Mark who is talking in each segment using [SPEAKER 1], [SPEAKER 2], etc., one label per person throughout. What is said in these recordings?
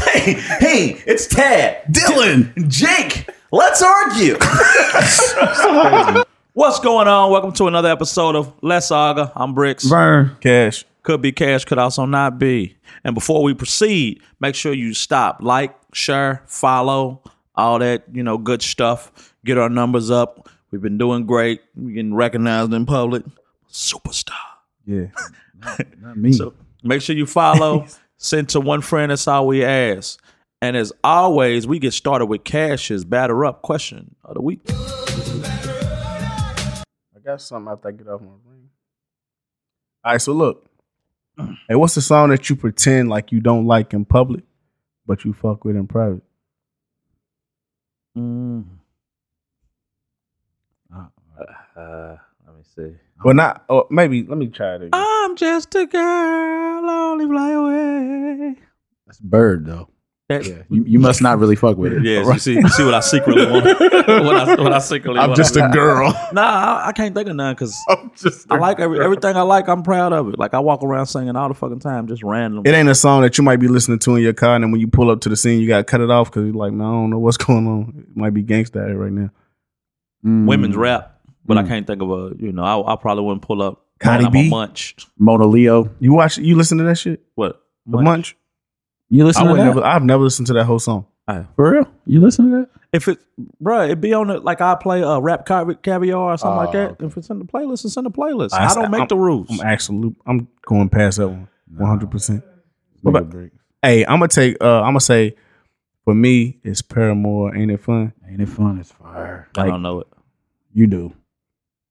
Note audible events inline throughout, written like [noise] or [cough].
[SPEAKER 1] Hey, hey, it's Tad,
[SPEAKER 2] Dylan.
[SPEAKER 1] Jake. Let's argue.
[SPEAKER 3] [laughs] What's going on? Welcome to another episode of Let's Saga. I'm Bricks.
[SPEAKER 2] Burn.
[SPEAKER 4] Cash.
[SPEAKER 3] Could be cash, could also not be. And before we proceed, make sure you stop, like, share, follow, all that, you know, good stuff. Get our numbers up. We've been doing great. We're getting recognized in public. Superstar.
[SPEAKER 2] Yeah.
[SPEAKER 3] [laughs]
[SPEAKER 2] Not me.
[SPEAKER 3] So make sure
[SPEAKER 2] [laughs]
[SPEAKER 3] you follow, send to one friend. That's all we ask. And as always, we get started with Cash's batter up question of the week.
[SPEAKER 4] I got something after I get off my ring. All right, so
[SPEAKER 2] [clears throat]
[SPEAKER 4] look. Hey, what's the song that you pretend like you don't like in public, but you fuck with in private?
[SPEAKER 3] Mm.
[SPEAKER 2] Uh,
[SPEAKER 1] Uh, let me see.
[SPEAKER 4] Well, not. Or maybe let me try it.
[SPEAKER 2] Oh.
[SPEAKER 4] Again.
[SPEAKER 3] I'm just a girl, only fly away.
[SPEAKER 2] That's Bird though.
[SPEAKER 3] That,
[SPEAKER 2] Yeah. You, you must not really fuck with it.
[SPEAKER 3] Yes, you see, you see what I secretly [laughs] want. what, I, what I secretly want.
[SPEAKER 4] a girl.
[SPEAKER 3] nah, I, I can't think of none because
[SPEAKER 2] [laughs]
[SPEAKER 4] I'm just. a
[SPEAKER 3] I like every,
[SPEAKER 4] girl.
[SPEAKER 3] everything I like. I'm proud of it. Like I walk around singing all the fucking time, just random.
[SPEAKER 4] It ain't a song that you might be listening to in your car, and then when you pull up to the scene, you gotta cut it off because you're like, no, I don't know what's [laughs] going on. It might be gangsta right now.
[SPEAKER 2] Mm.
[SPEAKER 3] Women's rap, but I
[SPEAKER 2] Mm.
[SPEAKER 3] can't think of a. You know, I, I probably wouldn't pull up.
[SPEAKER 4] Cardi
[SPEAKER 3] I'm
[SPEAKER 4] B?
[SPEAKER 3] a munch.
[SPEAKER 2] Mona Leo.
[SPEAKER 4] You watch? You listen to that shit?
[SPEAKER 3] What?
[SPEAKER 4] The Munch.
[SPEAKER 2] You
[SPEAKER 4] I
[SPEAKER 2] listen to
[SPEAKER 4] would
[SPEAKER 2] that?
[SPEAKER 4] never. I've never listened to that whole song.
[SPEAKER 2] For real? You listen to that?
[SPEAKER 3] If it, bruh, it'd be on it. Like I play uh, rap Cavi- caviar or something like
[SPEAKER 2] Oh,
[SPEAKER 3] that. If it's in the playlist, it's in the playlist.
[SPEAKER 4] I
[SPEAKER 3] I, don't
[SPEAKER 4] see.
[SPEAKER 3] make the rules.
[SPEAKER 4] I'm absolute. I'm going past that one. One hundred percent. What about-
[SPEAKER 2] Nigga,
[SPEAKER 4] Hey, I'm gonna take. Uh, I'm gonna say, for me, it's Paramore. Ain't it fun?
[SPEAKER 2] Ain't it fun? It's fire.
[SPEAKER 3] I
[SPEAKER 2] Like,
[SPEAKER 3] don't know it.
[SPEAKER 2] you do.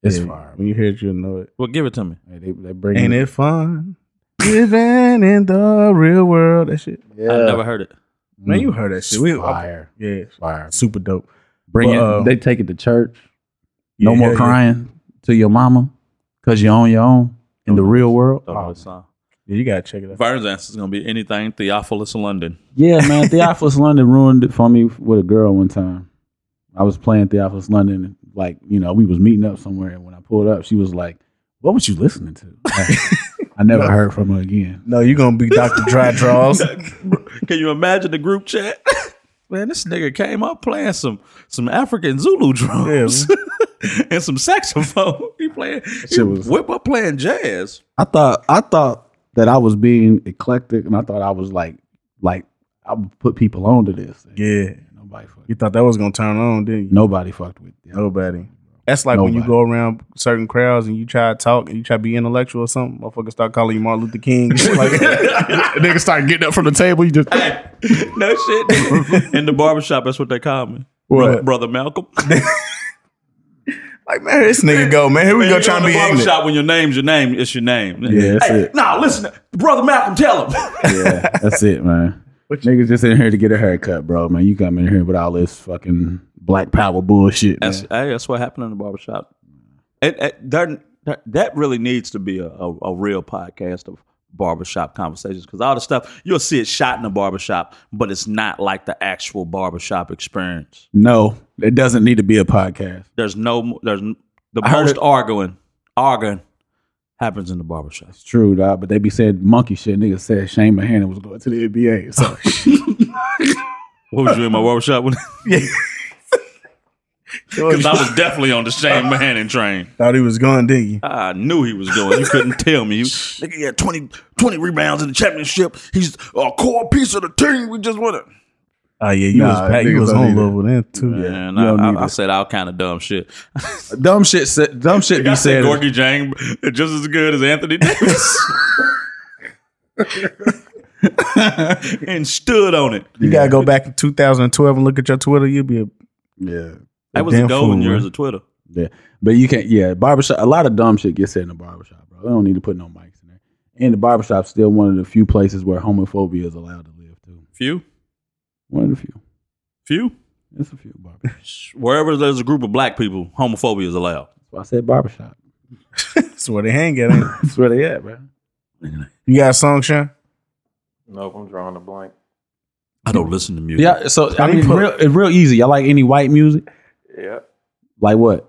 [SPEAKER 2] It's
[SPEAKER 4] Yeah,
[SPEAKER 2] fire.
[SPEAKER 4] When you hear it, you'll know it.
[SPEAKER 3] Well, give it to me.
[SPEAKER 2] Hey, they, they bring
[SPEAKER 4] Ain't it fun? Living in the real world. That shit.
[SPEAKER 2] Yeah.
[SPEAKER 3] I never heard it.
[SPEAKER 4] Man, you heard that shit. We,
[SPEAKER 2] fire.
[SPEAKER 4] yeah, it's
[SPEAKER 2] Fire.
[SPEAKER 4] super dope.
[SPEAKER 2] Bring
[SPEAKER 4] But,
[SPEAKER 2] it.
[SPEAKER 4] uh,
[SPEAKER 2] they take it to church. No
[SPEAKER 4] Yeah,
[SPEAKER 2] more
[SPEAKER 4] yeah,
[SPEAKER 2] crying to your mama because you own your own in the real world.
[SPEAKER 3] Don't know the song.
[SPEAKER 4] Yeah, you gotta check it out.
[SPEAKER 3] Vern's answer is gonna be anything Theophilus [laughs] London.
[SPEAKER 2] Yeah, man. Theophilus London ruined it for me with a girl one time. I was playing Theophilus London, and like you know, we was meeting up somewhere, and when I pulled up, she was like, "What was you listening to?" Like, I never heard from her again.
[SPEAKER 4] No, you're gonna be Dr. Dry Draws.
[SPEAKER 3] Can you imagine the group chat? [laughs] Man, this nigga came up playing some some African Zulu drums [laughs] and some saxophone. [laughs] He playing he
[SPEAKER 2] was-
[SPEAKER 3] whip up playing jazz.
[SPEAKER 2] I thought I thought that I was being eclectic, and I thought I was like like I would put people onto this.
[SPEAKER 4] [laughs] yeah.
[SPEAKER 2] Nobody fucked.
[SPEAKER 4] You thought that was gonna turn on, didn't you?
[SPEAKER 2] Nobody fucked with
[SPEAKER 4] Oh,
[SPEAKER 2] Theophilus.
[SPEAKER 4] Nobody. That's like when you
[SPEAKER 2] Nobody.
[SPEAKER 4] go around certain crowds and you try to talk and you try to be intellectual or something. Motherfuckers start calling you Martin Luther [laughs] King. like, niggas start getting up from the table. You just
[SPEAKER 3] No
[SPEAKER 2] [laughs]
[SPEAKER 3] shit. In the barbershop, that's what they call me. Brother,
[SPEAKER 4] What?
[SPEAKER 3] Brother Malcolm. [laughs]
[SPEAKER 4] like, man, this nigga go, man. Here we go trying to
[SPEAKER 3] in
[SPEAKER 4] be
[SPEAKER 3] the
[SPEAKER 4] ignorant.
[SPEAKER 3] barbershop when your name's your name, it's your name.
[SPEAKER 2] Yeah, that's
[SPEAKER 3] hey,
[SPEAKER 2] it.
[SPEAKER 3] Nah, listen, Brother Malcolm, tell him.
[SPEAKER 2] Yeah, that's it, man. Niggas just in here to get a haircut, bro. Man, you come in here with all this fucking black power bullshit. Man.
[SPEAKER 3] That's hey, that's what happened in the barbershop. It, it, there, that- that really needs to be a, a, a real podcast of barbershop conversations because all the stuff you'll see it shot in a barbershop, but it's not like the actual barbershop experience.
[SPEAKER 2] No, it doesn't need to be a podcast.
[SPEAKER 3] There's no, mo- there's n- the
[SPEAKER 2] I heard
[SPEAKER 3] most
[SPEAKER 2] it-
[SPEAKER 3] arguing, arguing happens in the barbershop.
[SPEAKER 2] It's true, dog. But they be said monkey shit. Niggas said Shane Mahanna was going to the NBA. So
[SPEAKER 3] What was you in my barbershop [laughs] with? Because I [laughs] was definitely on the Shane Manning train.
[SPEAKER 4] Thought he was gone, didn't you?
[SPEAKER 3] I knew he was going. You [laughs] couldn't tell me. You, nigga, he had 20, 20 rebounds in the championship. He's a core piece of the team. We just want to.
[SPEAKER 4] Oh yeah, you
[SPEAKER 2] Nah,
[SPEAKER 4] was packed. You
[SPEAKER 2] niggas
[SPEAKER 4] was
[SPEAKER 2] don't
[SPEAKER 4] on
[SPEAKER 2] need
[SPEAKER 4] level then too.
[SPEAKER 3] And
[SPEAKER 2] you
[SPEAKER 3] I,
[SPEAKER 2] don't
[SPEAKER 3] I,
[SPEAKER 2] need
[SPEAKER 3] I
[SPEAKER 2] it.
[SPEAKER 3] said all kind of dumb [laughs] shit.
[SPEAKER 2] [laughs] dumb shit. Said, dumb shit
[SPEAKER 3] I
[SPEAKER 2] be
[SPEAKER 3] said
[SPEAKER 2] said.
[SPEAKER 3] Gorky Jang just as good as
[SPEAKER 2] [laughs]
[SPEAKER 3] Anthony Davis. [laughs] and stood on it.
[SPEAKER 4] You gotta go back to 2012 and look at your Twitter. You'll be a [laughs]
[SPEAKER 2] Yeah,
[SPEAKER 3] That was the
[SPEAKER 4] Damn
[SPEAKER 3] golden
[SPEAKER 4] fool,
[SPEAKER 3] years
[SPEAKER 4] man.
[SPEAKER 3] of Twitter.
[SPEAKER 2] yeah. But you can't. Yeah, barbershop. A lot of dumb shit gets said in the barbershop, bro. They don't need to put no mics in there. And the barbershop's still one of the few places where homophobia is allowed to live too.
[SPEAKER 3] Few,
[SPEAKER 2] One of the few.
[SPEAKER 3] few.
[SPEAKER 2] It's a few barbershops.
[SPEAKER 3] Wherever there's a group of black people, homophobia is allowed.
[SPEAKER 2] So I said barbershop.
[SPEAKER 4] that's where they hang at. ain't it? [laughs]
[SPEAKER 2] That's where they at, bro.
[SPEAKER 4] You got a song, Sean?
[SPEAKER 5] Nope, I'm drawing a blank.
[SPEAKER 3] I don't listen to music.
[SPEAKER 2] Yeah, so I
[SPEAKER 4] How you
[SPEAKER 2] mean,
[SPEAKER 4] put-
[SPEAKER 2] real, it's real easy. Y'all like any white music?
[SPEAKER 5] Yeah.
[SPEAKER 2] Like what?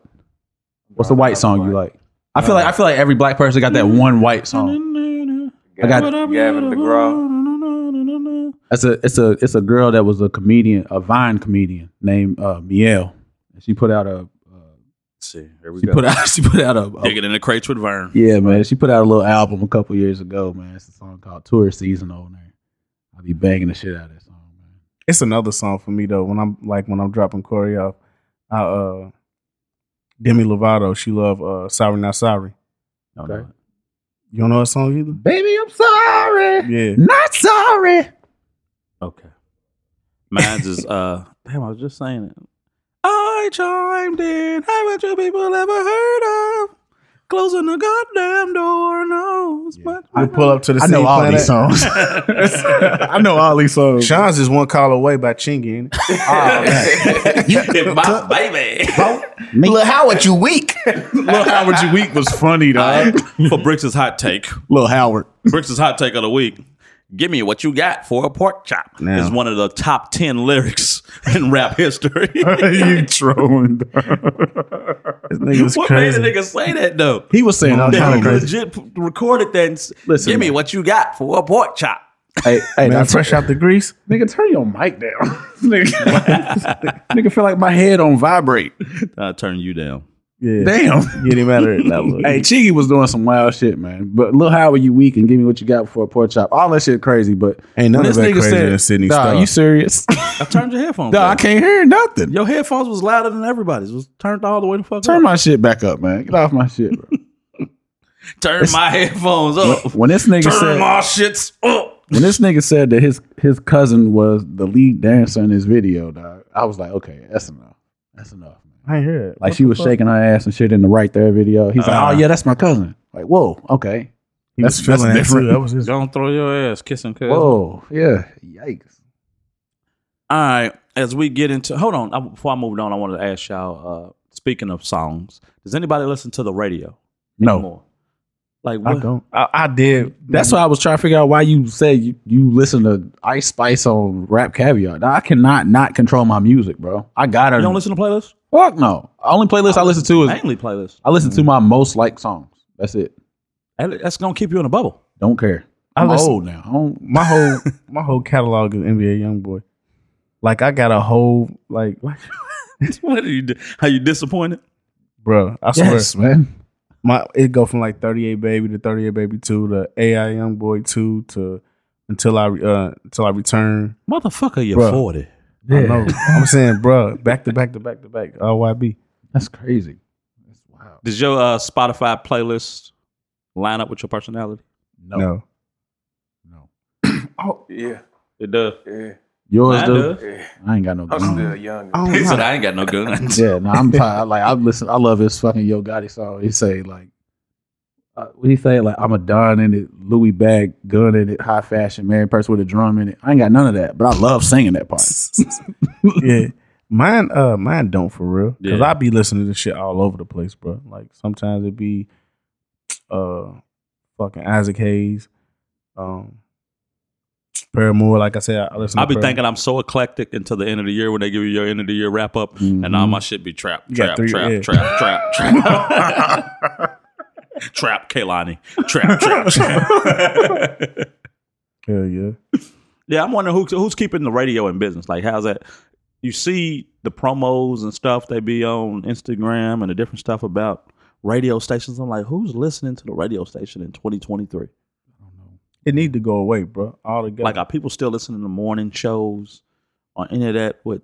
[SPEAKER 2] What's the
[SPEAKER 5] Drawing
[SPEAKER 2] white
[SPEAKER 5] a
[SPEAKER 2] song you
[SPEAKER 5] blank.
[SPEAKER 2] like? Mm-hmm. I feel like I feel like every black person got that one white song.
[SPEAKER 3] I
[SPEAKER 2] I got-
[SPEAKER 5] Gavin, Gavin DeGraw.
[SPEAKER 2] It's a it's a it's a girl that was a comedian, a Vine comedian named uh, Miel. And She put out a uh,
[SPEAKER 3] see, here we
[SPEAKER 2] she
[SPEAKER 3] go.
[SPEAKER 2] put out [laughs] she put out a, a-
[SPEAKER 3] Digging in the crates with Vern.
[SPEAKER 2] yeah man. She put out a little album a couple years ago, man. It's a song called Tour Season on there. I be banging the shit out of that song, man.
[SPEAKER 4] It's another song for me though. When I'm like when I'm dropping Corey off, I, uh, Demi Lovato, she love uh, "Sorry Not Sorry."
[SPEAKER 2] I don't know
[SPEAKER 4] Okay.
[SPEAKER 2] it.
[SPEAKER 4] You don't know that song either?
[SPEAKER 2] Baby, I'm sorry,
[SPEAKER 4] Yeah,
[SPEAKER 2] not sorry.
[SPEAKER 3] Okay. Mine's is uh damn, I was just saying it. I chimed in. Haven't you people ever heard of? Closing the goddamn door, no. But
[SPEAKER 4] we pull up to the.
[SPEAKER 2] I know
[SPEAKER 4] scene
[SPEAKER 2] all
[SPEAKER 4] playing
[SPEAKER 2] these
[SPEAKER 4] that.
[SPEAKER 2] songs.
[SPEAKER 3] uh,
[SPEAKER 2] [laughs]
[SPEAKER 3] [laughs]
[SPEAKER 2] I know all these songs.
[SPEAKER 4] Sean's is one call away by Chingy. ain't it?
[SPEAKER 3] you been my baby.
[SPEAKER 1] Look, how would you weak?
[SPEAKER 2] Lil Howard your week was funny, dog.
[SPEAKER 3] [laughs] For Bricks' hot take.
[SPEAKER 2] Lil Howard.
[SPEAKER 3] Bricks' hot take of the week. Give me what you got for a pork chop
[SPEAKER 4] Now.
[SPEAKER 3] is one of the top ten lyrics [laughs] in rap
[SPEAKER 2] [laughs]
[SPEAKER 3] history.
[SPEAKER 2] [laughs] you trolling.
[SPEAKER 4] This
[SPEAKER 3] [laughs]
[SPEAKER 4] nigga's
[SPEAKER 3] what
[SPEAKER 4] crazy.
[SPEAKER 3] made the nigga say that though?
[SPEAKER 2] He was saying all
[SPEAKER 4] That
[SPEAKER 3] That
[SPEAKER 4] kinda
[SPEAKER 3] he
[SPEAKER 2] kind of
[SPEAKER 4] crazy.
[SPEAKER 3] legit p- recorded that. And s-
[SPEAKER 2] Listen,
[SPEAKER 3] give me
[SPEAKER 2] man.
[SPEAKER 3] what you got for a pork chop.
[SPEAKER 2] Hey, [laughs] hey,
[SPEAKER 4] Man,
[SPEAKER 2] that's
[SPEAKER 4] fresh out the grease.
[SPEAKER 2] nigga, turn your mic down. [laughs] nigga, [laughs] nigga, feel like my head on vibrate.
[SPEAKER 3] I turn you down.
[SPEAKER 4] Yeah,
[SPEAKER 2] Damn.
[SPEAKER 4] get him out of that level.
[SPEAKER 2] [laughs] Hey, Chiggy was doing some wild shit, man. But Lil Howard, you weak and give me what you got before a pork chop. All that shit crazy, but
[SPEAKER 4] Ain't none
[SPEAKER 2] When
[SPEAKER 4] of that crazier than Sydney
[SPEAKER 2] nah,
[SPEAKER 4] Star.
[SPEAKER 2] you serious? [laughs]
[SPEAKER 3] I turned your headphones.
[SPEAKER 2] nah, I
[SPEAKER 3] up.
[SPEAKER 2] can't hear nothing.
[SPEAKER 3] Your headphones was louder than everybody's. Was turned all the way the fuck
[SPEAKER 2] Turn
[SPEAKER 3] up.
[SPEAKER 2] my shit back up, man. Get off my shit, bro.
[SPEAKER 3] turn my headphones up.
[SPEAKER 2] When this nigga
[SPEAKER 3] turn
[SPEAKER 2] said,
[SPEAKER 3] my shits up.
[SPEAKER 2] when this nigga said that his his cousin was the lead dancer in his video, dog, I was like, okay, that's enough. That's enough.
[SPEAKER 4] I ain't hear it.
[SPEAKER 2] Like she was shaking her ass and shit in the right there video. He's
[SPEAKER 3] Uh-huh.
[SPEAKER 2] like, oh yeah, that's my cousin. Like, whoa, okay,
[SPEAKER 4] He was
[SPEAKER 2] That's-
[SPEAKER 4] feeling
[SPEAKER 2] that's
[SPEAKER 4] that too.
[SPEAKER 2] different.
[SPEAKER 4] That was his.
[SPEAKER 3] Don't throw your ass kissing. Cause all
[SPEAKER 2] whoa, yeah, yikes.
[SPEAKER 3] right. As we get into, hold on. I, before I moved on, I wanted to ask y'all. Uh, speaking of songs, does anybody listen to the radio?
[SPEAKER 2] No,
[SPEAKER 3] anymore? Like
[SPEAKER 4] I
[SPEAKER 3] what?
[SPEAKER 4] don't. I, I did.
[SPEAKER 2] that's why I was trying to figure out why you said you, you listen to Ice Spice on Rap Caviar. Now, I cannot not control my music, bro. I gotta.
[SPEAKER 3] You don't listen to playlists?
[SPEAKER 2] Fuck no. Only playlist I listen to is
[SPEAKER 3] Mainly playlists.
[SPEAKER 2] I listen to my most liked songs. That's it.
[SPEAKER 3] That- That's gonna keep you in a bubble. [laughs]
[SPEAKER 2] Don't care.
[SPEAKER 4] I
[SPEAKER 2] I'm
[SPEAKER 4] listen-
[SPEAKER 2] old now. I don't,
[SPEAKER 4] my [laughs] whole my whole catalog is NBA YoungBoy. Like I got a whole like,
[SPEAKER 3] what are you? do- Are you disappointed?
[SPEAKER 4] bro. I swear,
[SPEAKER 2] yes, man.
[SPEAKER 4] my it go from like 38 baby to 38 baby two to AI YoungBoy two to until I uh until I return.
[SPEAKER 3] Motherfucker, you're
[SPEAKER 4] Bruh.
[SPEAKER 3] forty.
[SPEAKER 4] I know. I'm saying, bro, back to back to back to back. RYB.
[SPEAKER 2] That's crazy. That's wild.
[SPEAKER 3] Does your uh, Spotify playlist line up with your personality?
[SPEAKER 2] No, no.
[SPEAKER 4] No,
[SPEAKER 5] Yeah,
[SPEAKER 3] It does.
[SPEAKER 5] yeah,
[SPEAKER 2] Yours,
[SPEAKER 3] Mine
[SPEAKER 2] dude.
[SPEAKER 5] yeah.
[SPEAKER 2] I ain't got no.
[SPEAKER 5] I'm
[SPEAKER 2] gun.
[SPEAKER 5] still
[SPEAKER 3] Mm.
[SPEAKER 5] young.
[SPEAKER 3] [laughs]
[SPEAKER 4] I
[SPEAKER 3] He
[SPEAKER 4] don't
[SPEAKER 3] said,
[SPEAKER 4] know.
[SPEAKER 3] I ain't got no [laughs] guns.
[SPEAKER 2] Yeah, no, I'm tired. Like I listen, I love his fucking Yo Gotti song. He say like, uh, what he say like, I'm a don in it, Louis bag, gun in it, high fashion, married person with a drum in it. I ain't got none of that, but I love singing that part.
[SPEAKER 4] [laughs] yeah. Mine, uh, mine don't for real. Cause
[SPEAKER 3] Yeah.
[SPEAKER 4] I be listening to shit all over the place, bro. Like sometimes it be, uh, fucking Isaac Hayes, um, Paramore. Like I said, I listen.
[SPEAKER 3] I'll
[SPEAKER 4] to
[SPEAKER 3] be
[SPEAKER 4] Paramore.
[SPEAKER 3] thinking I'm so eclectic until the end of the year when they give you your end of the year wrap up, and
[SPEAKER 2] Mm-hmm.
[SPEAKER 3] all my shit be trap,
[SPEAKER 4] Mm-hmm. You got
[SPEAKER 3] trap,
[SPEAKER 4] three-
[SPEAKER 3] trap,
[SPEAKER 4] yeah.
[SPEAKER 3] trap, trap, trap, [laughs] trap, Kalani, trap, trap, trap.
[SPEAKER 4] Hell yeah.
[SPEAKER 3] Yeah, I'm wondering who, who's keeping the radio in business. Like, how's that? You see the promos and stuff they be on Instagram and the different stuff about radio stations. I'm like, who's listening to the radio station in 2023?
[SPEAKER 4] It need to go away, bro. All together.
[SPEAKER 3] Like, are people still listening to morning shows or any of that? With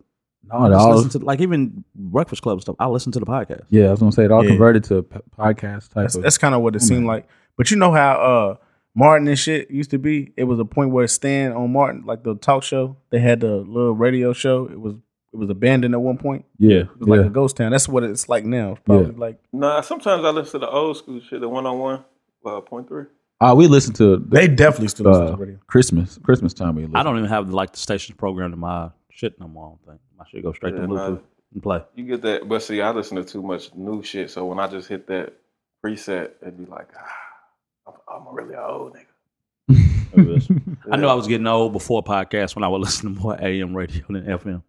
[SPEAKER 2] No, it
[SPEAKER 3] just
[SPEAKER 2] all,
[SPEAKER 3] listen to like even Breakfast Club stuff. I listen to the podcast.
[SPEAKER 2] yeah, I was gonna say it all
[SPEAKER 4] Yeah.
[SPEAKER 2] converted to a p- podcast type
[SPEAKER 3] uh,
[SPEAKER 4] that's,
[SPEAKER 2] of.
[SPEAKER 4] that's kind of what it
[SPEAKER 2] Oh,
[SPEAKER 4] seemed
[SPEAKER 2] man.
[SPEAKER 4] like. But you know how uh Martin and shit used to be. It was a point where Stan on Martin, like the talk show, they had the little radio show. It was it was abandoned at one point.
[SPEAKER 2] yeah,
[SPEAKER 4] It was
[SPEAKER 2] yeah.
[SPEAKER 4] like a ghost town. That's what it's like now. It's Probably like
[SPEAKER 5] Nah, sometimes I listen to the old school shit, the 101, uh, point three.
[SPEAKER 2] Uh, we listen to the,
[SPEAKER 4] they definitely still listen
[SPEAKER 2] uh,
[SPEAKER 4] to radio.
[SPEAKER 2] Christmas, Christmas time. We listen.
[SPEAKER 3] I don't even have like the stations programmed to my shit no more. I don't think my shit go straight to
[SPEAKER 5] Yeah,
[SPEAKER 3] Bluetooth
[SPEAKER 5] nah.
[SPEAKER 3] and play.
[SPEAKER 5] You get that, but see, I listen to too much new shit. So when I just hit that preset, it'd be like, ah, I'm, I'm really an old
[SPEAKER 3] [laughs]
[SPEAKER 5] nigga.
[SPEAKER 3] I knew I was getting old before podcasts when I would [laughs] listen to more AM radio than FM.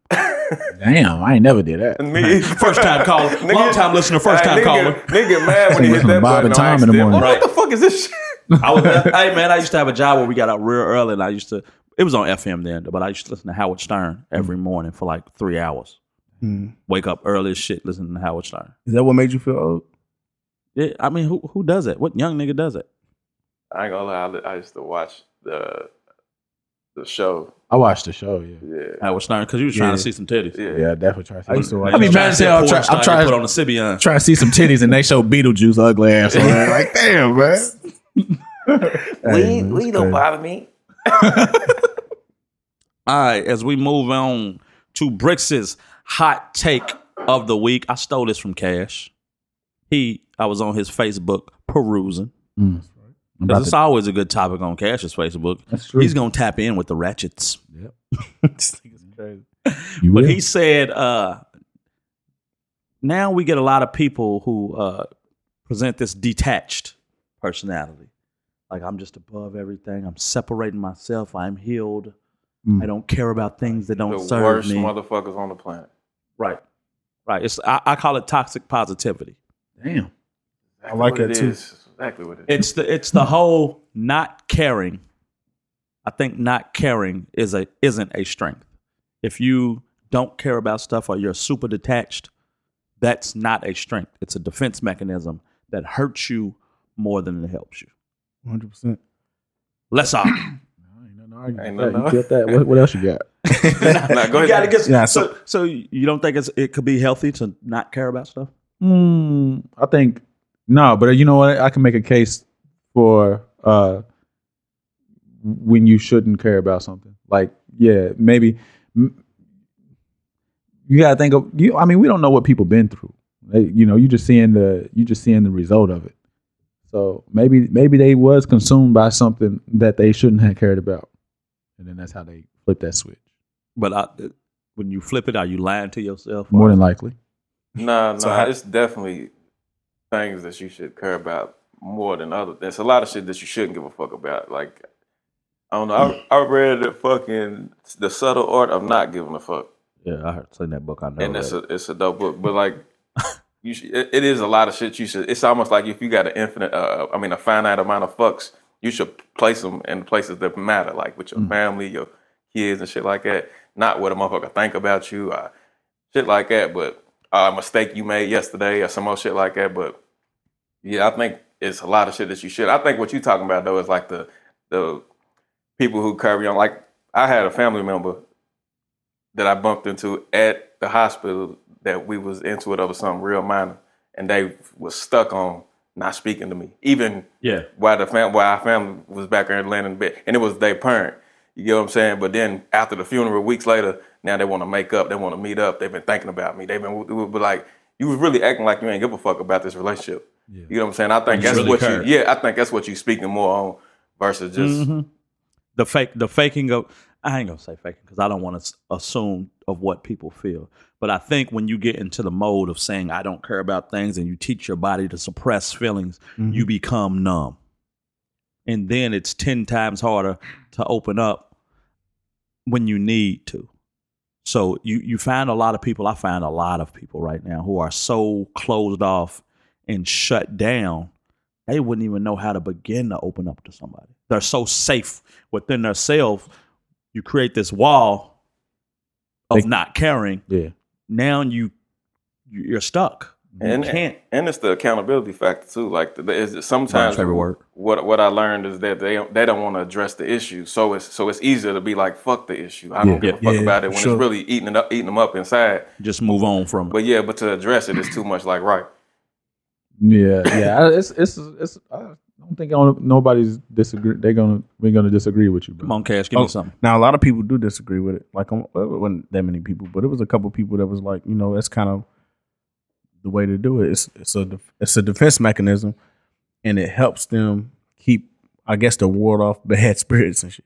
[SPEAKER 2] Damn, I ain't never did that.
[SPEAKER 5] Me,
[SPEAKER 3] First time
[SPEAKER 5] [laughs]
[SPEAKER 3] caller.
[SPEAKER 5] Nigga-
[SPEAKER 3] Long time listener, first
[SPEAKER 5] Hey,
[SPEAKER 3] time
[SPEAKER 5] nigga,
[SPEAKER 3] caller.
[SPEAKER 5] Nigga, get mad when
[SPEAKER 2] Say
[SPEAKER 5] he hit
[SPEAKER 2] listen to
[SPEAKER 5] that
[SPEAKER 2] Bob
[SPEAKER 5] button.
[SPEAKER 2] and Tom
[SPEAKER 5] on
[SPEAKER 2] in the
[SPEAKER 5] accident.
[SPEAKER 2] morning.
[SPEAKER 5] What the fuck is this shit?
[SPEAKER 3] uh, [laughs] I was, hey man, I used to have a job where we got out real early, and I used to It was on FM then, but I used to listen to Howard Stern every morning for like three hours.
[SPEAKER 4] Hmm.
[SPEAKER 3] Wake up early as shit, listening to Howard Stern.
[SPEAKER 4] Is that what made you feel old?
[SPEAKER 3] Yeah, I mean, who who does it? What young nigga does it?
[SPEAKER 5] I ain't gonna lie. I, li- I used to watch the the show.
[SPEAKER 2] I watched the
[SPEAKER 4] [laughs]
[SPEAKER 2] show. Yeah,
[SPEAKER 5] Yeah,
[SPEAKER 3] Howard Stern, because you was trying
[SPEAKER 4] Yeah.
[SPEAKER 3] to see some titties.
[SPEAKER 5] yeah.
[SPEAKER 2] yeah, I definitely tried.
[SPEAKER 4] I used to watch.
[SPEAKER 2] I mean,
[SPEAKER 4] that.
[SPEAKER 2] man, say I'm try- I'm
[SPEAKER 3] trying
[SPEAKER 2] trying-
[SPEAKER 3] to put on the Sibian.
[SPEAKER 2] try to see some titties and they show Beetlejuice ugly ass on there. Like, damn, man.
[SPEAKER 4] Hey, man, that's crazy.
[SPEAKER 5] bother me.
[SPEAKER 3] All right, as we move on to Brix's hot take of the week, I stole this from Cash. He, I was on his Facebook perusing.
[SPEAKER 2] I'm about
[SPEAKER 3] Because it's
[SPEAKER 2] to-
[SPEAKER 3] always a good topic on Cash's Facebook.
[SPEAKER 2] That's true.
[SPEAKER 3] He's gonna tap in with the ratchets.
[SPEAKER 4] This nigga's crazy.
[SPEAKER 2] you
[SPEAKER 3] But
[SPEAKER 2] will.
[SPEAKER 3] he said, uh, now we get a lot of people who uh, present this detached personality. Like, I'm just above everything. I'm separating myself. I'm healed.
[SPEAKER 2] Mm.
[SPEAKER 3] I don't care about things that don't
[SPEAKER 5] The
[SPEAKER 3] serve
[SPEAKER 5] worst
[SPEAKER 3] me.
[SPEAKER 5] motherfuckers on the planet.
[SPEAKER 3] right. Right. It's, I, I call it toxic positivity.
[SPEAKER 2] damn.
[SPEAKER 5] Exactly
[SPEAKER 4] like
[SPEAKER 5] what
[SPEAKER 4] that
[SPEAKER 5] it
[SPEAKER 4] too.
[SPEAKER 5] is. It's Exactly
[SPEAKER 3] [laughs]
[SPEAKER 5] what it is.
[SPEAKER 3] It's the, it's the whole not caring. I think not caring is a, isn't a strength. If you don't care about stuff or you're super detached, that's not a strength. It's a defense mechanism that hurts you more than it helps you.
[SPEAKER 4] One hundred percent.
[SPEAKER 2] [clears throat]
[SPEAKER 3] Let's argue.
[SPEAKER 5] Ain't
[SPEAKER 2] Ain't
[SPEAKER 5] nothing
[SPEAKER 2] you
[SPEAKER 5] to-
[SPEAKER 2] get that? What, what else you got?
[SPEAKER 5] Nah, go
[SPEAKER 3] You gotta
[SPEAKER 5] ahead.
[SPEAKER 3] get-
[SPEAKER 4] Yeah,
[SPEAKER 3] so,
[SPEAKER 4] so-
[SPEAKER 3] so, you don't think it's, it could be healthy to not care about stuff?
[SPEAKER 2] Mm, I think no, but uh, you know what? I can make a case for uh, when you shouldn't care about something. Like, yeah, maybe m- you gotta think of you. I mean, we don't know what people been through. They, you know, you just seeing the you just seeing the result of it. So maybe maybe they was consumed by something that they shouldn't have cared about, and then that's how they flip that switch.
[SPEAKER 3] But I, when you flip it, are you lying to yourself?
[SPEAKER 2] More than likely,
[SPEAKER 5] Nah, nah.
[SPEAKER 4] So how-
[SPEAKER 5] it's definitely things that you should care about more than other. There's a lot of shit that you shouldn't give a fuck about. Like I don't know. I, I read the fucking the subtle art of not giving a fuck,
[SPEAKER 3] yeah, I heard seen that book. I know.
[SPEAKER 5] and it's
[SPEAKER 3] that.
[SPEAKER 5] a it's a dope book. But like. You should, it, it is a lot of shit you should. It's almost like if you got an infinite, uh, I mean, a finite amount of fucks, you should place them in places that matter, like with your
[SPEAKER 3] Mm.
[SPEAKER 5] family, your kids, and shit like that. Not what a motherfucker think about you, or shit like that. But uh, a mistake you made yesterday, or some old shit like that. But yeah, I think it's a lot of shit that you should. I think what you're talking about though is like the the people who carry on. Like I had a family member that I bumped into at the hospital that we was into it over something real minor, and they was stuck on not speaking to me, even
[SPEAKER 3] yeah.
[SPEAKER 5] while the fam- while our family was back there laying in bed, and it was their parent. You get what I'm saying? But then after the funeral, weeks later, now they want to make up. They want to meet up. They've been thinking about me. They've been, but like you was really acting like you ain't give a fuck about this relationship. You know what I'm saying? I think that's
[SPEAKER 3] really
[SPEAKER 5] what
[SPEAKER 3] cared. Mm-hmm.
[SPEAKER 5] you. Yeah, I think that's what you speaking more on versus just
[SPEAKER 3] the fake the faking of I ain't gonna say faking because I don't want to assume of what people feel. But I think when you get into the mode of saying I don't care about things and you teach your body to suppress feelings, you become numb. And then it's 10 times harder to open up when you need to. So you you find a lot of people, I find a lot of people right now who are so closed off and shut down they wouldn't even know how to begin to open up to somebody. They're so safe within themselves. You create this wall of
[SPEAKER 2] They-
[SPEAKER 3] not caring.
[SPEAKER 2] yeah.
[SPEAKER 3] Now you you- you're stuck.
[SPEAKER 5] and
[SPEAKER 3] you can't.
[SPEAKER 5] and it's the accountability factor too. Like the, is sometimes
[SPEAKER 3] My favorite word.
[SPEAKER 5] what what I learned is that they they don't want to address the issue, so it's so it's easier to be like fuck the issue. I
[SPEAKER 2] Yeah.
[SPEAKER 5] don't give a
[SPEAKER 4] Yeah,
[SPEAKER 5] fuck
[SPEAKER 4] yeah,
[SPEAKER 5] about it when
[SPEAKER 4] sure.
[SPEAKER 5] it's really eating it up, eating them up inside.
[SPEAKER 3] Just move on from it.
[SPEAKER 5] But yeah, but to address it is too much. Like right,
[SPEAKER 2] Yeah, yeah. I- It's it's it's. I don't think I don't- nobody's disagree. They're gonna we're gonna disagree with you, bro.
[SPEAKER 3] Come on, Cash, give
[SPEAKER 4] Oh,
[SPEAKER 3] me something.
[SPEAKER 4] Now a lot of people do disagree with it. Like um, it wasn't that many people, but it was a couple people that was like, you know, that's kind of the way to do it. It's it's a def- it's a defense mechanism, and it helps them keep, I guess, to ward off bad [laughs] spirits and shit.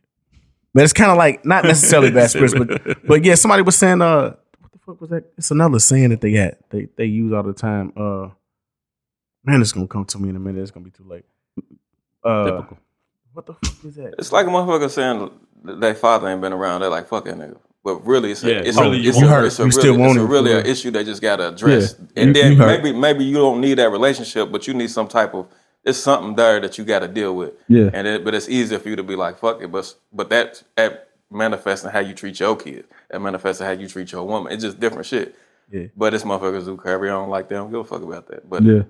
[SPEAKER 4] But it's kind of like not necessarily bad spirits, but but yeah, somebody was saying, uh, what the fuck was that? It's another saying that they had they they use all the time. Uh, man, it's gonna come to me in a minute. It's gonna be too late. Uh,
[SPEAKER 3] Typical.
[SPEAKER 4] What the fuck is that?
[SPEAKER 5] it's like a motherfucker saying th- their father ain't been around. They're like fuck that nigga. But really, it's a,
[SPEAKER 3] Yeah,
[SPEAKER 5] it's,
[SPEAKER 3] really,
[SPEAKER 5] a,
[SPEAKER 3] you
[SPEAKER 5] it's,
[SPEAKER 3] want
[SPEAKER 5] a,
[SPEAKER 4] her.
[SPEAKER 5] it's a
[SPEAKER 4] You
[SPEAKER 5] really,
[SPEAKER 4] still want
[SPEAKER 5] it's a
[SPEAKER 4] her.
[SPEAKER 5] really a
[SPEAKER 4] Yeah.
[SPEAKER 5] issue they just gotta address.
[SPEAKER 2] Yeah,
[SPEAKER 5] And
[SPEAKER 2] you-
[SPEAKER 5] then
[SPEAKER 2] you hurt.
[SPEAKER 5] maybe maybe you don't need that relationship, but you need some type of it's something there that you gotta deal with.
[SPEAKER 2] Yeah,
[SPEAKER 5] And it, but it's easier for you to be like, fuck it. But but that, that manifests in how you treat your kids. It manifests in how you treat your woman. It's just different shit.
[SPEAKER 4] Yeah.
[SPEAKER 5] But it's motherfuckers who carry on like they don't give a fuck about that. But
[SPEAKER 2] Yeah.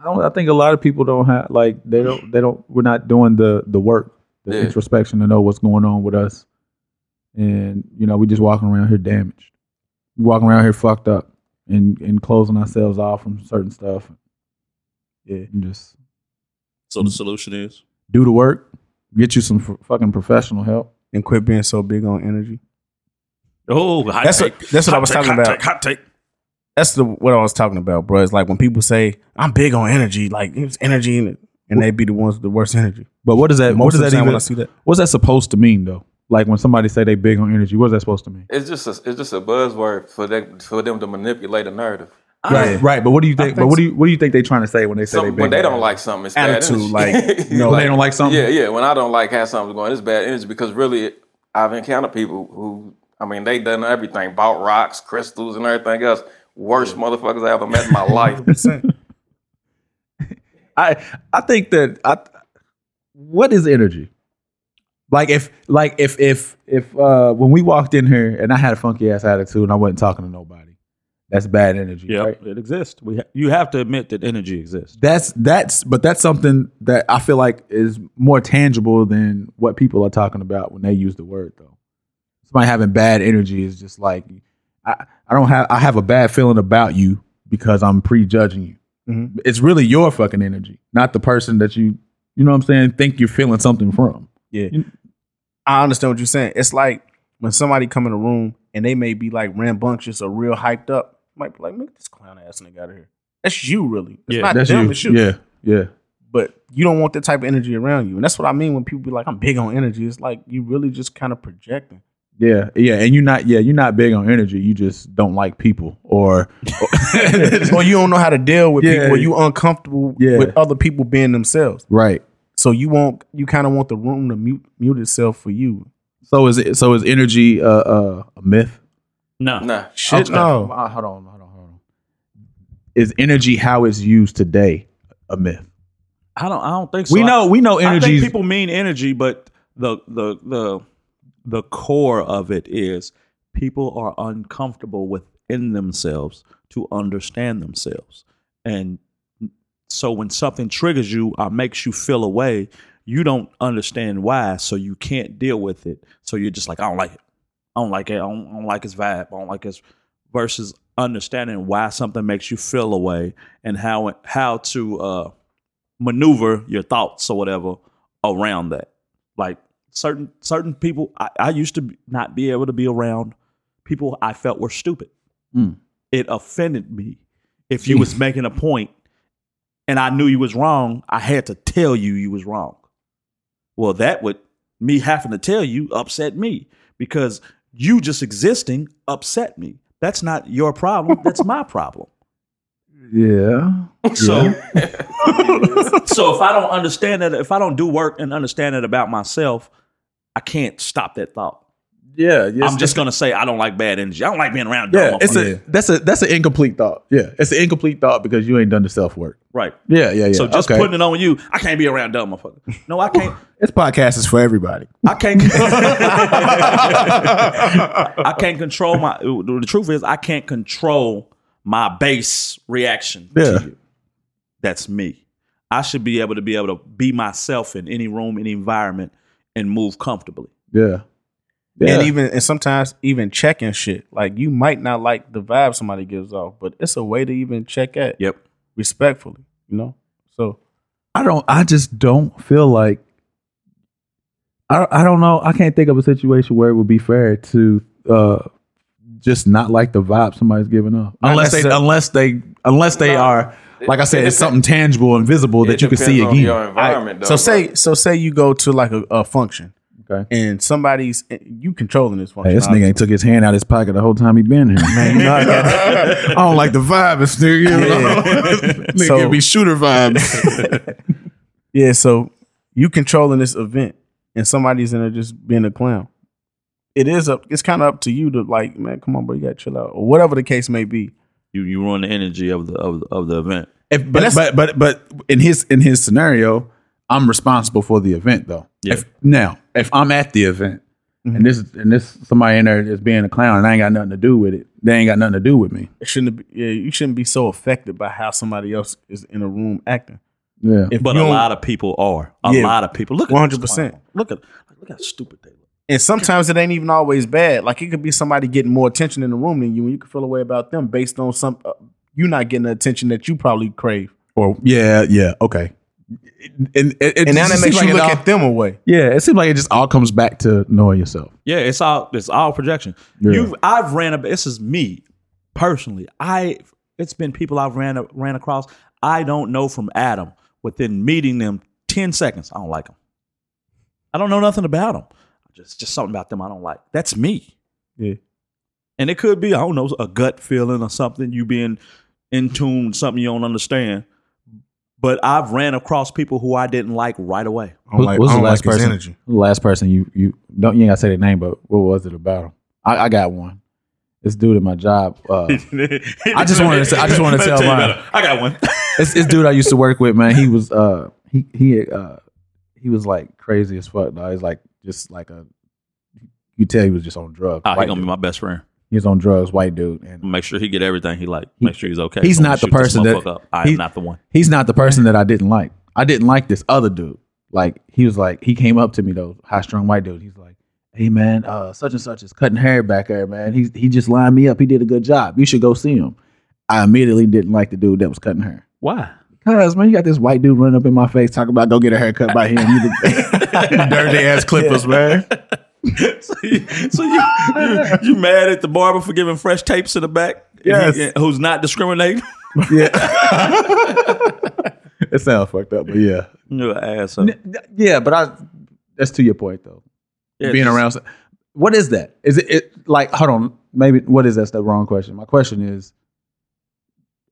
[SPEAKER 2] I, don't, I think a lot of people don't have like they don't they don't we're not doing the the work the
[SPEAKER 5] Yeah.
[SPEAKER 2] introspection to know what's going on with us, and you know we just walking around here damaged, we walking around here fucked up, and and closing ourselves off from certain stuff. Yeah, and just
[SPEAKER 3] So the solution is
[SPEAKER 2] do the work, get you some f- fucking professional help.
[SPEAKER 4] and quit being so big on energy.
[SPEAKER 3] oh, hot
[SPEAKER 4] That's
[SPEAKER 3] take.
[SPEAKER 4] what- that's what I
[SPEAKER 3] Hot
[SPEAKER 4] was
[SPEAKER 3] take,
[SPEAKER 4] talking
[SPEAKER 3] hot
[SPEAKER 4] about.
[SPEAKER 3] Take, hot take.
[SPEAKER 4] That's the what I was talking about, bro. It's like when people say I'm big on energy, like it's energy, in it, and they be the ones with the worst energy.
[SPEAKER 2] But what does that?
[SPEAKER 4] Most
[SPEAKER 2] What does
[SPEAKER 4] of
[SPEAKER 2] that
[SPEAKER 4] the time
[SPEAKER 2] even?
[SPEAKER 4] when I see that,
[SPEAKER 2] What's that supposed to mean though? Like when somebody say they big on energy, what's that supposed to mean?
[SPEAKER 5] it's just a, it's just a buzzword for them for them to manipulate a narrative.
[SPEAKER 2] Right, right. But what do you think?
[SPEAKER 4] think
[SPEAKER 2] but what do you what do you think they trying to say when they say
[SPEAKER 5] So
[SPEAKER 2] they big?
[SPEAKER 5] when they
[SPEAKER 2] on
[SPEAKER 5] don't
[SPEAKER 2] energy?
[SPEAKER 5] like something, it's
[SPEAKER 4] Attitude,
[SPEAKER 5] bad energy. [laughs]
[SPEAKER 4] like, you know,
[SPEAKER 2] they don't like something?
[SPEAKER 5] Yeah, yeah. When I don't like how something's going, it's bad energy because really, I've encountered people who, I mean, they done everything, bought rocks, crystals, and everything else. Worst motherfuckers I ever met in my life.
[SPEAKER 2] I I think that I what is energy? Like if like if if if uh when we walked in here and I had a funky ass attitude and I wasn't talking to nobody, that's bad energy.
[SPEAKER 3] Yeah,
[SPEAKER 2] right?
[SPEAKER 3] it exists. We ha- you have to admit that energy exists.
[SPEAKER 2] That's that's but that's something that I feel like is more tangible than what people are talking about when they use the word though. Somebody having bad energy is just like I, I don't have I have a bad feeling about you because I'm prejudging you.
[SPEAKER 4] Mhm.
[SPEAKER 2] It's really your fucking energy, not the person that you you know what I'm saying think you're feeling something from.
[SPEAKER 4] Yeah. I understand what you're saying. It's like when somebody come in the room and they may be like rambunctious or real hyped up, might be like, make this clown ass nigga out of here. That's you really. It's
[SPEAKER 3] Yeah,
[SPEAKER 4] not
[SPEAKER 2] That's
[SPEAKER 4] them,
[SPEAKER 2] you.
[SPEAKER 4] it's you.
[SPEAKER 2] Yeah, yeah.
[SPEAKER 4] But you don't want that type of energy around you. And that's what I mean when people be like, I'm big on energy. It's like you really just kind of
[SPEAKER 2] [laughs]
[SPEAKER 4] projecting.
[SPEAKER 2] Yeah, yeah, and you're not. Yeah, you're not big on energy. You just don't like people, or
[SPEAKER 4] or you don't know how to deal with
[SPEAKER 2] Yeah.
[SPEAKER 4] people, or you uncomfortable
[SPEAKER 2] Yeah.
[SPEAKER 4] with other people being themselves.
[SPEAKER 2] right.
[SPEAKER 4] So you want you kind of want the room to mute mute itself for you.
[SPEAKER 2] So is it? So is energy uh, uh, a myth?
[SPEAKER 3] No,
[SPEAKER 5] nah.
[SPEAKER 4] Shit no.
[SPEAKER 2] Uh, hold on, hold on, hold on. Is energy how it's used today a myth?
[SPEAKER 3] I don't. I don't think so.
[SPEAKER 2] we
[SPEAKER 3] I-
[SPEAKER 2] know, we know,
[SPEAKER 3] I think
[SPEAKER 2] energy.
[SPEAKER 3] people mean energy, but the the the the core of it is people are uncomfortable within themselves to understand themselves, and so when something triggers you or makes you feel away, you don't understand why, so you can't deal with it. So you're just like, I don't like it. I don't like it. I don't, I don't like his vibe. I don't like his versus understanding why something makes you feel away and how it- how to uh maneuver your thoughts or whatever around that. Like certain certain people, I, I used to be- not be able to be around people I felt were stupid.
[SPEAKER 2] Mm.
[SPEAKER 3] It offended me if you was making a point and I knew you was wrong. I had to tell you you was wrong. Well, that would me having to tell you upset me because you just existing upset me. That's not your problem. That's my problem.
[SPEAKER 2] yeah,
[SPEAKER 3] So, so if I don't understand that, if I don't do work and understand it about myself, I can't stop that thought.
[SPEAKER 2] yeah, yeah.
[SPEAKER 3] I'm just gonna say I don't like bad energy. I don't like being around.
[SPEAKER 2] yeah.
[SPEAKER 3] dumb
[SPEAKER 2] It's
[SPEAKER 3] motherfuckers.
[SPEAKER 2] a that's a that's an incomplete thought. Yeah, it's an incomplete thought because you ain't done the self work.
[SPEAKER 3] right.
[SPEAKER 2] Yeah, yeah, yeah.
[SPEAKER 3] So just
[SPEAKER 2] Okay.
[SPEAKER 3] putting it on you, I can't be around dumb motherfucker. No, I can't.
[SPEAKER 2] this podcast is for everybody.
[SPEAKER 3] I can't. [laughs] I can't control my. The truth is, I can't control my base reaction
[SPEAKER 2] Yeah.
[SPEAKER 3] to you. That's me. I should be able to be able to be myself in any room, any environment, and move comfortably.
[SPEAKER 2] Yeah, yeah.
[SPEAKER 4] And even and sometimes even checking shit. Like you might not like the vibe somebody gives off, but it's a way to even check at
[SPEAKER 3] Yep.
[SPEAKER 4] respectfully, you know? So
[SPEAKER 2] I don't. I just don't feel like. I I don't know. I can't think of a situation where it would be fair to uh, just not like the vibe somebody's giving off,
[SPEAKER 4] Not
[SPEAKER 2] unless they
[SPEAKER 4] necessarily-
[SPEAKER 2] unless they unless they
[SPEAKER 5] No.
[SPEAKER 2] are like I said,
[SPEAKER 5] It
[SPEAKER 2] it's
[SPEAKER 5] depen-
[SPEAKER 2] something tangible and visible that
[SPEAKER 5] It
[SPEAKER 2] you can see
[SPEAKER 5] depends on
[SPEAKER 2] again.
[SPEAKER 5] Your environment,
[SPEAKER 4] Alright,
[SPEAKER 5] though.
[SPEAKER 4] so say so say you go to like a, a function
[SPEAKER 2] Okay.
[SPEAKER 4] and somebody's eh, you controlling this function.
[SPEAKER 2] Hey, this nigga ain't took his hand out of his pocket the whole time he been here, man. You know I, got- I don't like the vibe, it's nigga. You know? [laughs] nigga
[SPEAKER 4] So-
[SPEAKER 2] give me shooter vibes.
[SPEAKER 4] Yeah, so you controlling this event and somebody's in there just being a clown. It is up it's kinda up to you to like, man, come on, bro, you gotta chill out. Or whatever the case may be.
[SPEAKER 3] You you ruin the energy of the of, the- of the event.
[SPEAKER 2] If, but,
[SPEAKER 4] that's-
[SPEAKER 2] but but but in his in his scenario, I'm responsible for the event though.
[SPEAKER 3] Yeah.
[SPEAKER 2] If now, if I'm at the event
[SPEAKER 4] Mm-hmm.
[SPEAKER 2] and this and this somebody in there that's being a clown, and I ain't got nothing to do with it. They ain't got nothing to do with me.
[SPEAKER 4] It shouldn't be. Yeah, you shouldn't be so affected by how somebody else is in a room acting.
[SPEAKER 2] Yeah,
[SPEAKER 4] If
[SPEAKER 3] But
[SPEAKER 4] you
[SPEAKER 3] a
[SPEAKER 4] don't-
[SPEAKER 3] lot of people are. A
[SPEAKER 4] Yeah.
[SPEAKER 3] lot of people. Look at
[SPEAKER 4] 100%.
[SPEAKER 3] this clown. Look at look how stupid they look.
[SPEAKER 4] And sometimes it ain't even always bad. Like it could be somebody getting more attention in the room than you, and you can feel a way about them based on some uh, you not getting the attention that you probably crave.
[SPEAKER 2] or yeah, yeah, okay.
[SPEAKER 6] And, and,
[SPEAKER 4] And now that makes you look at them away.
[SPEAKER 6] Yeah, it seems like it just all comes back to knowing yourself.
[SPEAKER 3] Yeah, it's all it's all projection. You I've ran up this is me personally. I it's been people I've ran a- ran across. I don't know from Adam within meeting them 10 seconds. I don't like them. I don't know nothing about them. Just just something about them I don't like. That's me.
[SPEAKER 4] Yeah.
[SPEAKER 3] And it could be, I don't know, a gut feeling or something, you being in tune, with something you don't understand. But I've ran across people who I didn't like right away.
[SPEAKER 4] I don't
[SPEAKER 2] Who-
[SPEAKER 4] like,
[SPEAKER 2] who's
[SPEAKER 4] I
[SPEAKER 2] the
[SPEAKER 4] don't
[SPEAKER 2] last
[SPEAKER 4] like his
[SPEAKER 2] person?
[SPEAKER 4] energy.
[SPEAKER 2] The last person you you don't you ain't gotta say their name, but what was it about him? I, I got one. This dude at my job.
[SPEAKER 4] [laughs]
[SPEAKER 2] Uh,
[SPEAKER 3] I
[SPEAKER 2] just wanted to say- [laughs] I just
[SPEAKER 3] [laughs]
[SPEAKER 2] wanted to tell mine.
[SPEAKER 3] I got one.
[SPEAKER 2] this, this dude I used to work with, man, he was uh he he uh he was like crazy as fuck. Dog. He's like just like a you tell he was just on drugs.
[SPEAKER 3] Oh,
[SPEAKER 2] white
[SPEAKER 3] he gonna be
[SPEAKER 2] dude.
[SPEAKER 3] my best friend.
[SPEAKER 2] he was on drugs, white dude, and
[SPEAKER 3] Make sure he get everything he like. Make sure he's okay.
[SPEAKER 2] he's
[SPEAKER 3] Don't
[SPEAKER 2] not the
[SPEAKER 3] shoot this
[SPEAKER 2] person that-
[SPEAKER 3] motherfucker up. I am
[SPEAKER 2] he-
[SPEAKER 3] not the one. [laughs]
[SPEAKER 2] he's not the person that I didn't like. I didn't like this other dude. Like he was like he came up to me though, high strung white dude. He's like, "Hey man, uh, such and such is cutting hair back there, man. He he just lined me up. He did a good job. You should go see him." I immediately didn't like the dude that was cutting hair.
[SPEAKER 3] Why?
[SPEAKER 2] Cause man, you got this white dude running up in my face talking about go get a haircut by him. You the [laughs] dirty ass clippers, man.
[SPEAKER 3] so you, so you, you you mad at the barber for giving fresh tapes to the back? And he-
[SPEAKER 2] Yes.
[SPEAKER 3] and- who's not discriminating? [laughs]
[SPEAKER 2] [laughs] It sounds fucked up, but yeah,
[SPEAKER 3] you an asshole.
[SPEAKER 2] yeah. But I, that's to your point though.
[SPEAKER 3] [laughs] Yeah,
[SPEAKER 2] Being
[SPEAKER 3] just-
[SPEAKER 2] around, what is that? Is it, it like? Hold on, maybe what is that? That's the wrong question. My question is,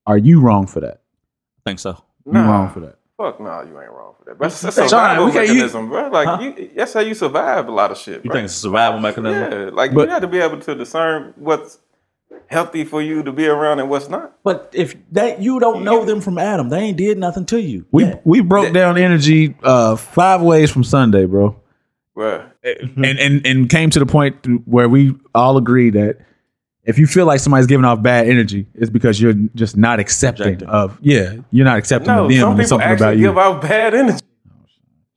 [SPEAKER 2] are you wrong for that?
[SPEAKER 3] I think so.
[SPEAKER 2] You wrong for that?
[SPEAKER 5] Fuck no, you ain't wrong for that. That's, that's a
[SPEAKER 3] Sean,
[SPEAKER 5] survival
[SPEAKER 3] we can't- you-
[SPEAKER 5] mechanism, bro. Like you, that's how you survive a lot of shit.
[SPEAKER 3] You
[SPEAKER 5] bro.
[SPEAKER 3] think it's a survival mechanism?
[SPEAKER 5] Yeah, like
[SPEAKER 2] But-
[SPEAKER 5] you have to be able to discern what's healthy for you to be around and what's not.
[SPEAKER 3] But if that you don't know them from Adam, they ain't did nothing to you.
[SPEAKER 2] We we broke down energy uh, five ways from Sunday, bro.
[SPEAKER 5] Bruh.
[SPEAKER 2] and and and came to the point th- where we all agree that if you feel like somebody's giving off bad energy, it's because you're just not accepting of yeah, you're not accepting
[SPEAKER 5] No,
[SPEAKER 2] of them
[SPEAKER 5] some
[SPEAKER 2] and
[SPEAKER 5] people
[SPEAKER 2] it's something
[SPEAKER 5] actually
[SPEAKER 2] about you.
[SPEAKER 5] give out bad energy.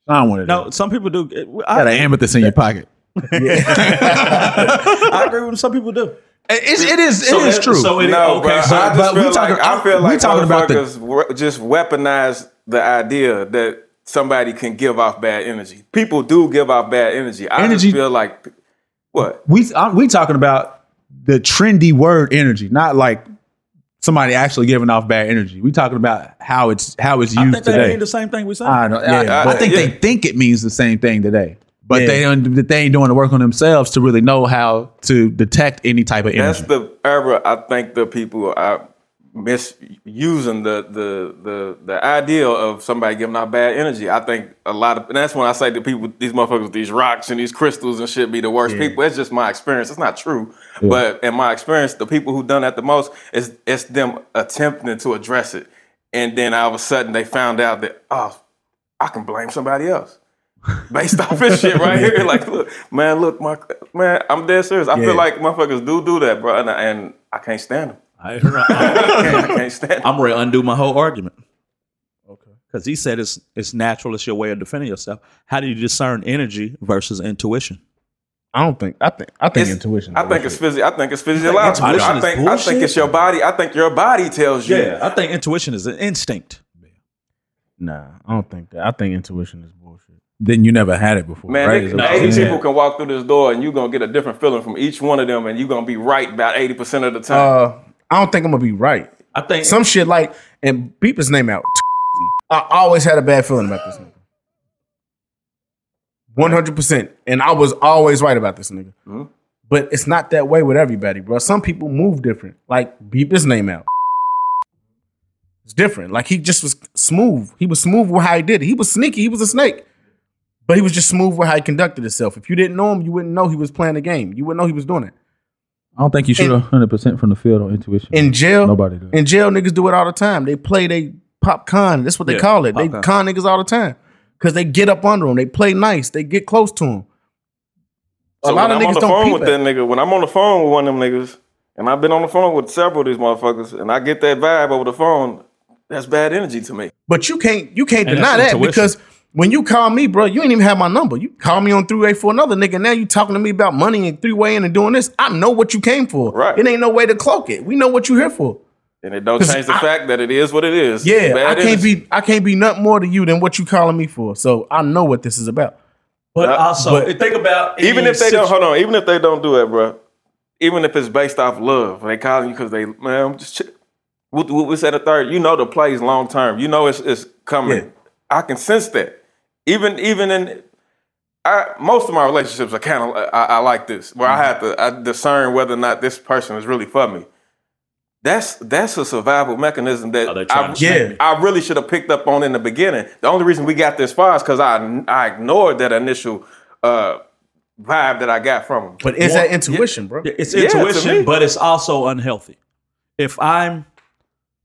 [SPEAKER 2] I don't want to
[SPEAKER 3] No,
[SPEAKER 2] know.
[SPEAKER 3] some people do. It-
[SPEAKER 2] Got
[SPEAKER 3] I,
[SPEAKER 2] an amethyst in your pocket.
[SPEAKER 3] I agree with some people do.
[SPEAKER 2] It, it is it is true.
[SPEAKER 3] So it,
[SPEAKER 5] no,
[SPEAKER 3] okay,
[SPEAKER 5] bro.
[SPEAKER 3] so
[SPEAKER 5] I just
[SPEAKER 2] but we
[SPEAKER 5] feel
[SPEAKER 2] talking-
[SPEAKER 5] like I feel
[SPEAKER 2] we
[SPEAKER 5] like
[SPEAKER 2] talking about the-
[SPEAKER 5] motherfuckers we- just weaponize the idea that somebody can give off bad energy. People do give off bad energy. I
[SPEAKER 2] Energy-
[SPEAKER 5] just feel like what?
[SPEAKER 2] we I'm, we talking about the trendy word energy, not like somebody actually giving off bad energy. We talking about how it's how it's
[SPEAKER 3] I
[SPEAKER 2] used
[SPEAKER 3] think they
[SPEAKER 2] today.
[SPEAKER 3] mean the same thing we saying.
[SPEAKER 2] I, don't, I-
[SPEAKER 5] Yeah,
[SPEAKER 2] I,
[SPEAKER 5] but-
[SPEAKER 2] think they
[SPEAKER 5] yeah.
[SPEAKER 2] think it means the same thing today, but they don't, they ain't doing the work on themselves to really know how to detect any type of
[SPEAKER 5] That's
[SPEAKER 2] energy.
[SPEAKER 5] the era I think the people are misusing the the the the idea of somebody giving out bad energy. I think a lot of and that's when I say to people these motherfuckers with these rocks and these crystals and shit be the worst people. That's just my experience. It's not true. But in my experience, the people who done that the most is it's them attempting to address it. And then all of a sudden they found out that oh I can blame somebody else based off this shit right here. [laughs] Like, look, man, look, my man, I'm dead serious. I feel like motherfuckers do do that, bro, and I, and I can't stand them. I can't, I can't stand. 'em.
[SPEAKER 4] [laughs]
[SPEAKER 3] I'm ready to undo my whole argument. Okay. Because he said it's it's natural. It's your way of defending yourself. How do you discern energy versus intuition?
[SPEAKER 4] I don't think. I think. I think
[SPEAKER 5] It's-
[SPEAKER 4] intuition.
[SPEAKER 5] I think it's physio. I think it's physiological. I
[SPEAKER 3] intuition
[SPEAKER 5] think.
[SPEAKER 3] is
[SPEAKER 5] I think, it's your body. I think your body tells you.
[SPEAKER 3] I think intuition is an instinct.
[SPEAKER 4] nah. I don't think that. I think intuition is bullshit.
[SPEAKER 2] then you never had it before,
[SPEAKER 5] Man,
[SPEAKER 2] right?
[SPEAKER 5] they-
[SPEAKER 2] Is that-
[SPEAKER 5] 80 people can walk through this door and you're going to get a different feeling from each one of them and you're going to be right about 80% of the time.
[SPEAKER 4] Uh, I don't think I'm gonna be right.
[SPEAKER 3] I think
[SPEAKER 4] Some shit like and beep his name out. I always had a bad feeling about this nigga. One hundred percent, and I was always right about this nigga.
[SPEAKER 3] Mm-hmm.
[SPEAKER 4] But it's not that way with everybody, bro. Some people move different. Like beep his name out. It's different. Like he just was smooth. He was smooth with how he did it. He was sneaky. He was a snake. But he was just smooth with how he conducted himself. If you didn't know him, you wouldn't know he was playing the game. You wouldn't know he was doing it.
[SPEAKER 2] I don't think you shoot
[SPEAKER 4] in-
[SPEAKER 2] 100 percent from the field on intuition.
[SPEAKER 4] In jail,
[SPEAKER 2] Nobody does.
[SPEAKER 4] In jail, niggas do it all the time. They play, they pop con. That's what they
[SPEAKER 3] Yeah,
[SPEAKER 4] call it. They
[SPEAKER 3] pop
[SPEAKER 4] con. niggas all the time because they get up under them. They play nice. They get close to them.
[SPEAKER 5] So
[SPEAKER 4] lot of
[SPEAKER 5] when I'm on
[SPEAKER 4] niggas
[SPEAKER 5] the
[SPEAKER 4] don't
[SPEAKER 5] phone
[SPEAKER 4] peep
[SPEAKER 5] with
[SPEAKER 4] at
[SPEAKER 5] that nigga, when I'm on the phone with one of them niggas, and I've been on the phone with several of these motherfuckers, and I get that vibe over the phone, that's bad energy to me.
[SPEAKER 4] But you can't you can't
[SPEAKER 3] And
[SPEAKER 4] deny
[SPEAKER 3] that's
[SPEAKER 4] that
[SPEAKER 3] intuition.
[SPEAKER 4] because when you call me, bro, you ain't even have my number. You call me on three way for another nigga. Now you talking to me about money and three way in and doing this. I know what you came for.
[SPEAKER 5] Right.
[SPEAKER 4] It ain't no way to cloak it. We know what you here for.
[SPEAKER 5] And it don't
[SPEAKER 4] 'Cause
[SPEAKER 5] change the
[SPEAKER 4] I-
[SPEAKER 5] fact that it is what it is.
[SPEAKER 4] Yeah,
[SPEAKER 5] Bad
[SPEAKER 4] I can't
[SPEAKER 5] energy.
[SPEAKER 4] be I can't be nothing more to you than what you calling me for. So I know what this is about.
[SPEAKER 3] But
[SPEAKER 5] That-
[SPEAKER 3] also, think about
[SPEAKER 5] Even
[SPEAKER 3] any
[SPEAKER 5] if they
[SPEAKER 3] situ-
[SPEAKER 5] don't, hold on. Even if they don't do that, bro. Even if it's based off love, they calling you because they, man, I'm just. Ch-. What, what we said a third. You know the play's long term. You know it's it's coming.
[SPEAKER 4] Yeah.
[SPEAKER 5] I can sense that. Even even in, I most of my relationships are kind of I, I like this where I have
[SPEAKER 4] Mm-hmm.
[SPEAKER 5] to I discern whether or not this person is really for me. That's that's a survival mechanism that
[SPEAKER 3] Oh, they're trying
[SPEAKER 5] I,
[SPEAKER 3] to
[SPEAKER 4] save me.
[SPEAKER 5] I really should have picked up on in the beginning. The only reason we got this far is because I I ignored that initial uh, vibe that I got from him.
[SPEAKER 4] But it's that intuition, bro.
[SPEAKER 3] It's
[SPEAKER 5] Yeah, to me.
[SPEAKER 3] intuition, but it's also unhealthy. If I'm,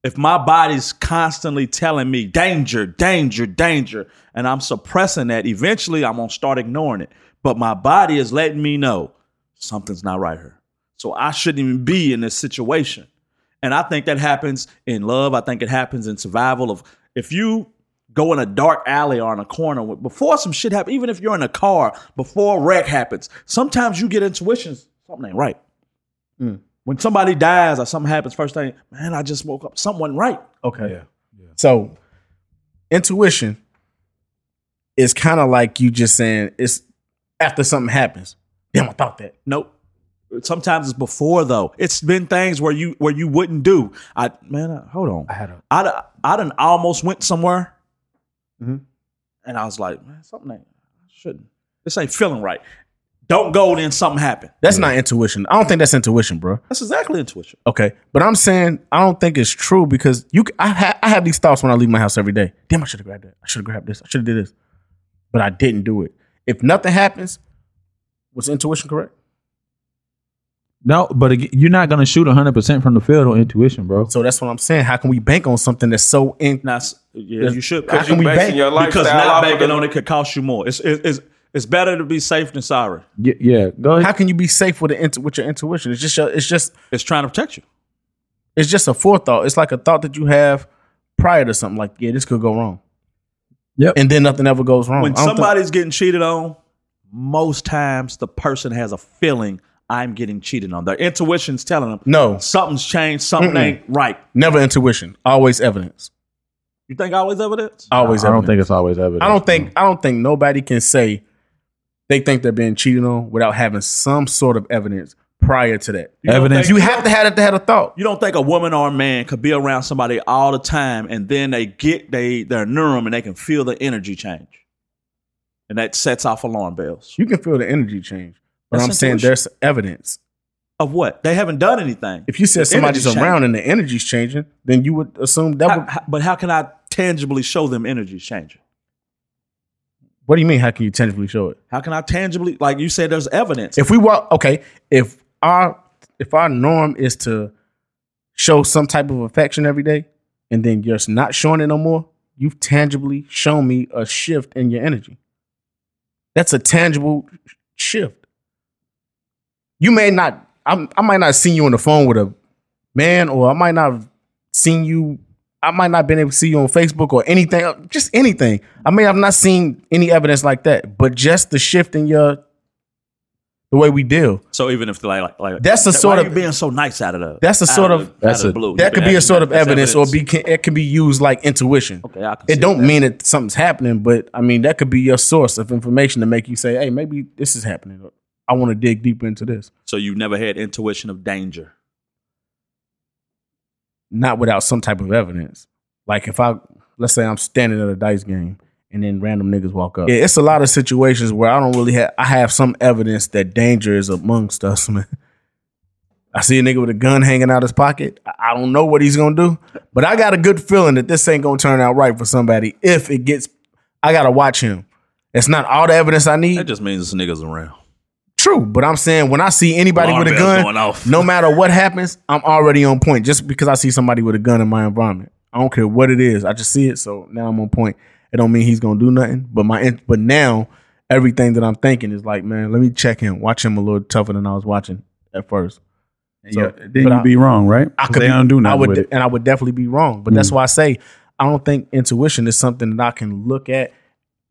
[SPEAKER 3] if my body's constantly telling me danger, danger, danger, and I'm suppressing that, eventually I'm gonna start ignoring it. But my body is letting me know something's not right here. So I shouldn't even be in this situation. And I think that happens in love. I think it happens in survival of if you go in a dark alley or in a corner with- before some shit happens, even if you're in a car, before a wreck happens, sometimes you get intuitions, something ain't right. When somebody dies or something happens, first thing, man, I just woke up. Something wasn't right.
[SPEAKER 4] Okay. So intuition is kind of like you just saying it's after something happens. Damn, I thought that.
[SPEAKER 3] Nope. Sometimes it's before though. It's been things where you where you wouldn't do. I man, I, hold on. I had a I done- I done almost went somewhere,
[SPEAKER 4] Mm-hmm.
[SPEAKER 3] and I was like, man, something ain't I shouldn't. This ain't feeling right. Don't go. Then something happened.
[SPEAKER 4] That's not intuition. I don't think that's intuition, bro.
[SPEAKER 3] That's exactly intuition.
[SPEAKER 4] Okay, but I'm saying I don't think it's true because you. c- I, ha- I have these thoughts when I leave my house every day. Damn, I should have grabbed that. I should have grabbed this. I should have did this, but I didn't do it. If nothing happens, was intuition correct?
[SPEAKER 2] No, but ag- you're not gonna shoot 100 percent from the field on intuition, bro.
[SPEAKER 4] So that's what I'm saying. How can we bank on something that's so in?
[SPEAKER 3] Now, it's- yeah, you should
[SPEAKER 5] Because
[SPEAKER 4] How
[SPEAKER 5] you
[SPEAKER 4] can we
[SPEAKER 5] basing
[SPEAKER 4] bank?
[SPEAKER 5] your lifestyle
[SPEAKER 3] because not
[SPEAKER 5] off of
[SPEAKER 3] banking
[SPEAKER 5] the-
[SPEAKER 3] on it could cost you more. It's it- it's it's better to be safe than sorry.
[SPEAKER 2] Y- yeah, go
[SPEAKER 4] How
[SPEAKER 2] ahead.
[SPEAKER 4] can you be safe with the int- with your intuition? It's just your, it's just
[SPEAKER 3] It's trying to protect you.
[SPEAKER 4] it's just a forethought. It's like a thought that you have prior to something. Like yeah, this could go wrong.
[SPEAKER 2] Yep.
[SPEAKER 4] And then nothing ever goes wrong.
[SPEAKER 3] When
[SPEAKER 4] I don't think-
[SPEAKER 3] somebody's getting cheated on, most times the person has a feeling I'm getting cheated on. Their intuition's telling them
[SPEAKER 4] no,
[SPEAKER 3] something's changed, something
[SPEAKER 4] Mm-mm.
[SPEAKER 3] ain't right.
[SPEAKER 4] never intuition. Always evidence.
[SPEAKER 3] You think always evidence?
[SPEAKER 4] Always.
[SPEAKER 2] I don't
[SPEAKER 4] evidence.
[SPEAKER 2] think it's always evident.
[SPEAKER 4] I don't think I don't think nobody can say they think they're being cheated on without having some sort of evidence prior to that.
[SPEAKER 3] You don't
[SPEAKER 2] Evidence-
[SPEAKER 3] think-
[SPEAKER 4] You have to have to have a thought.
[SPEAKER 3] You don't think a woman or a man could be around somebody all the time and then they get they their neuron and they can feel the energy change, and that sets off alarm bells
[SPEAKER 4] You can feel the energy change, but
[SPEAKER 3] That's
[SPEAKER 4] I'm saying
[SPEAKER 3] intuition.
[SPEAKER 4] there's evidence.
[SPEAKER 3] of what they haven't done anything.
[SPEAKER 4] If you said
[SPEAKER 3] The
[SPEAKER 4] somebody's
[SPEAKER 3] energy's
[SPEAKER 4] around and the energy's changing, then you would assume that.
[SPEAKER 3] How-
[SPEAKER 4] Would,
[SPEAKER 3] how- but how can I tangibly show them energy changing?
[SPEAKER 4] what do you mean? How can you tangibly show it?
[SPEAKER 3] How can I tangibly, like you said, there's evidence.
[SPEAKER 4] If we walk, okay, if our if our norm is to show some type of affection every day, and then you're not showing it no more, you've tangibly shown me a shift in your energy. That's a tangible shift. You may not, I'm, I might not seen you on the phone with a man, or I might not have seen you. I might not been able to see you on Facebook or anything, just anything. I may have not seen any evidence like that, but just the shift in your the way we deal.
[SPEAKER 3] so even if like, like, like
[SPEAKER 4] That's the
[SPEAKER 3] why
[SPEAKER 4] sort
[SPEAKER 3] you
[SPEAKER 4] of-
[SPEAKER 3] being so nice out of the,
[SPEAKER 4] That's the
[SPEAKER 3] out
[SPEAKER 4] sort
[SPEAKER 3] the-
[SPEAKER 4] of
[SPEAKER 2] That's
[SPEAKER 3] out the
[SPEAKER 2] a-
[SPEAKER 3] blue.
[SPEAKER 4] that could be a sort of
[SPEAKER 3] That's
[SPEAKER 4] evidence, or be can, it can be used like intuition.
[SPEAKER 3] Okay, I can
[SPEAKER 4] It
[SPEAKER 3] see
[SPEAKER 4] don't
[SPEAKER 3] that.
[SPEAKER 4] mean that something's happening, but I mean that could be your source of information to make you say, "Hey, maybe this is happening. or I want to dig deeper into this."
[SPEAKER 3] So you never had intuition of danger.
[SPEAKER 4] Not without some type of evidence. Like if I let's say I'm standing at a dice game and then random niggas walk up. Yeah, it's a lot of situations where I don't really have I have some evidence that danger is amongst us, [laughs] man. I see a nigga with a gun hanging out his pocket. I I don't know what he's gonna do, but I got a good feeling that this ain't gonna turn out right for somebody if it gets. I gotta watch him. It's not all the evidence I
[SPEAKER 3] That
[SPEAKER 4] need.
[SPEAKER 3] just means this nigga's around.
[SPEAKER 4] True, but I'm saying when I see anybody
[SPEAKER 3] Alarm
[SPEAKER 4] with a
[SPEAKER 3] bells
[SPEAKER 4] gun,
[SPEAKER 3] going off.
[SPEAKER 4] no matter what happens, I'm already on point. Just because I see somebody with a gun in my environment, I don't care what it is. I just see it, so now I'm on point. It don't mean he's gonna do nothing, but my in- but now everything that I'm thinking is like, man, let me check him, watch him a little tougher than I was watching at first. So,
[SPEAKER 2] yeah, then you'd
[SPEAKER 4] but I-
[SPEAKER 2] be wrong, right?
[SPEAKER 4] I
[SPEAKER 2] 'Cause
[SPEAKER 4] could
[SPEAKER 2] they
[SPEAKER 4] be,
[SPEAKER 2] don't do
[SPEAKER 4] I
[SPEAKER 2] nothing
[SPEAKER 4] would,
[SPEAKER 2] with
[SPEAKER 4] de-
[SPEAKER 2] it. Mm.
[SPEAKER 4] and I would definitely be wrong. But that's why I say I don't think intuition is something that I can look at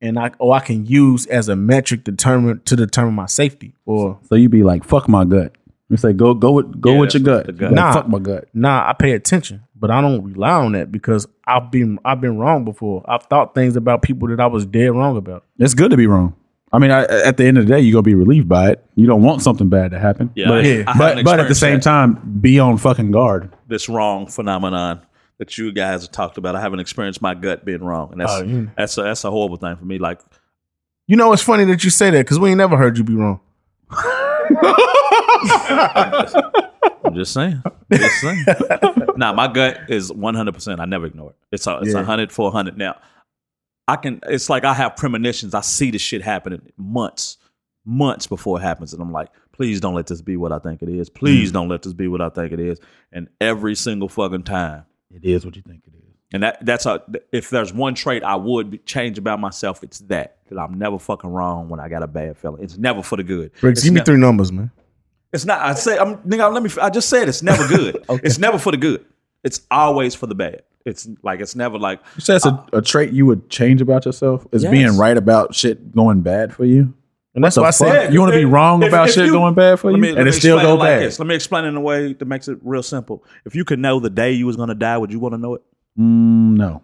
[SPEAKER 4] and I or I can use as a metric determine to determine my safety. Or
[SPEAKER 2] So you'd be like, "Fuck my gut." You say, "Go, go with, go
[SPEAKER 3] Yeah,
[SPEAKER 2] with your
[SPEAKER 3] that's
[SPEAKER 2] gut."
[SPEAKER 3] what the gut-
[SPEAKER 2] Like,
[SPEAKER 4] Nah.
[SPEAKER 2] fuck my gut.
[SPEAKER 4] nah, I pay attention, but I don't rely on that because I've been I've been wrong before. I've thought things about people that I was dead wrong about.
[SPEAKER 2] It's good to be wrong. I mean, I, at the end of the day, you're gonna be relieved by it. You don't want something bad to happen.
[SPEAKER 3] Yeah,
[SPEAKER 2] but,
[SPEAKER 3] I- I haven't
[SPEAKER 2] but, but at the
[SPEAKER 3] experienced
[SPEAKER 2] same
[SPEAKER 3] that.
[SPEAKER 2] time, be on fucking guard.
[SPEAKER 3] this wrong phenomenon that you guys have talked about. I haven't experienced my gut being wrong, and that's
[SPEAKER 4] Oh, you-
[SPEAKER 3] that's a, that's a horrible thing for me. Like
[SPEAKER 4] You know, it's funny that you say that because we ain't never heard you be wrong.
[SPEAKER 3] I'm just saying, just saying. nah, my gut is 100. percent I never ignore it. It's a, it's
[SPEAKER 4] Yeah.
[SPEAKER 3] 100 for 100. Now, I can. It's like I have premonitions. I see the shit happening months, months before it happens, and I'm like, please don't let this be what I think it is. Please don't let this be what I think it is. And every single fucking time.
[SPEAKER 2] It is what you think it is.
[SPEAKER 3] And that that's a if there's one trait I would be- change about myself, it's that that I'm never fucking wrong when I got a bad feeling. It's never for the good.
[SPEAKER 4] Briggs, give me three numbers, man.
[SPEAKER 3] It's not. I say I'm nigga. Let me. I just said it's never good.
[SPEAKER 2] [laughs]
[SPEAKER 3] It's never for the good. It's always for the bad. It's like it's never like
[SPEAKER 2] You said it's a, a trait you would change about yourself is
[SPEAKER 3] Uh, Yes.
[SPEAKER 2] being right about shit going bad for you.
[SPEAKER 4] And that's why I
[SPEAKER 2] Fuck,
[SPEAKER 4] said
[SPEAKER 2] you want to be
[SPEAKER 3] if-
[SPEAKER 2] wrong
[SPEAKER 3] if-
[SPEAKER 2] about
[SPEAKER 3] if
[SPEAKER 2] shit
[SPEAKER 3] you-
[SPEAKER 2] going bad for you, and it still
[SPEAKER 3] explain
[SPEAKER 2] go
[SPEAKER 3] like
[SPEAKER 2] bad.
[SPEAKER 3] This. Let me explain it in a way that makes it real simple. If you could know the day you was gonna die, would you want to know it?
[SPEAKER 2] Mm, no,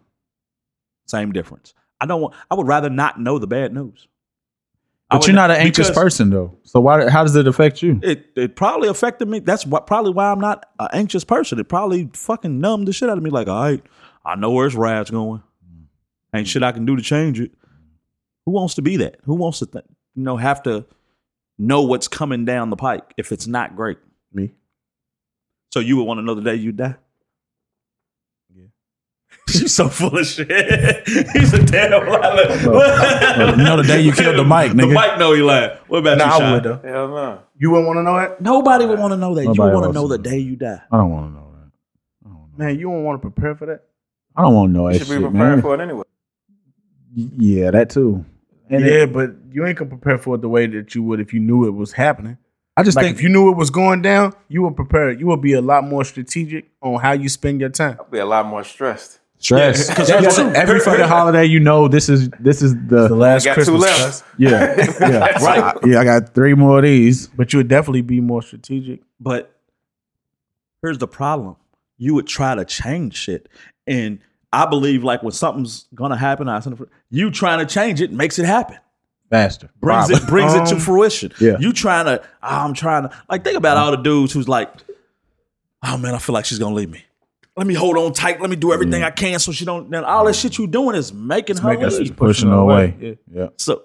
[SPEAKER 3] Same difference. I don't want. I would rather not know the bad news. I
[SPEAKER 2] but
[SPEAKER 3] would-
[SPEAKER 2] you're not an anxious
[SPEAKER 3] because-
[SPEAKER 2] person though. So why? How does it affect you?
[SPEAKER 3] it it probably affected me. That's what, probably why I'm not an anxious person. It probably fucking numbed the shit out of me. Like, all right, I know where this ride's going.
[SPEAKER 2] Mm.
[SPEAKER 3] Ain't shit I can do to change it. Who wants to be that? Who wants to th- you know have to know what's coming down the pike if it's not great?
[SPEAKER 4] me.
[SPEAKER 3] So you would want to know the day you die. Yeah. [laughs] She's so full of shit. [laughs] He's a damn liar.
[SPEAKER 2] You know the day you killed the mic,
[SPEAKER 3] [laughs] The
[SPEAKER 2] nigga.
[SPEAKER 3] mic know he lying. What about
[SPEAKER 4] Nah,
[SPEAKER 3] you,
[SPEAKER 4] I
[SPEAKER 3] Sean?
[SPEAKER 4] would though.
[SPEAKER 5] Hell no.
[SPEAKER 4] You wouldn't want to know that,
[SPEAKER 3] Nobody would want to know that. you
[SPEAKER 2] Nobody
[SPEAKER 3] would want to
[SPEAKER 2] wants to
[SPEAKER 3] know the
[SPEAKER 2] know.
[SPEAKER 3] day you die.
[SPEAKER 2] I don't want to know that.
[SPEAKER 4] man. You don't want to prepare for that.
[SPEAKER 2] I don't want to know
[SPEAKER 5] You
[SPEAKER 2] that
[SPEAKER 5] should be
[SPEAKER 2] shit,
[SPEAKER 5] preparing
[SPEAKER 2] man.
[SPEAKER 5] for it anyway.
[SPEAKER 2] yeah, that too. And
[SPEAKER 4] yeah,
[SPEAKER 2] it-
[SPEAKER 4] but you ain't gonna prepare for it the way that you would if you knew it was happening.
[SPEAKER 2] I just
[SPEAKER 4] Like
[SPEAKER 2] think
[SPEAKER 4] if you knew it was going down, you would prepare. You would be a lot more strategic on how you spend your time.
[SPEAKER 5] I'd be a lot more stressed.
[SPEAKER 2] stress. Every- every
[SPEAKER 3] [laughs]
[SPEAKER 2] fucking holiday, you know this is this is the,
[SPEAKER 4] last
[SPEAKER 5] got two left.
[SPEAKER 2] yeah
[SPEAKER 3] [laughs]
[SPEAKER 2] yeah right yeah. I got three more of these.
[SPEAKER 4] but you would definitely be more strategic.
[SPEAKER 3] But here's the problem. You would try to change shit. And I believe like when something's gonna happen, I said, you trying to change it makes it happen.
[SPEAKER 2] faster.
[SPEAKER 3] Brings
[SPEAKER 2] Probably.
[SPEAKER 3] it brings it to
[SPEAKER 4] Um,
[SPEAKER 3] fruition.
[SPEAKER 2] yeah.
[SPEAKER 3] You trying to "Ah, I'm trying to like think about all the dudes who's like, oh man, I feel like she's gonna leave me. Let me hold on tight. Let me do everything I can so she don't. Then all that shit you doing is making her
[SPEAKER 4] making us-
[SPEAKER 3] leave.
[SPEAKER 2] pushing
[SPEAKER 4] her
[SPEAKER 2] her away.
[SPEAKER 4] away.
[SPEAKER 2] Yeah.
[SPEAKER 3] So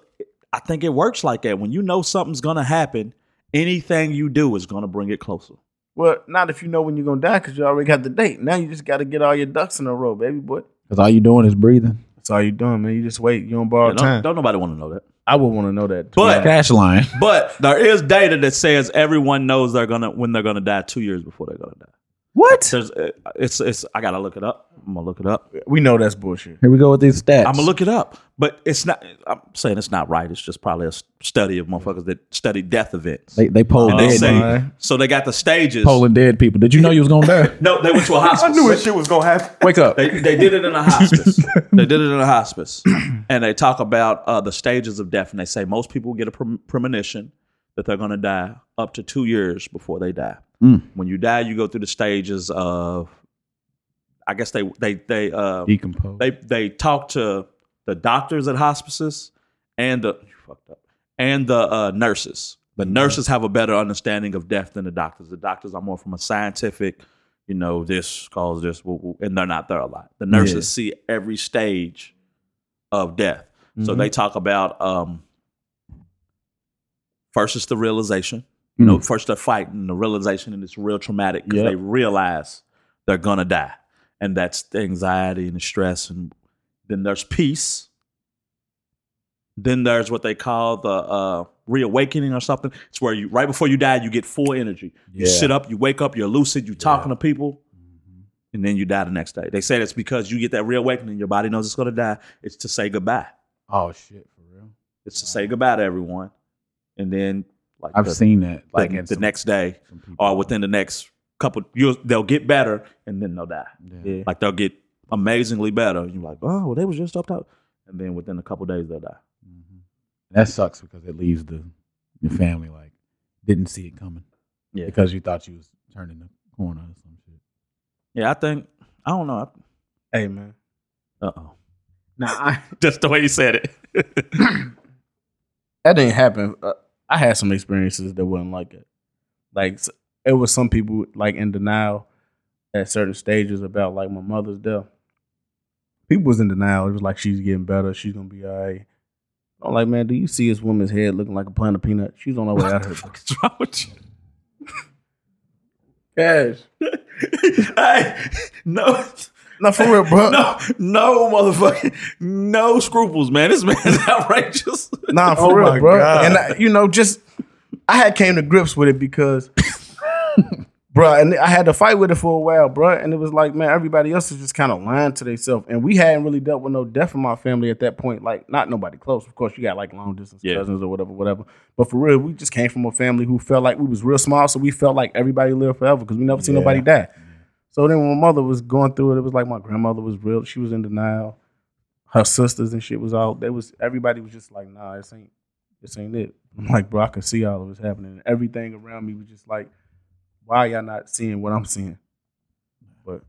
[SPEAKER 3] I think it works like that. When you know something's gonna happen, anything you do is gonna bring it closer.
[SPEAKER 4] Well, not if you know when you're gonna die because you already got the date. Now you just got to get all your ducks in a row, baby boy.
[SPEAKER 2] Because all you doing is breathing.
[SPEAKER 4] That's all you doing, man. You just wait. You don't borrow
[SPEAKER 3] Yeah,
[SPEAKER 4] time.
[SPEAKER 3] don't, don't nobody want to know that.
[SPEAKER 4] I would want to know that. too.
[SPEAKER 3] But
[SPEAKER 2] Cash line. [laughs]
[SPEAKER 3] but there is data that says everyone knows they're gonna when they're gonna die two years before they're gonna die.
[SPEAKER 2] What?
[SPEAKER 3] There's uh, it's it's I gotta look it up. I'm gonna look it up.
[SPEAKER 4] we know that's bullshit.
[SPEAKER 2] Here we go with these stats.
[SPEAKER 3] I'm gonna look it up. But it's not. I'm saying it's not right. It's just probably a s- study of motherfuckers that study death events.
[SPEAKER 2] They they polled
[SPEAKER 3] and they
[SPEAKER 2] dead
[SPEAKER 3] say
[SPEAKER 2] people.
[SPEAKER 4] my.
[SPEAKER 3] so they got the stages.
[SPEAKER 2] polling dead people. Did you know you was gonna die?
[SPEAKER 3] [laughs] No, they
[SPEAKER 2] [laughs]
[SPEAKER 3] went to a
[SPEAKER 5] I
[SPEAKER 3] hospital.
[SPEAKER 5] knew this shit was gonna happen.
[SPEAKER 2] Wake up.
[SPEAKER 3] They, they did it in a hospice. they did it in a hospice, and they talk about uh, the stages of death, and they say most people get a prem- premonition that they're going to die up to two years before they die. When you die, you go through the stages of, I guess they they they uh,
[SPEAKER 2] Decompose.
[SPEAKER 3] they they talk to the doctors at hospices and the you fucked up and the uh, nurses. The nurses have a better understanding of death than the doctors. The doctors are more from a scientific, you know, this causes this, woo, woo, and they're not there a lot. The nurses see every stage of death, so they talk about um, first is the realization. You know, first they're fighting the realization, and it's real traumatic because they realize they're gonna die, and that's the anxiety and the stress. And then there's peace. Then there's what they call the uh, reawakening or something. It's where you right before you die, you get full energy. You sit up, you wake up, you're lucid, you're talking to people,
[SPEAKER 2] Mm-hmm.
[SPEAKER 3] and then you die the next day. They said it's because you get that reawakening, your body knows it's gonna die. It's to say goodbye.
[SPEAKER 2] oh shit, for real.
[SPEAKER 3] It's to say goodbye to everyone, and then like
[SPEAKER 2] I've
[SPEAKER 3] the,
[SPEAKER 2] seen that. Like
[SPEAKER 3] like the,
[SPEAKER 2] in some-
[SPEAKER 3] next day
[SPEAKER 2] some people.
[SPEAKER 3] or uh, within the next couple, you'll, they'll get better and then they'll die.
[SPEAKER 2] Yeah.
[SPEAKER 3] Like they'll get amazingly better. And you're like, oh, well, they was just up top, and then within a couple days they'll die.
[SPEAKER 2] Mm-hmm. That sucks because it leaves the the family like didn't see it coming.
[SPEAKER 3] Yeah.
[SPEAKER 2] Because you thought you was turning the corner or some shit.
[SPEAKER 3] Yeah, I think I don't know.
[SPEAKER 4] Hey man.
[SPEAKER 3] Uh oh,
[SPEAKER 4] Now I
[SPEAKER 3] [laughs] just the way you said
[SPEAKER 4] [laughs]
[SPEAKER 3] it.
[SPEAKER 4] that didn't happen. Uh, I had some experiences that wasn't like it. Like s- it was some people like in denial at certain stages about like my mother's death. People was in denial. It was like she's getting better. She's gonna be all right. I'm like, man, do you see this woman's head looking like a plant of peanut? She's on her way out of here.
[SPEAKER 3] What's wrong with you?
[SPEAKER 4] Cash.
[SPEAKER 3] hey, no,
[SPEAKER 4] Not for real, bro.
[SPEAKER 3] no, no, motherfucker, no scruples, man. This man's [laughs] outrageous.
[SPEAKER 4] Nah, for real, Oh, bro. And I, you know, just I had came to grips with it because, [laughs] bro, and I had to fight with it for a while, bro. And it was like, man, everybody else is just kind of lying to themselves, and we hadn't really dealt with no death in my family at that point. Like, not nobody close, of course. You got like long distance
[SPEAKER 3] Yeah.
[SPEAKER 4] cousins or whatever, whatever. But for real, we just came from a family who felt like we was real small, so we felt like everybody lived forever because we never seen nobody die. So then, when my mother was going through it, it was like my grandmother was real; she was in denial her sisters and shit was all they was everybody was just like, nah, this ain't this ain't it. I'm like, bro, I could see all of this happening. And everything around me was just like, why y'all not seeing what I'm seeing? But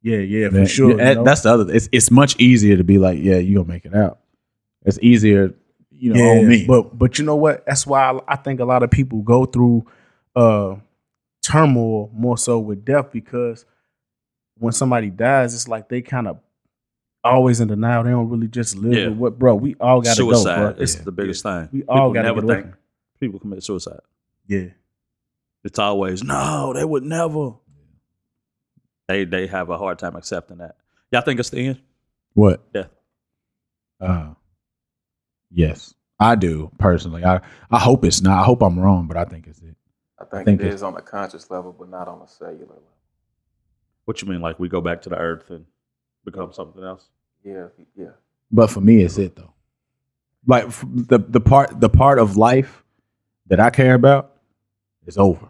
[SPEAKER 4] yeah, yeah, for
[SPEAKER 2] Man,
[SPEAKER 4] sure.
[SPEAKER 2] yeah,
[SPEAKER 4] you know?
[SPEAKER 2] That's the other. It's it's much easier to be like, yeah, you gonna make it out. It's easier, you know, on me.
[SPEAKER 4] But but you know what? That's why I, I think a lot of people go through uh turmoil more so with death because when somebody dies, it's like they kind of always in denial. They don't really just live
[SPEAKER 3] Yeah.
[SPEAKER 4] with what bro, we all gotta
[SPEAKER 3] suicide.
[SPEAKER 4] go. Bro.
[SPEAKER 3] It's the biggest thing.
[SPEAKER 4] We all gotta get away from it.
[SPEAKER 3] people commit suicide.
[SPEAKER 4] Yeah.
[SPEAKER 3] It's always no, they would never. They they have a hard time accepting that. Y'all think it's the end?
[SPEAKER 2] What?
[SPEAKER 3] Death.
[SPEAKER 2] Uh, yes, I do personally. I I hope it's not. I hope I'm wrong, but I think it's it.
[SPEAKER 5] I think,
[SPEAKER 2] Think
[SPEAKER 5] it
[SPEAKER 2] it-
[SPEAKER 5] is on a conscious level, but not on a cellular level.
[SPEAKER 3] What you mean? Like we go back to the earth and become something else?
[SPEAKER 5] Yeah, yeah.
[SPEAKER 2] But for me, it's it though. Like f- the the part the part of life that I care about is over.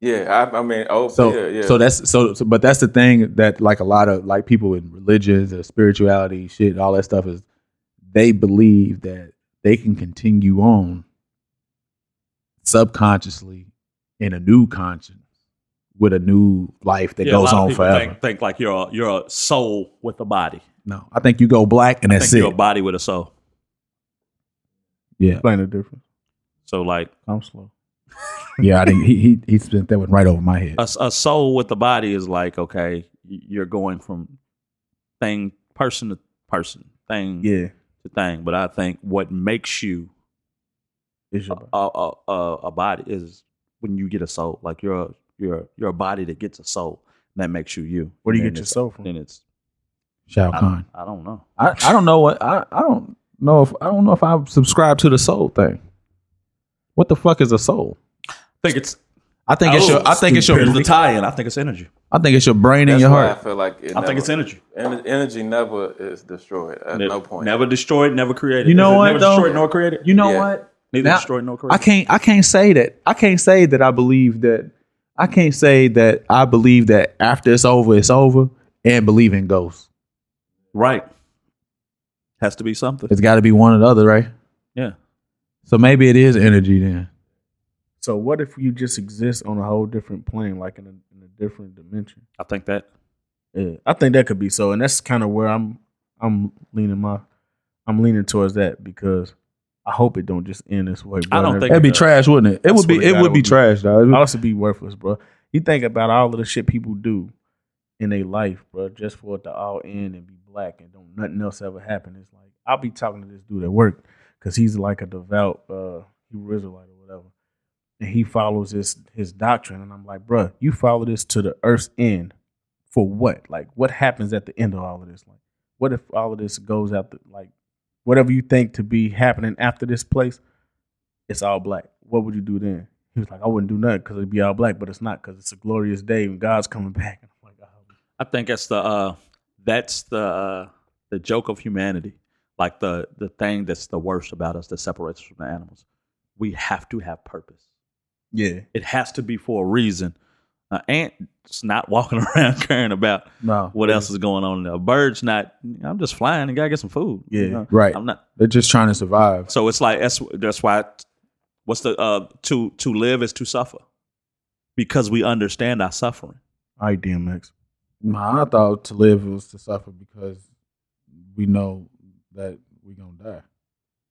[SPEAKER 5] Yeah, I, I mean, oh,
[SPEAKER 2] So
[SPEAKER 5] yeah, yeah.
[SPEAKER 2] so that's so, so but that's the thing that like a lot of like people in religions and spirituality shit all that stuff is they believe that they can continue on subconsciously in a new conscience with a new life that
[SPEAKER 3] Yeah, a
[SPEAKER 2] goes
[SPEAKER 3] lot of
[SPEAKER 2] on
[SPEAKER 3] people
[SPEAKER 2] forever.
[SPEAKER 3] Think, think like you're a, you're a soul with a body.
[SPEAKER 2] no, I think you go black and that's
[SPEAKER 3] think you're
[SPEAKER 2] it.
[SPEAKER 3] a body with a soul.
[SPEAKER 2] Yeah,
[SPEAKER 4] Explain the difference.
[SPEAKER 3] So like
[SPEAKER 4] I'm slow.
[SPEAKER 2] [laughs] yeah. I didn't. He he he spent that one right over my head.
[SPEAKER 3] a, a soul with a body is like okay, you're going from thing person to person, thing
[SPEAKER 4] Yeah,
[SPEAKER 3] to thing. But I think what makes you
[SPEAKER 4] it's your
[SPEAKER 3] a, a, a, a body is when you get a soul. Like you're a, you're a, you're a body that gets a soul. And that makes you you.
[SPEAKER 4] Where do you
[SPEAKER 3] And
[SPEAKER 4] get
[SPEAKER 3] then
[SPEAKER 4] your
[SPEAKER 3] it's-
[SPEAKER 4] soul from?
[SPEAKER 3] Then it's
[SPEAKER 2] Shao
[SPEAKER 3] I
[SPEAKER 2] Kahn.
[SPEAKER 3] don't, I don't know.
[SPEAKER 2] I, I don't know what I, I don't know if I don't know if I subscribe to the soul thing. What the fuck is a soul?
[SPEAKER 3] I think it's oh,
[SPEAKER 2] I think it's your I think it's your
[SPEAKER 3] [laughs] the tie-in. I think it's energy.
[SPEAKER 2] I think it's your brain and
[SPEAKER 5] that's
[SPEAKER 2] your
[SPEAKER 5] why
[SPEAKER 2] heart.
[SPEAKER 5] I feel like it
[SPEAKER 3] I think
[SPEAKER 5] never-
[SPEAKER 3] it's energy.
[SPEAKER 5] ener- Energy never is destroyed at
[SPEAKER 3] Ne-
[SPEAKER 5] no point.
[SPEAKER 3] Never destroyed, never created.
[SPEAKER 2] You know
[SPEAKER 3] Is it
[SPEAKER 2] what,
[SPEAKER 3] Never
[SPEAKER 2] though?
[SPEAKER 3] destroyed nor created.
[SPEAKER 2] You know
[SPEAKER 5] Yeah.
[SPEAKER 2] what?
[SPEAKER 3] Neither
[SPEAKER 2] Now,
[SPEAKER 3] destroyed nor created.
[SPEAKER 2] I can't I can't say that I can't say that I believe that I can't say that I believe that after it's over it's over and believe in ghosts.
[SPEAKER 3] Right. Has to be something.
[SPEAKER 2] It's got to be one or the other, right?
[SPEAKER 3] Yeah.
[SPEAKER 2] So maybe it is energy then.
[SPEAKER 4] So what if you just exist on a whole different plane, like in a, in a different dimension?
[SPEAKER 3] I think that.
[SPEAKER 4] Yeah, I think that could be so, and that's kind of where I'm I'm leaning my I'm leaning towards that because I hope it don't just end this way. Bro.
[SPEAKER 3] I don't
[SPEAKER 4] And
[SPEAKER 3] think-
[SPEAKER 2] That'd
[SPEAKER 4] everything
[SPEAKER 2] be trash, wouldn't it? It would
[SPEAKER 4] swear
[SPEAKER 2] be
[SPEAKER 4] to
[SPEAKER 2] it
[SPEAKER 4] God,
[SPEAKER 2] would be trash, dog.
[SPEAKER 4] would also be worthless, bro. You think about all of the shit people do in their life, bro, just for it to all end and be black and don't nothing else ever happen. It's like I'll be talking to this dude at work because he's like a devout uh Hebrew Israelite or whatever. And he follows his his doctrine. And I'm like, bruh, you follow this to the earth's end for what? Like what happens at the end of all of this? Like what if all of this goes out the like whatever you think to be happening after this place, it's all black. What would you do then? He was like, I wouldn't do nothing because it'd be all black, but it's not because it's a glorious day and God's coming [laughs] back. And I'm like, oh,
[SPEAKER 3] I think that's the uh that's the uh the joke of humanity. like the the thing that's the worst about us that separates us from the animals. We have to have purpose.
[SPEAKER 4] Yeah.
[SPEAKER 3] It has to be for a reason. An ant's not [laughs] walking around caring about
[SPEAKER 2] No.
[SPEAKER 3] what else is going on. A bird's not. I'm just flying and gotta get some food. you
[SPEAKER 4] Yeah.
[SPEAKER 3] know?
[SPEAKER 2] Right.
[SPEAKER 3] I'm not.
[SPEAKER 2] They're just trying to survive.
[SPEAKER 3] So it's like that's that's why. What's the uh to to live is to suffer, because we understand our suffering.
[SPEAKER 4] All right, DMX.
[SPEAKER 2] Nah, I thought to live was to suffer because we know that we're going to die.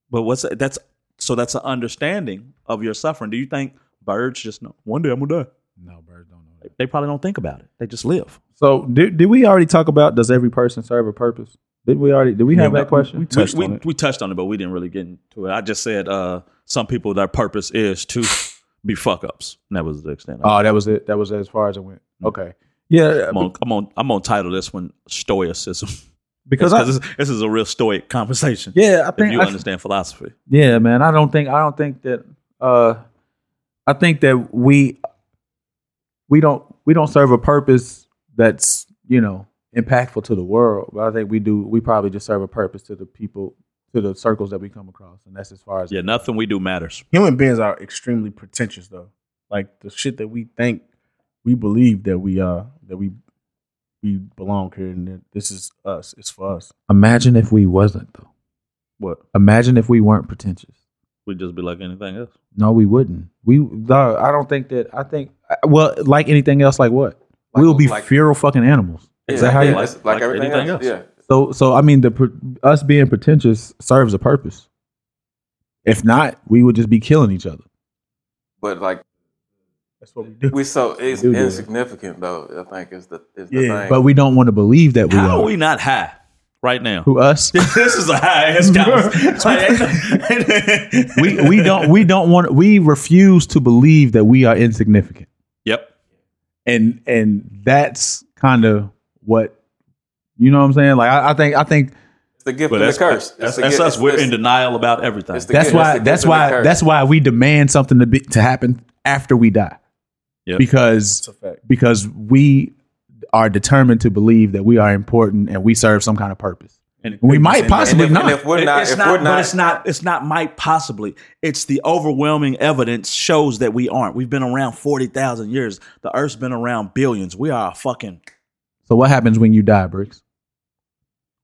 [SPEAKER 3] But what's that's so that's an understanding of your suffering. Do you think birds just know one day I'm gonna die?
[SPEAKER 2] No, birds don't know that.
[SPEAKER 3] They probably don't think about it. They just live.
[SPEAKER 2] So did, did we already talk about does every person serve a purpose? Did we already did we have that question?
[SPEAKER 4] We touched
[SPEAKER 3] we,
[SPEAKER 4] on
[SPEAKER 3] we,
[SPEAKER 4] it.
[SPEAKER 3] we touched on it, but we didn't really get into it. I just said uh, some people their purpose is to be fuck ups. And That was the extent. Of it.
[SPEAKER 2] oh, that was it. That was as far as it went. Okay. Yeah,
[SPEAKER 3] I'm, on, I'm on. I'm on. Title this one [laughs] stoicism
[SPEAKER 2] because
[SPEAKER 3] because
[SPEAKER 2] I,
[SPEAKER 3] this, this is a real stoic conversation.
[SPEAKER 2] yeah, I
[SPEAKER 3] if
[SPEAKER 2] think
[SPEAKER 3] you
[SPEAKER 2] I,
[SPEAKER 3] understand philosophy,
[SPEAKER 2] Yeah, man. I don't think I don't think that uh I think that we we don't we don't serve a purpose that's, you know, impactful to the world. But I think we do we probably just serve a purpose to the people to the circles that we come across. And that's as far as
[SPEAKER 3] yeah, nothing we do matters.
[SPEAKER 4] Human beings are extremely pretentious though. Like the shit that we think we believe that we are that we we belong here and that this is us. It's for us.
[SPEAKER 2] Imagine if we wasn't though.
[SPEAKER 3] What
[SPEAKER 2] Imagine if we weren't pretentious.
[SPEAKER 3] we just be like anything else.
[SPEAKER 2] No, we wouldn't. We no, I don't think that I think well, like anything else, like what?
[SPEAKER 5] Like-
[SPEAKER 2] we'll be
[SPEAKER 5] like-
[SPEAKER 2] feral fucking animals.
[SPEAKER 5] Yeah,
[SPEAKER 2] Is that how
[SPEAKER 5] yeah,
[SPEAKER 2] you
[SPEAKER 5] it's like,
[SPEAKER 3] like
[SPEAKER 5] everything else.
[SPEAKER 3] anything
[SPEAKER 5] Yeah.
[SPEAKER 2] So, so I mean, the pre- us being pretentious serves a purpose. If not, we would just be killing each other.
[SPEAKER 5] But like
[SPEAKER 4] That's what we do.
[SPEAKER 5] we so it's
[SPEAKER 2] do that.
[SPEAKER 5] insignificant though, I think is the is the
[SPEAKER 4] Yeah,
[SPEAKER 5] thing.
[SPEAKER 2] But we don't want to believe that we
[SPEAKER 3] How
[SPEAKER 2] are.
[SPEAKER 3] are we not high right now?
[SPEAKER 2] Who us?
[SPEAKER 3] [laughs] [laughs] this is a high [laughs] ass [laughs] conversation.
[SPEAKER 2] we we don't we don't want we refuse to believe that we are insignificant.
[SPEAKER 3] Yep.
[SPEAKER 2] And and that's kind of what you know what I'm saying. Like I, I think I think
[SPEAKER 5] it's the gift
[SPEAKER 3] But
[SPEAKER 5] and
[SPEAKER 3] that's,
[SPEAKER 5] the curse.
[SPEAKER 3] that's,
[SPEAKER 5] It's the
[SPEAKER 3] that's
[SPEAKER 5] gift-
[SPEAKER 3] us.
[SPEAKER 5] it's-
[SPEAKER 3] We're
[SPEAKER 5] it's-
[SPEAKER 3] in denial about everything.
[SPEAKER 5] it's the
[SPEAKER 2] that's
[SPEAKER 5] gift- it's
[SPEAKER 2] why
[SPEAKER 5] the gift
[SPEAKER 2] that's
[SPEAKER 5] and the
[SPEAKER 2] why
[SPEAKER 5] curse.
[SPEAKER 2] that's why we demand something to be to happen after we die.
[SPEAKER 3] Yep.
[SPEAKER 2] Because
[SPEAKER 4] That's a fact.
[SPEAKER 2] because we are determined to believe that we are important and we serve some kind of purpose.
[SPEAKER 3] And-
[SPEAKER 2] we might
[SPEAKER 5] and
[SPEAKER 2] possibly
[SPEAKER 5] if,
[SPEAKER 2] not.
[SPEAKER 5] and if we're not,
[SPEAKER 3] it's
[SPEAKER 5] if
[SPEAKER 3] not,
[SPEAKER 5] we're
[SPEAKER 3] but
[SPEAKER 5] not,
[SPEAKER 3] it's not. It's not. Might possibly. It's the overwhelming evidence shows that we aren't. We've been around forty thousand years. The Earth's been around billions. We are a fucking.
[SPEAKER 2] so what happens when you die, Bricks?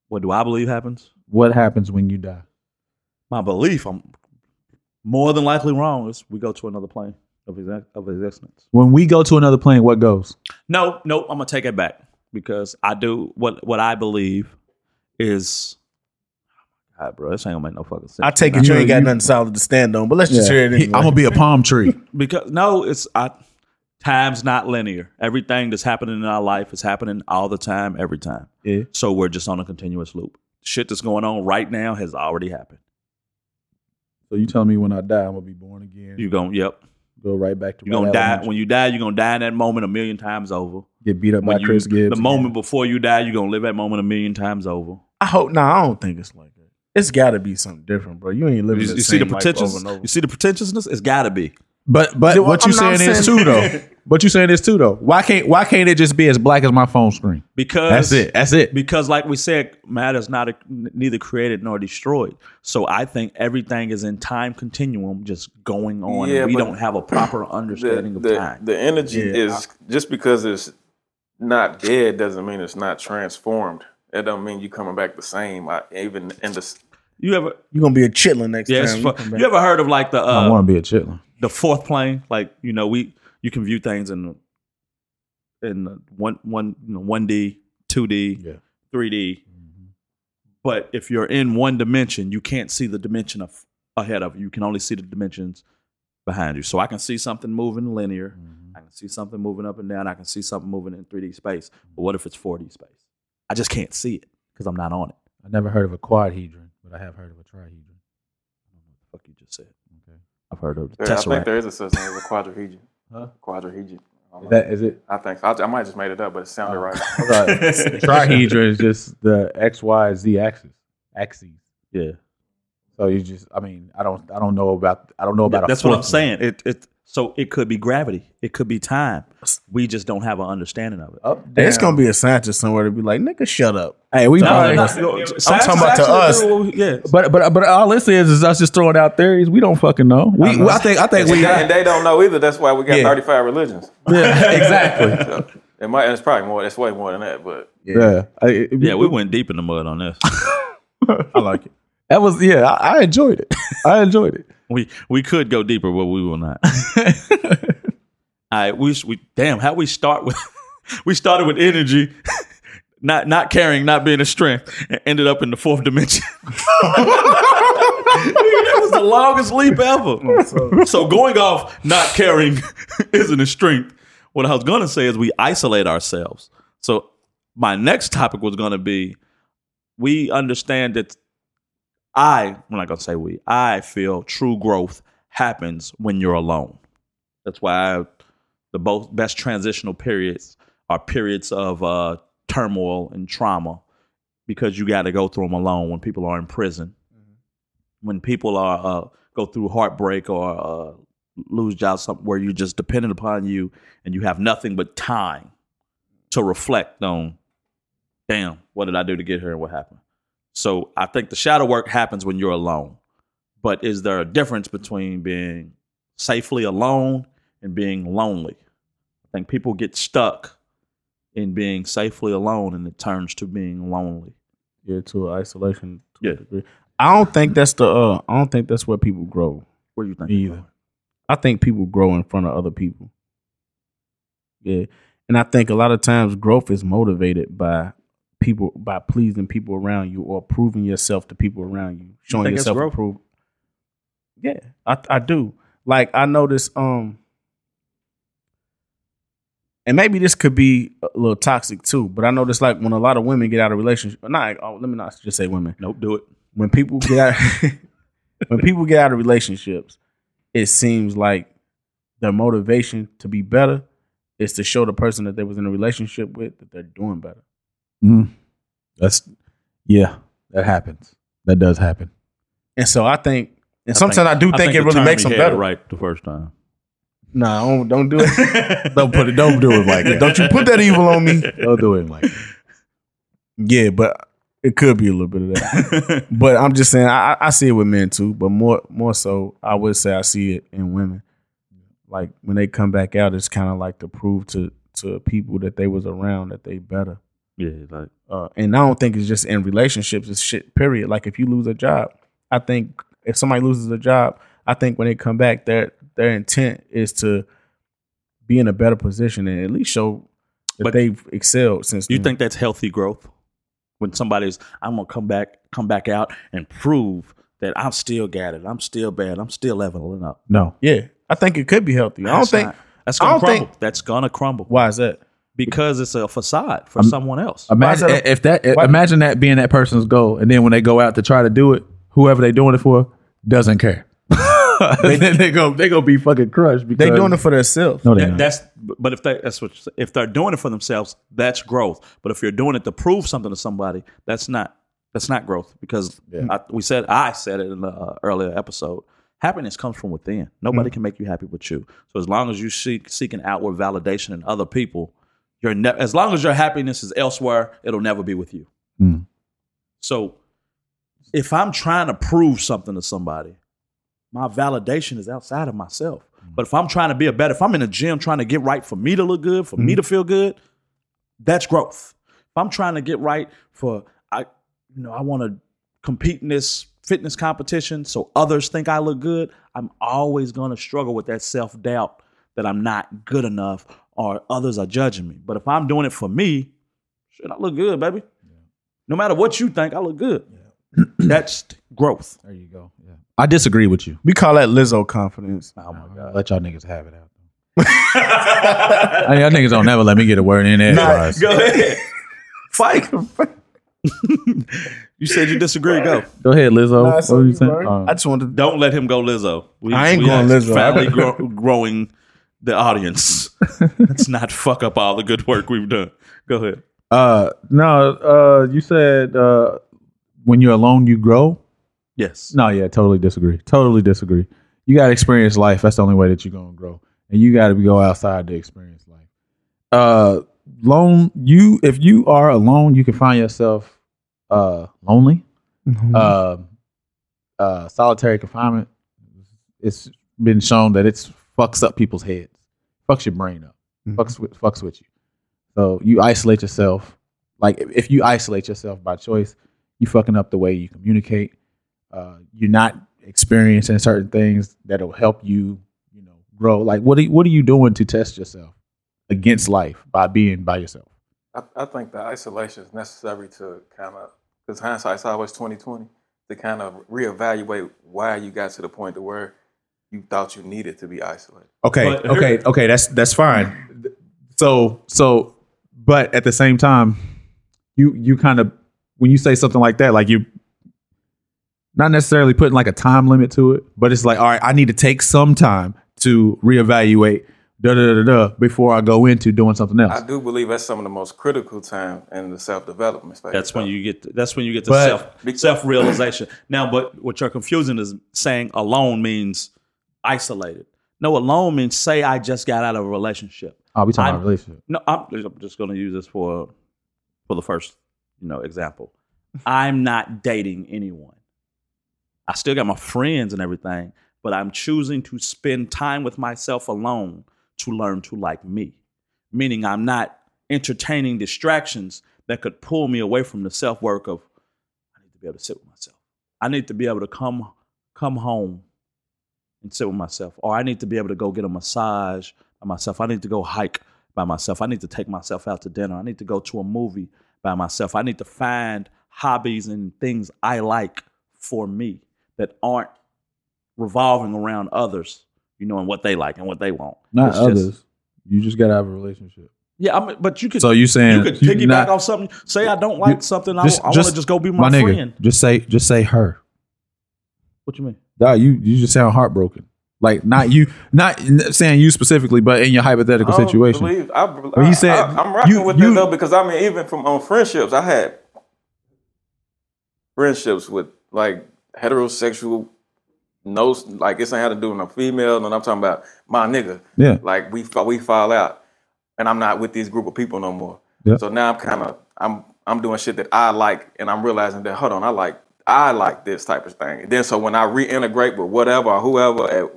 [SPEAKER 3] What do I believe happens?
[SPEAKER 2] What happens when you die?
[SPEAKER 3] My belief. I'm more than likely wrong. Is we go to another plane of exi- of existence.
[SPEAKER 2] When we go to another plane, what goes?
[SPEAKER 3] No, no, I'm gonna take it back because I do what what I believe is. oh God, bro, this ain't gonna make no fucking sense.
[SPEAKER 4] I take it you,
[SPEAKER 2] know,
[SPEAKER 4] ain't got
[SPEAKER 2] you-
[SPEAKER 4] nothing solid to stand on, but let's
[SPEAKER 2] [laughs]
[SPEAKER 4] just hear it. Anyway.
[SPEAKER 2] I'm gonna be a palm tree.
[SPEAKER 3] because no, it's I. Time's not linear. Everything that's happening in our life is happening all the time, every time.
[SPEAKER 4] Yeah.
[SPEAKER 3] So we're just on a continuous loop. Shit that's going on right now has already happened.
[SPEAKER 2] so you telling me when I die, I'm gonna be born again.
[SPEAKER 3] You going yep.
[SPEAKER 2] go right back to
[SPEAKER 3] You are gonna die when you die. You're gonna die in that moment a million times over.
[SPEAKER 2] get beat up by
[SPEAKER 3] When you-
[SPEAKER 2] Chris Gibbs.
[SPEAKER 3] the moment before you die, you're gonna live that moment a million times over.
[SPEAKER 4] I hope. No, nah, I don't think it's like that. It's got to be something different, bro. You ain't living.
[SPEAKER 3] You,
[SPEAKER 4] the
[SPEAKER 3] you see
[SPEAKER 4] same
[SPEAKER 3] the
[SPEAKER 4] life
[SPEAKER 3] pretentious.
[SPEAKER 4] over and over.
[SPEAKER 3] You see the pretentiousness. It's gotta be.
[SPEAKER 2] But but
[SPEAKER 4] Yeah, well,
[SPEAKER 2] what you
[SPEAKER 4] I'm not
[SPEAKER 2] saying is
[SPEAKER 4] saying-
[SPEAKER 2] too
[SPEAKER 4] [laughs]
[SPEAKER 2] though. What you saying is too though. Why can't why can't it just be as black as my phone screen?
[SPEAKER 3] because
[SPEAKER 2] That's it. That's it.
[SPEAKER 3] Because, like we said, matter is not neither created nor destroyed. So I think everything is in time continuum, just going on.
[SPEAKER 5] Yeah,
[SPEAKER 3] and we
[SPEAKER 5] but
[SPEAKER 3] don't have a proper understanding
[SPEAKER 5] [coughs] the,
[SPEAKER 3] of
[SPEAKER 5] the,
[SPEAKER 3] time.
[SPEAKER 5] the energy
[SPEAKER 4] Yeah,
[SPEAKER 5] is just because it's not dead doesn't mean it's not transformed. That don't mean you coming back the same. I, even in the
[SPEAKER 3] you ever?
[SPEAKER 4] You gonna be a chitlin next
[SPEAKER 3] Yeah, it's
[SPEAKER 4] time.
[SPEAKER 3] fu-
[SPEAKER 4] come back.
[SPEAKER 3] you ever heard of like the
[SPEAKER 2] I
[SPEAKER 3] uh,
[SPEAKER 2] want to be a chitlin.
[SPEAKER 3] the fourth plane? Like you know, we you can view things in in one one you know one D, two
[SPEAKER 2] Yeah.
[SPEAKER 3] D, three D. But if you're in one dimension, you can't see the dimension of ahead of you. You can only see the dimensions behind you. So I can see something moving linear. I can see something moving up and down. I can see something moving in 3D space. But what if it's 4D space? I just can't see it because I'm not on it.
[SPEAKER 2] I never heard of a quadhedron, but I have heard of a trihedron.
[SPEAKER 3] Fuck you just said. I've heard of the
[SPEAKER 5] I think
[SPEAKER 3] tesseract.
[SPEAKER 5] there is a such thing as a quadrihedron.
[SPEAKER 2] Huh?
[SPEAKER 5] Quadrihedron. I
[SPEAKER 2] Is
[SPEAKER 5] don't know.
[SPEAKER 2] that is it?
[SPEAKER 5] I think so. I, I might just made it up, but it sounded
[SPEAKER 2] Oh.
[SPEAKER 5] right.
[SPEAKER 2] [laughs]
[SPEAKER 4] [laughs]
[SPEAKER 2] trihedron is just the X, Y, Z axis. Axes.
[SPEAKER 3] yeah,
[SPEAKER 2] So you just I mean, I don't I don't know about I don't know about a
[SPEAKER 3] that's what I'm
[SPEAKER 2] fourth one.
[SPEAKER 3] saying. It it so it could be gravity. It could be time. We just don't have an understanding of it.
[SPEAKER 4] It's gonna be a scientist somewhere to be like, nigga, shut up.
[SPEAKER 2] Hey, we
[SPEAKER 3] No,
[SPEAKER 2] know.
[SPEAKER 3] no,
[SPEAKER 2] this.
[SPEAKER 3] no,
[SPEAKER 4] I'm talking about to us.
[SPEAKER 3] Yeah.
[SPEAKER 2] But but but all this is is us just throwing out theories. We don't fucking know. We I, I think I think
[SPEAKER 4] [laughs]
[SPEAKER 2] we
[SPEAKER 5] and, they, and they don't know either. That's why we got
[SPEAKER 2] Yeah.
[SPEAKER 5] 35 religions.
[SPEAKER 2] yeah, exactly.
[SPEAKER 5] So, it might, it's probably more. It's way more than that. But
[SPEAKER 2] Yeah, I-
[SPEAKER 3] Yeah, we went deep in the mud on this.
[SPEAKER 4] I like it.
[SPEAKER 2] that was yeah. I, I enjoyed it. [laughs] I enjoyed it.
[SPEAKER 3] we we could go deeper, but we will not. [laughs] All right, we we damn how we start with [laughs] we started with energy, [laughs] not not caring, not being a strength, and ended up in the fourth dimension. [laughs] that was the longest leap ever. So going off not caring [laughs] isn't a strength. What I was gonna say is we isolate ourselves. So my next topic was gonna be we understand that I, I'm not gonna say we, I feel true growth happens when you're alone. That's why I, the both best transitional periods are periods of uh, turmoil and trauma because you got to go through them alone when people are in prison, when people are uh, go through heartbreak or uh, lose jobs, something where you're just dependent upon you and you have nothing but time to reflect on, damn, what did I do to get here and what happened? So I think the shadow work happens when you're alone. But is there a difference between being safely alone and being lonely? I think people get stuck in being safely alone and it turns to being lonely.
[SPEAKER 4] Yeah, to an isolation.
[SPEAKER 3] Yeah.
[SPEAKER 4] I don't think that's the. Uh, I don't think that's where people grow.
[SPEAKER 3] What do you think?
[SPEAKER 4] Either. I think people grow in front of other people. Yeah. And I think a lot of times growth is motivated by people by pleasing people around you or proving yourself to people around you. Showing
[SPEAKER 3] think that's
[SPEAKER 4] yourself
[SPEAKER 3] growth?
[SPEAKER 4] approved. Yeah, I I do. Like I notice um and maybe this could be a little toxic too, but I notice like when a lot of women get out of relationship, not oh, let me not just say women
[SPEAKER 3] Nope, do it.
[SPEAKER 4] when people get out [laughs] when people get out of relationships, it seems like their motivation to be better is to show the person that they was in a relationship with that they're doing better.
[SPEAKER 2] That's yeah. That happens. That does happen.
[SPEAKER 4] And so I think and sometimes I do think, it really makes them better.
[SPEAKER 3] right the first time.
[SPEAKER 4] No, don't, don't do it.
[SPEAKER 2] Don't put it. Don't do it like that.
[SPEAKER 4] don't you put that evil on me.
[SPEAKER 2] Don't do it like that.
[SPEAKER 4] Yeah, but it could be a little bit of that. but I'm just saying, I, I- I see it with men too, but more more so, I would say I see it in women. Like when they come back out, it's kind of like to prove to to people that they was around that they better.
[SPEAKER 3] Yeah, like
[SPEAKER 4] Uh, and I don't think it's just in relationships; it's shit. Period. Like if you lose a job, I think if somebody loses a job, I think when they come back, their their intent is to be in a better position and at least show that
[SPEAKER 3] But-
[SPEAKER 4] they've excelled since.
[SPEAKER 3] Do you
[SPEAKER 4] then.
[SPEAKER 3] think that's healthy growth? When somebody's, I'm gonna come back, come back out and prove that I'm still got it. I'm still bad. I'm still leveling up.
[SPEAKER 2] No.
[SPEAKER 4] Yeah, I think it could be healthy. I don't
[SPEAKER 3] That's
[SPEAKER 4] think.
[SPEAKER 3] not- that's
[SPEAKER 4] I
[SPEAKER 3] gonna
[SPEAKER 4] don't
[SPEAKER 3] crumble.
[SPEAKER 4] think-
[SPEAKER 3] that's gonna crumble.
[SPEAKER 4] Why is that?
[SPEAKER 3] because it's a facade for someone else.
[SPEAKER 2] Imagine
[SPEAKER 4] Why is that a-
[SPEAKER 2] if that.
[SPEAKER 4] why-
[SPEAKER 2] imagine that being that person's goal, and then when they go out to try to do it, whoever they doing it for doesn't [laughs] care. they, they go. They gonna be fucking crushed because
[SPEAKER 4] They doing it for themselves.
[SPEAKER 2] No, they
[SPEAKER 3] That-
[SPEAKER 2] not.
[SPEAKER 3] that's but if they that's what you're saying. if they're doing it for themselves, that's growth. But if you're doing it to prove something to somebody, that's not that's not growth because I, we said I said it in the uh, earlier episode. Happiness comes from within. Nobody can make you happy but you. So as long as you seek seeking outward validation in other people, you're ne- as long as your happiness is elsewhere, it'll never be with you.
[SPEAKER 2] Mm.
[SPEAKER 3] So if I'm trying to prove something to somebody, my validation is outside of myself. But if I'm trying to be a better, if I'm in the gym trying to get right for me to look good, for me to feel good, that's growth. If I'm trying to get right for I, you know, I want to compete in this fitness competition so others think I look good, I'm always gonna struggle with that self doubt that I'm not good enough or others are judging me. But if I'm doing it for me, shit, I look good, baby. No matter what you think, I look good. that's growth.
[SPEAKER 2] There you go. Yeah. I disagree with you.
[SPEAKER 4] We call that Lizzo confidence.
[SPEAKER 2] Oh my god. Let y'all niggas have it [laughs] out. hey, y'all niggas don't never let me get a word in there. Nah,
[SPEAKER 3] [laughs] Go ahead. Fight. [laughs] you said you disagree. Go.
[SPEAKER 2] Go ahead, Lizzo.
[SPEAKER 4] Nah,
[SPEAKER 2] what
[SPEAKER 4] so
[SPEAKER 2] were you
[SPEAKER 4] you
[SPEAKER 2] saying?
[SPEAKER 4] worried.
[SPEAKER 2] Uh,
[SPEAKER 4] I just wanted. To,
[SPEAKER 3] Don't let him go, Lizzo. We,
[SPEAKER 4] I ain't
[SPEAKER 3] we
[SPEAKER 4] going
[SPEAKER 3] are
[SPEAKER 4] Lizzo.
[SPEAKER 3] Finally gro- growing the
[SPEAKER 4] [laughs]
[SPEAKER 3] audience. Let's not fuck up all the good work we've done. Go ahead.
[SPEAKER 2] uh, no, uh, you said uh, when you're alone, you grow.
[SPEAKER 3] Yes.
[SPEAKER 2] No, yeah, totally disagree. Totally disagree. You got to experience life. That's the only way that you're going to grow. And you got to go outside to experience life. uh lone you if you are alone you can find yourself uh lonely uh uh solitary confinement it's been shown that it's fucks up people's heads fucks your brain up
[SPEAKER 4] Mhm.
[SPEAKER 2] fucks with fucks with you so you isolate yourself like if- if you isolate yourself by choice you fucking up the way you communicate uh you're not experiencing certain things that'll help you you know grow like what are you, what are you doing to test yourself against life by being by yourself.
[SPEAKER 5] I, I think the isolation is necessary to kind of because hindsight's always twenty twenty to kind of reevaluate why you got to the point to where you thought you needed to be isolated.
[SPEAKER 6] Okay,
[SPEAKER 3] But-
[SPEAKER 6] okay, okay. That's that's fine. So so, but at the same time,
[SPEAKER 2] You you kind of when you say something like that, like you not necessarily putting like a time limit to it,
[SPEAKER 6] but it's like all right, I need to take some time to reevaluate da da da da da, before I go into doing something else.
[SPEAKER 5] I do believe that's some of the most critical time in the self development phase.
[SPEAKER 3] That's when you get. that's when you get to
[SPEAKER 6] But-
[SPEAKER 3] self self realization. Now, but what you're confusing is saying alone means isolated. No, alone means say I just got out of a relationship.
[SPEAKER 2] Oh, we talking
[SPEAKER 3] I-
[SPEAKER 2] about relationship.
[SPEAKER 3] No, I'm, I'm just going to use this for for the first, you know, example. I'm not dating anyone. I still got my friends and everything, but I'm choosing to spend time with myself alone to learn to like me. Meaning, I'm not entertaining distractions that could pull me away from the self work of I need to be able to sit with myself. I need to be able to come come home and sit with myself, or I need to be able to go get a massage by myself. I need to go hike by myself. I need to take myself out to dinner. I need to go to a movie by myself. I need to find hobbies and things I like for me that aren't revolving around others, you know, and what they like and what they want.
[SPEAKER 2] Not
[SPEAKER 3] It's just-
[SPEAKER 2] others. you just gotta have a relationship.
[SPEAKER 3] yeah, I mean, but you could
[SPEAKER 6] so you saying
[SPEAKER 3] you could
[SPEAKER 6] you
[SPEAKER 3] piggyback
[SPEAKER 6] not-
[SPEAKER 3] off something. Say I don't like
[SPEAKER 6] you-
[SPEAKER 3] something.
[SPEAKER 6] just-
[SPEAKER 3] I, I want to
[SPEAKER 6] just-
[SPEAKER 3] just go be
[SPEAKER 6] my
[SPEAKER 3] my,
[SPEAKER 6] nigga?
[SPEAKER 3] friend.
[SPEAKER 6] Just say just say her.
[SPEAKER 3] What you mean?
[SPEAKER 6] Nah, you you just sound heartbroken. Like not you, not n- saying you specifically, but in your hypothetical
[SPEAKER 5] I
[SPEAKER 3] Oh,
[SPEAKER 5] don't
[SPEAKER 6] situation.
[SPEAKER 5] Believe, I,
[SPEAKER 6] Well, he
[SPEAKER 5] he
[SPEAKER 6] said-
[SPEAKER 5] said, I, am rocking
[SPEAKER 6] you-
[SPEAKER 5] with
[SPEAKER 6] you-
[SPEAKER 5] that though because I mean, even from on friendships, I had friendships with like heterosexual, no, like this ain't how to do with no female, and I'm talking about my nigga.
[SPEAKER 6] Yeah.
[SPEAKER 5] like we fa- we fall out, and I'm not with this group of people no more.
[SPEAKER 6] Yeah.
[SPEAKER 5] So now I'm kind of I'm I'm doing shit that I like, and I'm realizing that hold on, I like I like this type of thing, and then so when I reintegrate with whatever or whoever. eh,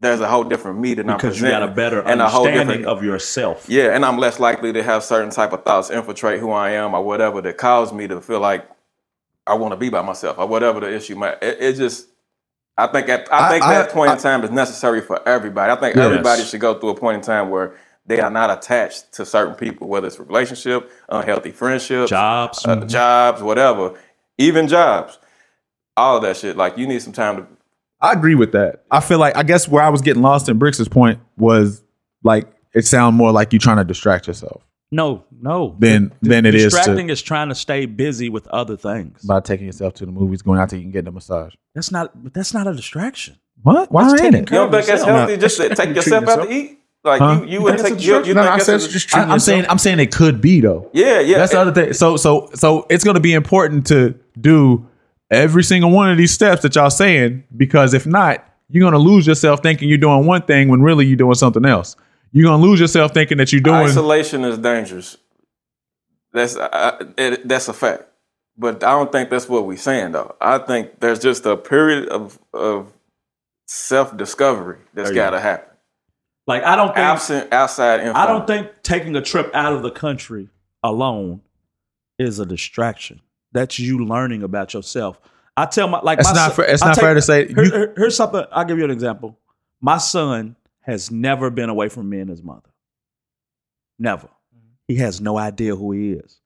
[SPEAKER 5] there's a whole different me that I'm
[SPEAKER 3] Because you got a
[SPEAKER 5] presenting
[SPEAKER 3] better
[SPEAKER 5] and a whole different
[SPEAKER 3] understanding of yourself.
[SPEAKER 5] yeah, and I'm less likely to have certain type of thoughts infiltrate who I am or whatever that cause me to feel like I want to be by myself or whatever the issue might. It, it just, I think at, I
[SPEAKER 6] I-
[SPEAKER 5] think that
[SPEAKER 6] I-
[SPEAKER 5] point in time is necessary for everybody. I think everybody should go through a point in time where they are not attached to certain people, whether it's a relationship, unhealthy friendships,
[SPEAKER 3] Jobs.
[SPEAKER 5] uh,
[SPEAKER 6] Mm-hmm.
[SPEAKER 5] jobs, whatever, even jobs, all of that shit. Like you need some time to
[SPEAKER 6] I agree with that. I feel like I guess where I was getting lost in Bricks' point was like it sound more like you trying to distract yourself
[SPEAKER 3] No, no.
[SPEAKER 6] than than it is to
[SPEAKER 3] Distracting is trying to stay busy with other things.
[SPEAKER 2] By taking yourself to the movies, going out to eat and getting a massage.
[SPEAKER 3] That's not. But that's not a distraction.
[SPEAKER 6] what? Why ain't
[SPEAKER 3] taking
[SPEAKER 6] it?
[SPEAKER 5] You don't think that's
[SPEAKER 3] yourself.
[SPEAKER 5] healthy? Just to take yourself out to eat? Like
[SPEAKER 6] Huh?
[SPEAKER 5] you, you would
[SPEAKER 4] That's a
[SPEAKER 5] take you,
[SPEAKER 4] trick.
[SPEAKER 5] you
[SPEAKER 4] no,
[SPEAKER 5] think
[SPEAKER 4] no, I
[SPEAKER 5] that's
[SPEAKER 4] said
[SPEAKER 5] a-
[SPEAKER 4] it's just
[SPEAKER 6] I,
[SPEAKER 4] treating
[SPEAKER 6] I'm saying
[SPEAKER 4] yourself.
[SPEAKER 6] I'm saying it could be though.
[SPEAKER 5] yeah, yeah.
[SPEAKER 6] That's the other thing. So so so it's going to be important to do every single one of these steps that y'all saying because if not, you're going to lose yourself thinking you're doing one thing when really you're doing something else. You're going to lose yourself thinking that you're doing
[SPEAKER 5] Isolation is dangerous. That's I, it, that's a fact. But I don't think that's what we're saying though. I think there's just a period of of self discovery that's got to happen.
[SPEAKER 3] Like I don't think.
[SPEAKER 5] Absent outside influence.
[SPEAKER 3] I don't think taking a trip out of the country alone is a distraction. That's you learning about yourself. I tell my like
[SPEAKER 6] It's
[SPEAKER 3] my
[SPEAKER 6] not
[SPEAKER 3] son-
[SPEAKER 6] fair- it's
[SPEAKER 3] I
[SPEAKER 6] not fair to say
[SPEAKER 3] here-
[SPEAKER 6] you-
[SPEAKER 3] here- here's something. I'll give you an example. My son has never been away from me and his mother. Never. He has no idea who he is.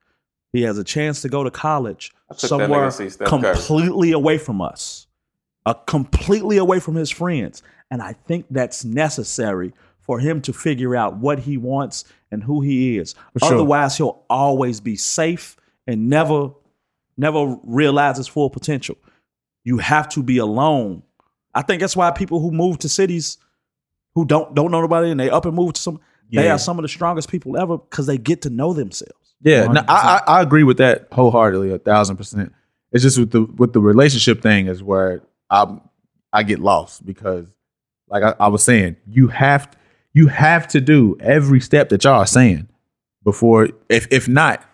[SPEAKER 3] He has a chance to go to college
[SPEAKER 5] took that nigga
[SPEAKER 3] somewhere
[SPEAKER 5] to see Steph Curry.
[SPEAKER 3] completely away from us, uh, completely away from his friends. And I think that's necessary for him to figure out what he wants and who he is. Otherwise, he'll always be safe and never, never realize his full potential. You have to be alone. I think that's why people who move to cities who don't don't know nobody and they up and move to some they
[SPEAKER 6] Yeah.
[SPEAKER 3] are some of the strongest people ever because they get to know themselves.
[SPEAKER 6] Yeah, no, I, I I agree with that wholeheartedly, a thousand percent. It's just with the with the relationship thing is where I I get lost because, like I, I was saying, you have
[SPEAKER 2] You have to do every step that y'all are saying before. If if not,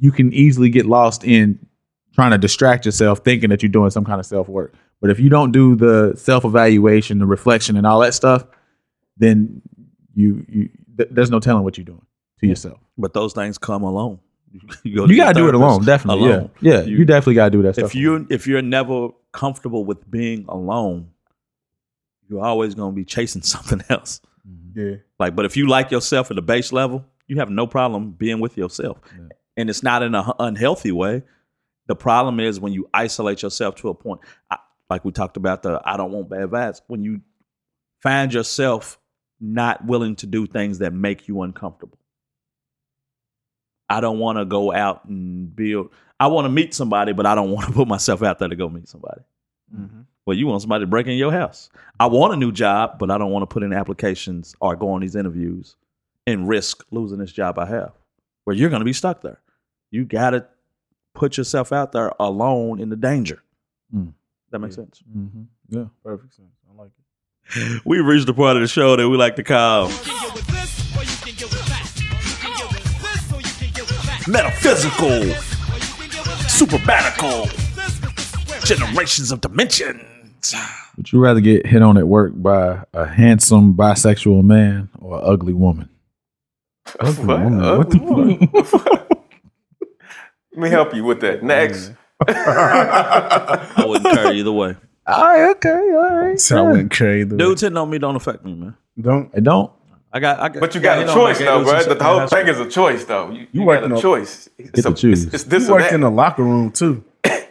[SPEAKER 2] you can easily get lost in trying to distract yourself, thinking that you're doing some kind of self work. But if you don't do the self evaluation, the reflection, and all that stuff, then you you th- there's no telling what you're doing to yourself.
[SPEAKER 3] But those things come alone. [laughs] You, go to
[SPEAKER 2] You
[SPEAKER 3] your
[SPEAKER 2] gotta do it
[SPEAKER 3] therapist
[SPEAKER 2] alone, definitely.
[SPEAKER 3] alone.
[SPEAKER 2] Yeah, yeah. You,
[SPEAKER 3] You-
[SPEAKER 2] definitely gotta do that stuff.
[SPEAKER 3] If you if you're never comfortable with being alone, you're always gonna be chasing [laughs] something else.
[SPEAKER 4] Yeah.
[SPEAKER 3] Like, but if you like yourself at the base level, you have no problem being with yourself, and it's not in an unhealthy way. The problem is when you isolate yourself to a point, I, like we talked about the I don't want bad vibes. When you find yourself not willing to do things that make you uncomfortable. I don't want to go out and build. I want to meet somebody, but I don't [laughs] want to put myself out there to go meet somebody. Well, you want somebody to break in your house. I want a new job, but I don't want to put in applications or go on these interviews and risk losing this job I have. Well, you're going to be stuck there. You got to put yourself out there alone in the danger.
[SPEAKER 2] Mm.
[SPEAKER 3] That makes [laughs] sense.
[SPEAKER 2] Mm-hmm.
[SPEAKER 4] Perfect sense. I like it.
[SPEAKER 3] We've reached the part of the show that we like to call metaphysical, supermatical, generations of dimensions.
[SPEAKER 2] Would you rather get hit on at work by a handsome bisexual man or an ugly woman?
[SPEAKER 5] What?
[SPEAKER 2] woman,
[SPEAKER 5] Uh,
[SPEAKER 2] what the
[SPEAKER 5] [laughs] Let me help you with that. Next.
[SPEAKER 3] I wouldn't care either way.
[SPEAKER 2] All right, okay, all right.
[SPEAKER 4] So I wouldn't carry the
[SPEAKER 3] Dudes hitting on me don't affect me, man.
[SPEAKER 4] Don't
[SPEAKER 2] I don't.
[SPEAKER 3] I got, I got
[SPEAKER 5] But you got a
[SPEAKER 3] know,
[SPEAKER 5] choice
[SPEAKER 3] like,
[SPEAKER 5] though,
[SPEAKER 3] it was
[SPEAKER 5] bro.
[SPEAKER 3] just-
[SPEAKER 5] The whole thing is a choice though. You, you, got
[SPEAKER 4] working
[SPEAKER 5] a
[SPEAKER 4] on-
[SPEAKER 5] choice. It's,
[SPEAKER 2] to
[SPEAKER 5] a,
[SPEAKER 2] choose.
[SPEAKER 5] it's, it's this
[SPEAKER 4] you
[SPEAKER 5] or
[SPEAKER 4] worked in
[SPEAKER 5] that.
[SPEAKER 4] the locker room too.
[SPEAKER 3] [laughs] yeah,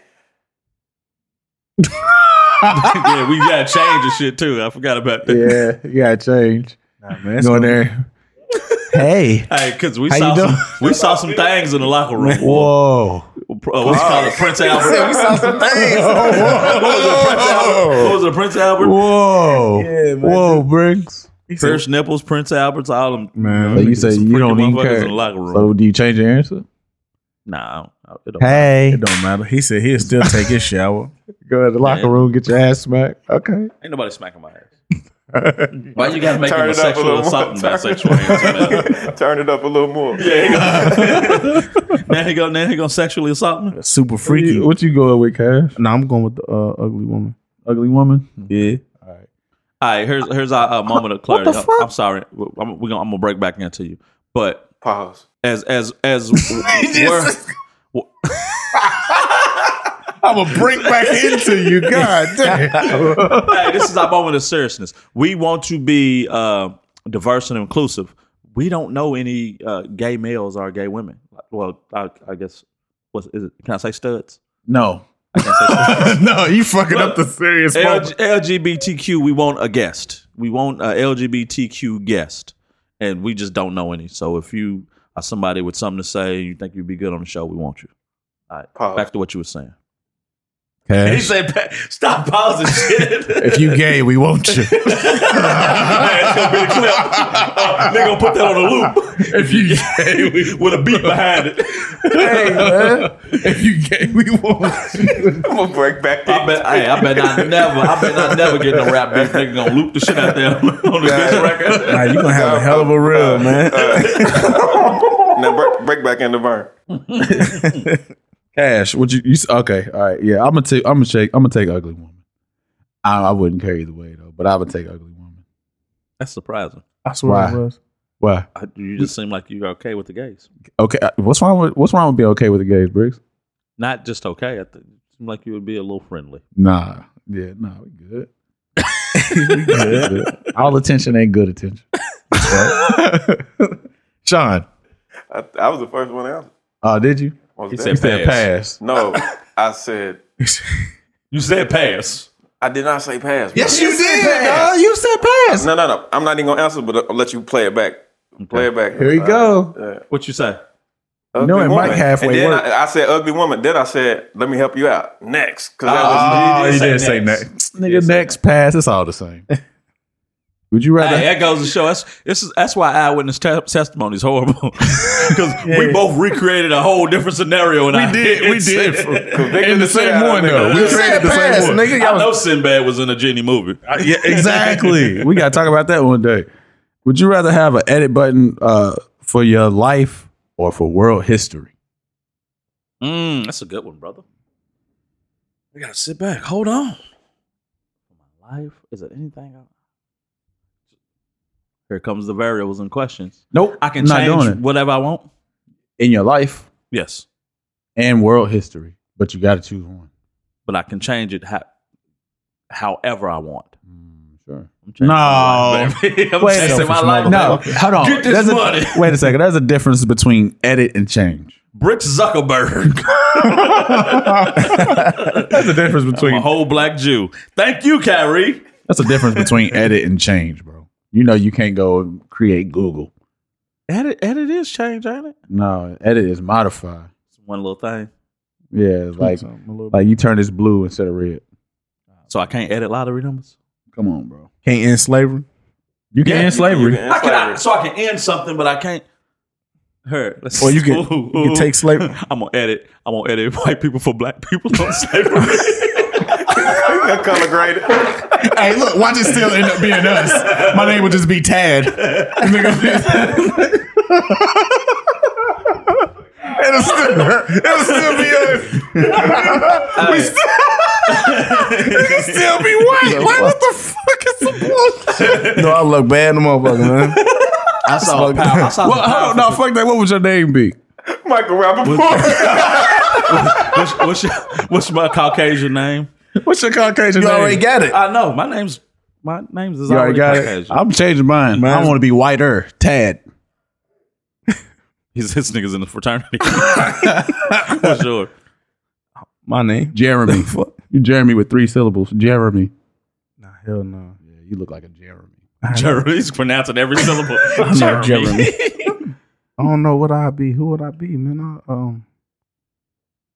[SPEAKER 3] we got to change and shit too. I forgot about that.
[SPEAKER 2] Yeah, you gotta change.
[SPEAKER 4] Nah, man,
[SPEAKER 2] Go in there. hey.
[SPEAKER 3] Hey, because we
[SPEAKER 2] How
[SPEAKER 3] saw
[SPEAKER 2] you doing?
[SPEAKER 3] some, we saw some things in the locker room. Uh,
[SPEAKER 2] Whoa.
[SPEAKER 3] what's it called? Prince Albert.
[SPEAKER 7] we saw some
[SPEAKER 4] [laughs]
[SPEAKER 7] things.
[SPEAKER 3] what was it, Prince Albert? What was it, Prince Albert?
[SPEAKER 2] Whoa.
[SPEAKER 4] Yeah, man.
[SPEAKER 2] Whoa, Briggs.
[SPEAKER 3] Pierce nipples, Prince Alberts, all them.
[SPEAKER 4] man.
[SPEAKER 2] So you say you
[SPEAKER 3] freaking
[SPEAKER 2] don't even
[SPEAKER 3] motherfuckers
[SPEAKER 2] care.
[SPEAKER 3] in the locker room.
[SPEAKER 2] So do you change your answer?
[SPEAKER 3] Nah, I don't- it don't-
[SPEAKER 2] Hey.
[SPEAKER 4] It don't matter. He said he'll still take his shower.
[SPEAKER 2] Go to the locker
[SPEAKER 3] Yeah.
[SPEAKER 2] room, get your ass smacked. Okay.
[SPEAKER 3] ain't nobody smacking my ass.
[SPEAKER 2] [laughs]
[SPEAKER 3] Why you gotta make
[SPEAKER 5] Turn
[SPEAKER 3] him a
[SPEAKER 5] it up a
[SPEAKER 3] sexual
[SPEAKER 5] little
[SPEAKER 3] assault
[SPEAKER 5] more.
[SPEAKER 3] and
[SPEAKER 5] Turn, [laughs]
[SPEAKER 3] bisexual answer, [laughs] man?
[SPEAKER 5] turn it up a little more. Yeah.
[SPEAKER 3] Now he gonna, now he gonna sexually assault
[SPEAKER 2] [laughs]
[SPEAKER 3] me.
[SPEAKER 4] Super
[SPEAKER 2] What
[SPEAKER 4] freaky.
[SPEAKER 2] you, what you going with, Cash?
[SPEAKER 4] No, I'm going with the uh, ugly woman.
[SPEAKER 2] Ugly woman?
[SPEAKER 4] Yeah.
[SPEAKER 3] All right, here's here's our uh, moment of clarity. I'm, I'm sorry, I'm, we gonna, I'm gonna break back into you, but
[SPEAKER 5] Pause.
[SPEAKER 3] as as [laughs] as we're, [laughs]
[SPEAKER 4] I'm going to break back
[SPEAKER 2] [laughs]
[SPEAKER 4] into you. God damn.
[SPEAKER 3] hey, this is our moment of seriousness. We want to be uh, diverse and inclusive. We don't know any uh, gay males or gay women. Well, I, I guess what is it? Can I say studs?
[SPEAKER 2] No.
[SPEAKER 3] I can't [laughs] say studs.
[SPEAKER 4] no, you fucking up the serious
[SPEAKER 3] L-
[SPEAKER 4] moment.
[SPEAKER 3] LGBTQ. We want a guest. We want a LGBTQ guest, and we just don't know any. So if you are somebody with something to say, you think you'd be good on the show, we want you. All right,
[SPEAKER 5] Pause. [laughs]
[SPEAKER 3] back to what you were saying.
[SPEAKER 2] Cash.
[SPEAKER 3] said, "Stop pausing [laughs] shit."
[SPEAKER 2] If you gay, we want you.
[SPEAKER 3] That's gonna be the clip. Uh, they gonna put that on a loop. If you with a beat behind it.
[SPEAKER 2] if you gay, we want you.
[SPEAKER 5] I'm gonna break back.
[SPEAKER 3] I bet, hey, I bet I never, I bet I never get no rap beef. Nigga gonna loop the shit out there on [laughs] the bitch record.
[SPEAKER 5] [laughs]
[SPEAKER 4] Nah, you're going to have a hell of a reel, man.
[SPEAKER 5] now break, break back into burn.
[SPEAKER 2] Cash, would you, you? s- Okay, all right, yeah. I'm gonna take. I'm gonna take. I'm gonna take ugly woman. I, I wouldn't carry the way though, but I would take ugly woman.
[SPEAKER 3] That's surprising.
[SPEAKER 4] I swear
[SPEAKER 2] Why?
[SPEAKER 4] it was.
[SPEAKER 2] Why?
[SPEAKER 3] I- You just seem like you're okay with the gays.
[SPEAKER 2] Okay, uh, what's wrong with what's wrong with being okay with the gays, Briggs?
[SPEAKER 3] Not just okay. I think you seem like you would be a little friendly.
[SPEAKER 2] Nah, yeah, nah, we good. [laughs] we good. All attention ain't good attention. Sean,
[SPEAKER 5] I, I was the first one out.
[SPEAKER 2] uh, did you?
[SPEAKER 5] I was
[SPEAKER 3] He
[SPEAKER 5] there.
[SPEAKER 3] said
[SPEAKER 2] You said pass.
[SPEAKER 5] No, I said
[SPEAKER 3] You said pass.
[SPEAKER 5] I did not say pass. bro.
[SPEAKER 2] Yes, you did. dawg. you said pass.
[SPEAKER 5] No, no, no. I'm not even gonna answer, but I'll let you play it back. Play it back.
[SPEAKER 2] Here you go.
[SPEAKER 3] What you say?
[SPEAKER 5] Ugly
[SPEAKER 2] know it might
[SPEAKER 5] woman.
[SPEAKER 2] halfway
[SPEAKER 5] And then
[SPEAKER 2] work.
[SPEAKER 5] I, I said ugly woman. Then I said, let me help you out next because that was
[SPEAKER 2] Oh, you did say
[SPEAKER 3] next.
[SPEAKER 2] next, nigga. Next pass. It's all the same. Would you rather?
[SPEAKER 3] Hey, that goes to show us. This is that's why eyewitness te- testimony is horrible [laughs] because we both recreated a whole different scenario. And I
[SPEAKER 5] Convicted
[SPEAKER 2] in the
[SPEAKER 5] the shit out
[SPEAKER 2] same
[SPEAKER 5] of
[SPEAKER 2] one
[SPEAKER 5] nigga.
[SPEAKER 2] though. We
[SPEAKER 5] You
[SPEAKER 2] created the
[SPEAKER 7] pass,
[SPEAKER 2] same one.
[SPEAKER 7] nigga.
[SPEAKER 3] I know Sinbad was in a genie movie.
[SPEAKER 2] [laughs] Yeah, exactly. we gotta talk about that one day. Would you rather have an edit button uh, for your life or for world history?
[SPEAKER 3] Mm, that's a good one, brother. We gotta sit back. Hold on. My life is it anything? I- Here comes the variables and questions.
[SPEAKER 2] Nope,
[SPEAKER 3] I can
[SPEAKER 2] not doing
[SPEAKER 3] change
[SPEAKER 2] it
[SPEAKER 3] whatever I want.
[SPEAKER 2] in your life
[SPEAKER 3] Yes,
[SPEAKER 2] and world history, but you got to choose one.
[SPEAKER 3] but I can change it ha- however I want.
[SPEAKER 2] Sure. [laughs]
[SPEAKER 3] I'm changing my
[SPEAKER 2] No.
[SPEAKER 3] life, baby. I'm
[SPEAKER 2] Wait a
[SPEAKER 3] changing
[SPEAKER 2] second.
[SPEAKER 3] my life.
[SPEAKER 2] No, hold on.
[SPEAKER 3] Get this
[SPEAKER 2] There's a-
[SPEAKER 3] money.
[SPEAKER 2] [laughs] wait a second. There's a difference between edit and [laughs] change.
[SPEAKER 3] Brick Zuckerberg, [laughs]
[SPEAKER 2] That's a difference
[SPEAKER 3] a
[SPEAKER 2] between
[SPEAKER 3] whole black Jew. Thank you, Kyrie.
[SPEAKER 2] that's a difference between edit and change, bro. You know you can't go and create Google.
[SPEAKER 3] Edit, edit is change, ain't it?
[SPEAKER 2] No, edit is modify.
[SPEAKER 3] It's one little thing.
[SPEAKER 2] Yeah, it's like
[SPEAKER 4] Something a little
[SPEAKER 2] like you turn this blue instead of red.
[SPEAKER 3] So I can't edit lottery numbers.
[SPEAKER 2] Come on, bro.
[SPEAKER 4] can't end slavery.
[SPEAKER 2] You can end slavery.
[SPEAKER 5] You can end
[SPEAKER 3] I can, I,
[SPEAKER 5] slavery.
[SPEAKER 3] so I can end something, but I can't. Her. Let's,
[SPEAKER 4] Or you can, you can take slavery.
[SPEAKER 3] I'm gonna edit. I'm gonna edit [laughs] white people for black people on slavery.
[SPEAKER 5] That color graded.
[SPEAKER 4] hey, look, watch it still end up being us. My name would just be Tad. [laughs] It'll [laughs] still, it'll still be us.
[SPEAKER 5] Hey,
[SPEAKER 4] It'll still be white. Like, what the fuck is the bullshit? No, I look bad in the motherfucker, man.
[SPEAKER 3] I saw. a Power, I saw.
[SPEAKER 2] Well, hold on, no, fuck that. What would your name be?
[SPEAKER 5] Michael [laughs] Rappaport.
[SPEAKER 3] what's, what's, your, what's my Caucasian name?
[SPEAKER 2] What's your Caucasian
[SPEAKER 4] You
[SPEAKER 2] name?
[SPEAKER 4] already got it.
[SPEAKER 3] I know my name's my name's is
[SPEAKER 2] You
[SPEAKER 3] already
[SPEAKER 2] already got it.
[SPEAKER 3] Caucasian.
[SPEAKER 2] I'm changing mine. I
[SPEAKER 4] Mine's-
[SPEAKER 2] want to be whiter. Tad.
[SPEAKER 3] His his niggas in the fraternity. [laughs] for sure.
[SPEAKER 4] My name.
[SPEAKER 2] Jeremy. you Jeremy with three syllables. Jeremy.
[SPEAKER 4] Nah, hell no.
[SPEAKER 2] Yeah, you look like a Jeremy.
[SPEAKER 3] Jeremy's pronouncing every syllable.
[SPEAKER 4] not
[SPEAKER 3] Jeremy.
[SPEAKER 4] I don't know what I'd be. Who would I be, man? I, um,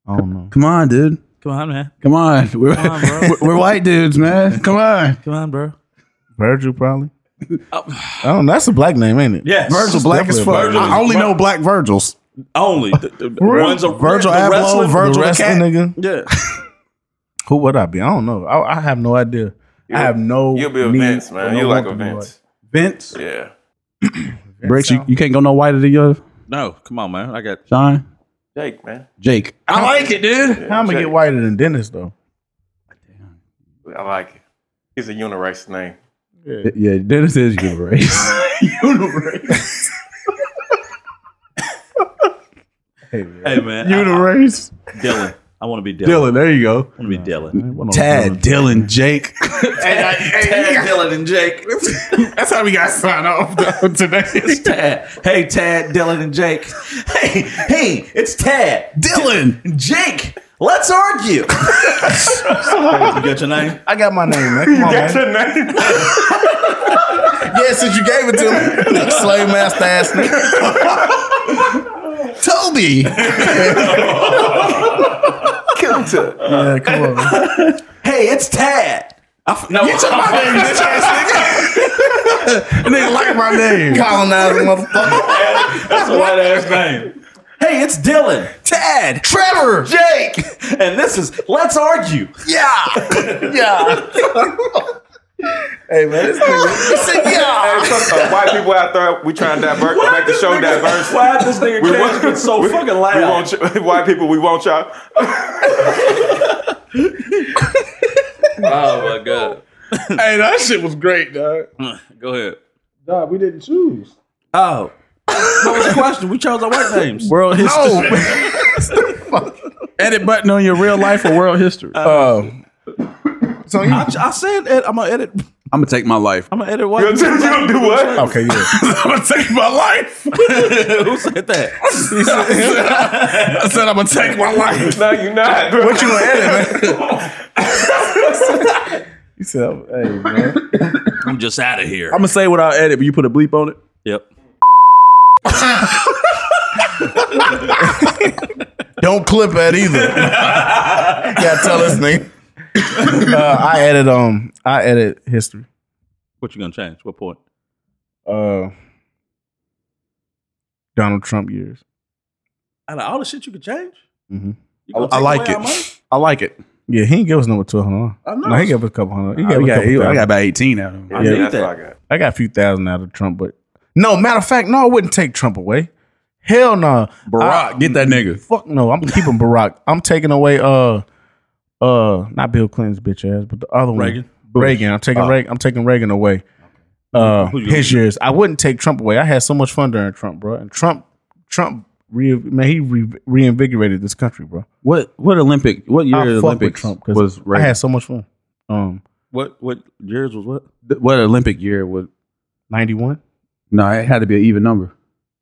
[SPEAKER 4] I don't know.
[SPEAKER 2] Come on, dude.
[SPEAKER 3] Come on, man.
[SPEAKER 2] Come on. [laughs] We're,
[SPEAKER 3] Come on, bro.
[SPEAKER 2] we're, we're white dudes, man. Come on.
[SPEAKER 3] Come on, bro.
[SPEAKER 4] Virgil, probably.
[SPEAKER 5] Oh.
[SPEAKER 4] I don't know. That's a black name, ain't it?
[SPEAKER 3] Yes.
[SPEAKER 2] Virgil black as fuck.
[SPEAKER 3] Virgil.
[SPEAKER 2] I only know black Virgils.
[SPEAKER 3] Only the, the, the ones are
[SPEAKER 2] Virgil
[SPEAKER 3] the
[SPEAKER 2] Abloh,
[SPEAKER 3] wrestling-
[SPEAKER 2] Vir- Virgil
[SPEAKER 4] Virgil the
[SPEAKER 2] the
[SPEAKER 4] wrestling
[SPEAKER 2] cat?
[SPEAKER 4] nigga.
[SPEAKER 3] Yeah.
[SPEAKER 4] Who would I be? I don't know. I, I have no idea. I have no.
[SPEAKER 5] You'll be a
[SPEAKER 4] need
[SPEAKER 5] Vince,
[SPEAKER 4] or
[SPEAKER 5] man.
[SPEAKER 4] no
[SPEAKER 5] You like
[SPEAKER 4] want
[SPEAKER 5] a
[SPEAKER 4] to be
[SPEAKER 5] Vince.
[SPEAKER 2] Vince.
[SPEAKER 5] Yeah.
[SPEAKER 2] Bricks, you, you can't go no whiter than your
[SPEAKER 3] No, come on, man. I got
[SPEAKER 2] Sean.
[SPEAKER 5] Jake, man.
[SPEAKER 2] Jake.
[SPEAKER 3] I like it, dude.
[SPEAKER 5] Yeah,
[SPEAKER 4] How am I
[SPEAKER 5] Jake.
[SPEAKER 4] get whiter than Dennis though?
[SPEAKER 5] I like it. It's a unirace name.
[SPEAKER 2] Yeah, Dennis is your race.
[SPEAKER 3] Hey man,
[SPEAKER 2] you the
[SPEAKER 3] I,
[SPEAKER 2] race.
[SPEAKER 3] I, Dylan. I want to be Dylan.
[SPEAKER 2] Dylan, there you go.
[SPEAKER 3] I want to be Dylan.
[SPEAKER 2] Tad, Dylan,
[SPEAKER 5] [laughs]
[SPEAKER 2] Jake. [laughs]
[SPEAKER 3] Tad, Dylan, and [laughs] Jake.
[SPEAKER 4] That's how we got signed off though,
[SPEAKER 5] [laughs]
[SPEAKER 4] today.
[SPEAKER 3] It's Tad. Hey, Tad, Dylan, and Jake. Hey, hey, it's Tad,
[SPEAKER 2] Dylan.
[SPEAKER 3] Jake. Let's argue. you got your name?
[SPEAKER 4] I got my name, man. Come on, man. [laughs]
[SPEAKER 6] Yeah, since you gave it to me. Slave master ass nigga. Toby.
[SPEAKER 5] Come to
[SPEAKER 4] Yeah, come on. Man.
[SPEAKER 3] Hey, it's Tad. I f- no,
[SPEAKER 4] Nigga like my name.
[SPEAKER 6] Colonizer motherfucker.
[SPEAKER 3] that's a white ass name. Hey, it's Dylan,
[SPEAKER 6] Tad. Trevor.
[SPEAKER 3] Jake, and this is Let's Argue.
[SPEAKER 6] Yeah. Yeah.
[SPEAKER 4] Hey man, this nigga.
[SPEAKER 6] He said, yeah.
[SPEAKER 5] [laughs] Hey, fuck, uh, white people out there, we trying to divert, make the show diverse.
[SPEAKER 3] Why this nigga
[SPEAKER 5] We
[SPEAKER 3] can't get so
[SPEAKER 5] we-
[SPEAKER 3] fucking
[SPEAKER 5] We
[SPEAKER 3] loud?
[SPEAKER 5] want you, [laughs] white people. We
[SPEAKER 3] [laughs]
[SPEAKER 5] want y'all.
[SPEAKER 3] Oh my god.
[SPEAKER 4] hey, that shit was great, dog.
[SPEAKER 3] Go ahead.
[SPEAKER 2] we didn't choose.
[SPEAKER 3] Oh. What was the question? We chose our white names.
[SPEAKER 2] World history. Edit button on your real life or world history.
[SPEAKER 4] Um, so you
[SPEAKER 3] I, I said ed, I'm gonna edit.
[SPEAKER 2] I'm gonna take my life.
[SPEAKER 3] I'm gonna edit
[SPEAKER 5] you
[SPEAKER 3] white. people.
[SPEAKER 5] don't do what?
[SPEAKER 4] okay? Yeah.
[SPEAKER 2] [laughs] I'm gonna take my life.
[SPEAKER 3] Who said that?
[SPEAKER 2] I said I'm gonna take my life.
[SPEAKER 5] [laughs] No, you not. Bro.
[SPEAKER 4] What you gonna edit, man? you said, hey man.
[SPEAKER 3] I'm just out of here.
[SPEAKER 2] I'm gonna say what I'll edit, but you put a bleep on it.
[SPEAKER 3] yep.
[SPEAKER 6] Don't clip that
[SPEAKER 4] [laughs]
[SPEAKER 6] either. yeah, tell this nigga.
[SPEAKER 4] Uh, I edit um I edit history.
[SPEAKER 3] What you gonna change? What point?
[SPEAKER 4] Uh Donald Trump years.
[SPEAKER 3] Out of all the shit you could change,
[SPEAKER 4] Mhm.
[SPEAKER 3] You gonna
[SPEAKER 2] I- I
[SPEAKER 3] take
[SPEAKER 2] like
[SPEAKER 3] away our
[SPEAKER 2] it.
[SPEAKER 3] money?
[SPEAKER 2] I like it.
[SPEAKER 4] Yeah, he ain't give us number two hundred.
[SPEAKER 3] I know.
[SPEAKER 4] No, he gave us a couple hundred. He
[SPEAKER 2] I
[SPEAKER 4] gave us a
[SPEAKER 2] got,
[SPEAKER 4] couple
[SPEAKER 2] Uh, I got
[SPEAKER 4] thousand.
[SPEAKER 2] about 18 out of them.
[SPEAKER 5] Yeah,
[SPEAKER 3] need
[SPEAKER 5] that's
[SPEAKER 3] that.
[SPEAKER 5] what I got.
[SPEAKER 4] I got a few thousand out of Trump, but No, matter of fact, no, I wouldn't take Trump away. Hell no.
[SPEAKER 1] Barack, get that nigga.
[SPEAKER 4] Fuck no. I'm keeping Barack. I'm taking away uh uh not Bill Clinton's bitch ass, but the other one.
[SPEAKER 3] Reagan?
[SPEAKER 4] Reagan. I'm taking Reagan. I'm taking Reagan away. Uh his years. I wouldn't take Trump away. I had so much fun during Trump, bro. And Trump Trump re- man, he re- reinvigorated this country, bro.
[SPEAKER 2] What what Olympic? What year
[SPEAKER 4] I fuck with
[SPEAKER 2] Olympics
[SPEAKER 4] Trump 'cause
[SPEAKER 2] was
[SPEAKER 4] I
[SPEAKER 2] Reagan?
[SPEAKER 4] had so much fun. Um
[SPEAKER 3] What what yours was what?
[SPEAKER 2] Th- what Olympic year would?
[SPEAKER 4] 91?
[SPEAKER 2] No, it had to be an even number.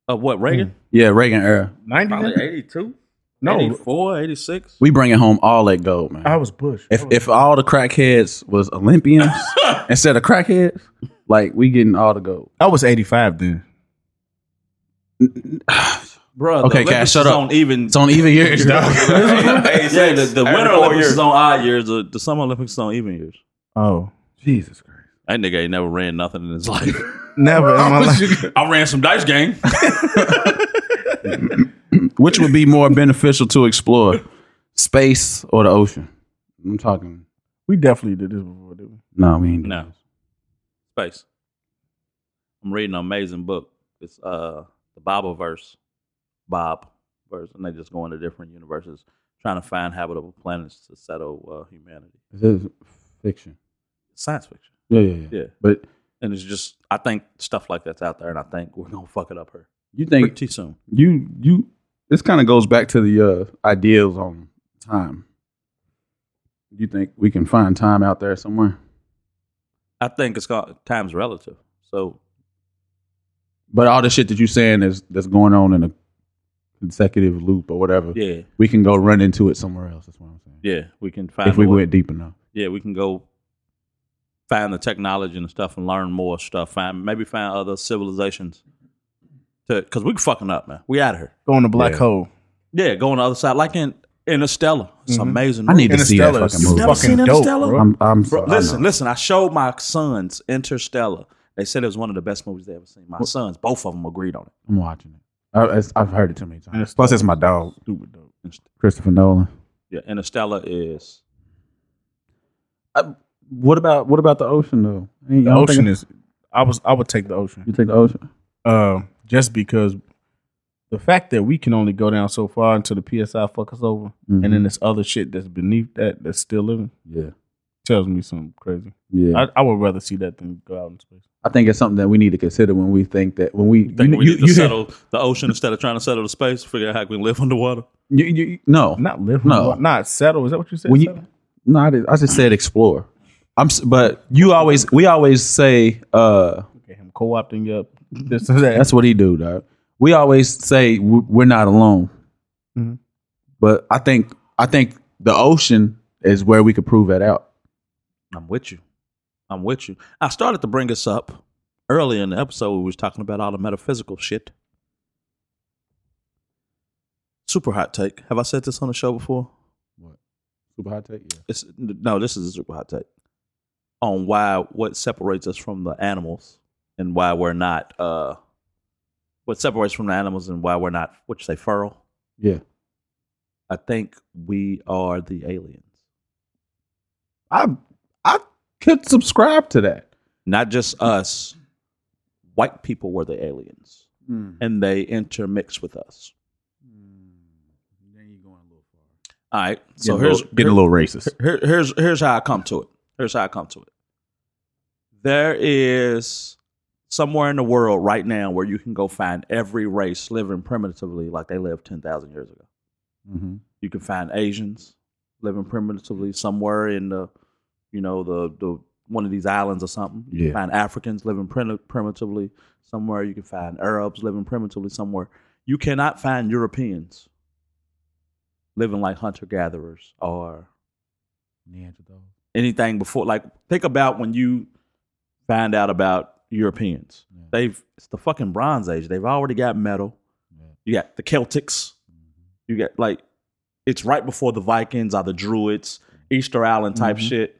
[SPEAKER 3] Of Uh, what Reagan?
[SPEAKER 2] Yeah, Reagan era.
[SPEAKER 4] 90?
[SPEAKER 3] eighty two.
[SPEAKER 4] No.
[SPEAKER 3] 84, 86.
[SPEAKER 2] We bringing home all that gold, man.
[SPEAKER 4] I was Bush.
[SPEAKER 2] If if all the crackheads was Olympians instead of crackheads, like we getting all the gold.
[SPEAKER 4] I was 85 then.
[SPEAKER 3] Bro,
[SPEAKER 2] Okay, Cash, shut up.
[SPEAKER 3] On even
[SPEAKER 2] It's on even years, dog.
[SPEAKER 3] [laughs] yeah, the, the Winter Olympics is on odd years. The, the Summer Olympics is on even years.
[SPEAKER 4] Oh.
[SPEAKER 2] Jesus Christ.
[SPEAKER 3] That nigga ain't never ran nothing in his [laughs] life.
[SPEAKER 4] Never
[SPEAKER 2] [laughs]
[SPEAKER 4] in my life.
[SPEAKER 3] I ran some dice game.
[SPEAKER 2] Which would be more beneficial to explore, space or the ocean? I'm talking.
[SPEAKER 4] We definitely did this before, didn't we?
[SPEAKER 2] No, we ain't. doing
[SPEAKER 3] No.
[SPEAKER 2] this.
[SPEAKER 3] Space. I'm reading an amazing book. It's uh the Bible verse, Bob verse, and they just go into different universes trying to find habitable planets to settle uh, humanity.
[SPEAKER 2] This is fiction.
[SPEAKER 3] Science fiction.
[SPEAKER 2] Yeah, yeah, yeah,
[SPEAKER 3] Yeah.
[SPEAKER 2] But
[SPEAKER 3] And it's just I think stuff like that's out there and I think we're gonna fuck it up here
[SPEAKER 2] you think
[SPEAKER 3] pretty soon.
[SPEAKER 2] you you this kind of goes back to the uh, ideals on time. You think we can find time out there somewhere?
[SPEAKER 3] I think it's called time's relative. So
[SPEAKER 2] But all the shit that you saying is that's going on in a consecutive loop or whatever.
[SPEAKER 3] yeah,
[SPEAKER 2] We can go run into it somewhere else. That's what I'm saying.
[SPEAKER 3] yeah, we can find
[SPEAKER 2] if we
[SPEAKER 3] a way-
[SPEAKER 2] went deep enough.
[SPEAKER 3] yeah, we can go find the technology and stuff and learn more stuff. Find maybe find other civilizations. To because we fucking up, man. We out of here.
[SPEAKER 4] Going to black hole.
[SPEAKER 3] Yeah, go on the other side, like in Interstellar. It's amazing.
[SPEAKER 2] I need to see that
[SPEAKER 4] Interstellar.
[SPEAKER 2] fucking
[SPEAKER 4] is
[SPEAKER 2] movie.
[SPEAKER 3] Never seen
[SPEAKER 4] dope,
[SPEAKER 3] Interstellar?
[SPEAKER 4] bro.
[SPEAKER 2] I'm, I'm
[SPEAKER 3] Bro,
[SPEAKER 2] sorry, I
[SPEAKER 3] listen,
[SPEAKER 2] know.
[SPEAKER 3] listen. I showed my sons Interstellar. They said it was one of the best movies they ever seen. My sons, both of them agreed on it.
[SPEAKER 2] I'm watching it. I, it's- I've heard it too many times. Plus, it's my dog,
[SPEAKER 4] Stupid dope.
[SPEAKER 2] Christopher Nolan.
[SPEAKER 3] Yeah, Interstellar is
[SPEAKER 2] What about what about the ocean though?
[SPEAKER 4] The ocean is. I was. I would take the ocean,
[SPEAKER 2] You take the ocean?
[SPEAKER 4] uh, just because the fact that we can only go down so far until the PSI fuck us over, and
[SPEAKER 2] Mm-hmm.
[SPEAKER 4] then this other shit that's beneath that that's still living
[SPEAKER 2] Yeah,
[SPEAKER 4] tells me something crazy.
[SPEAKER 2] yeah.
[SPEAKER 4] I, I would rather see that than go out in space.
[SPEAKER 2] I think it's something that we need to consider when we think that when we
[SPEAKER 3] think
[SPEAKER 2] you,
[SPEAKER 3] we
[SPEAKER 2] you,
[SPEAKER 3] need to
[SPEAKER 2] you-
[SPEAKER 3] settle the ocean instead of trying to settle the space. Figure out how we can live [laughs] underwater.
[SPEAKER 2] you- you- no
[SPEAKER 4] Not live.
[SPEAKER 2] No.
[SPEAKER 4] Not settle. Is that what you said?
[SPEAKER 2] when
[SPEAKER 4] settle?
[SPEAKER 2] you no I, did, I just said explore. I'm s- but you always we always say uh
[SPEAKER 4] okay, him co-opting you up. This and
[SPEAKER 2] [laughs]
[SPEAKER 4] that.
[SPEAKER 2] that's what he do dog. We always say w- we're not alone, Mm-hmm.
[SPEAKER 4] Mhm.
[SPEAKER 2] but I think I think the ocean is where we could prove that out.
[SPEAKER 3] I'm with you. I'm with you. I started to bring us up earlier in the episode. We was talking about all the metaphysical shit. Super hot take. Have I said this on the show before?
[SPEAKER 2] Super hot take. Yeah.
[SPEAKER 3] It's, no, this is a super hot take on why what separates us from the animals and why we're not uh what separates from the animals and why we're not what you say feral.
[SPEAKER 2] Yeah.
[SPEAKER 3] I think we are the aliens.
[SPEAKER 2] I I could subscribe to that.
[SPEAKER 3] Not just us. White people were the aliens.
[SPEAKER 2] Hmm. Mm-hmm.
[SPEAKER 3] and they intermix with us. All right. So
[SPEAKER 2] Getting a
[SPEAKER 3] here's
[SPEAKER 2] little- getting a little racist.
[SPEAKER 3] here, here's here's how I come to it. Here's how I come to it. There is somewhere in the world right now where you can go find every race living primitively like they lived ten thousand years ago.
[SPEAKER 2] Mm-hmm.
[SPEAKER 3] You can find Asians living primitively somewhere in the, you know, the the one of these islands or something. You
[SPEAKER 2] Yeah.
[SPEAKER 3] can find Africans living prim- primitively somewhere. You can find Arabs living primitively somewhere. You cannot find Europeans living like hunter gatherers or anything before. Like, think about when you find out about Europeans. They've it's the fucking Bronze Age. They've already got metal. You got the Celtics. You got like it's right before the Vikings or the Druids, Easter Island type shit.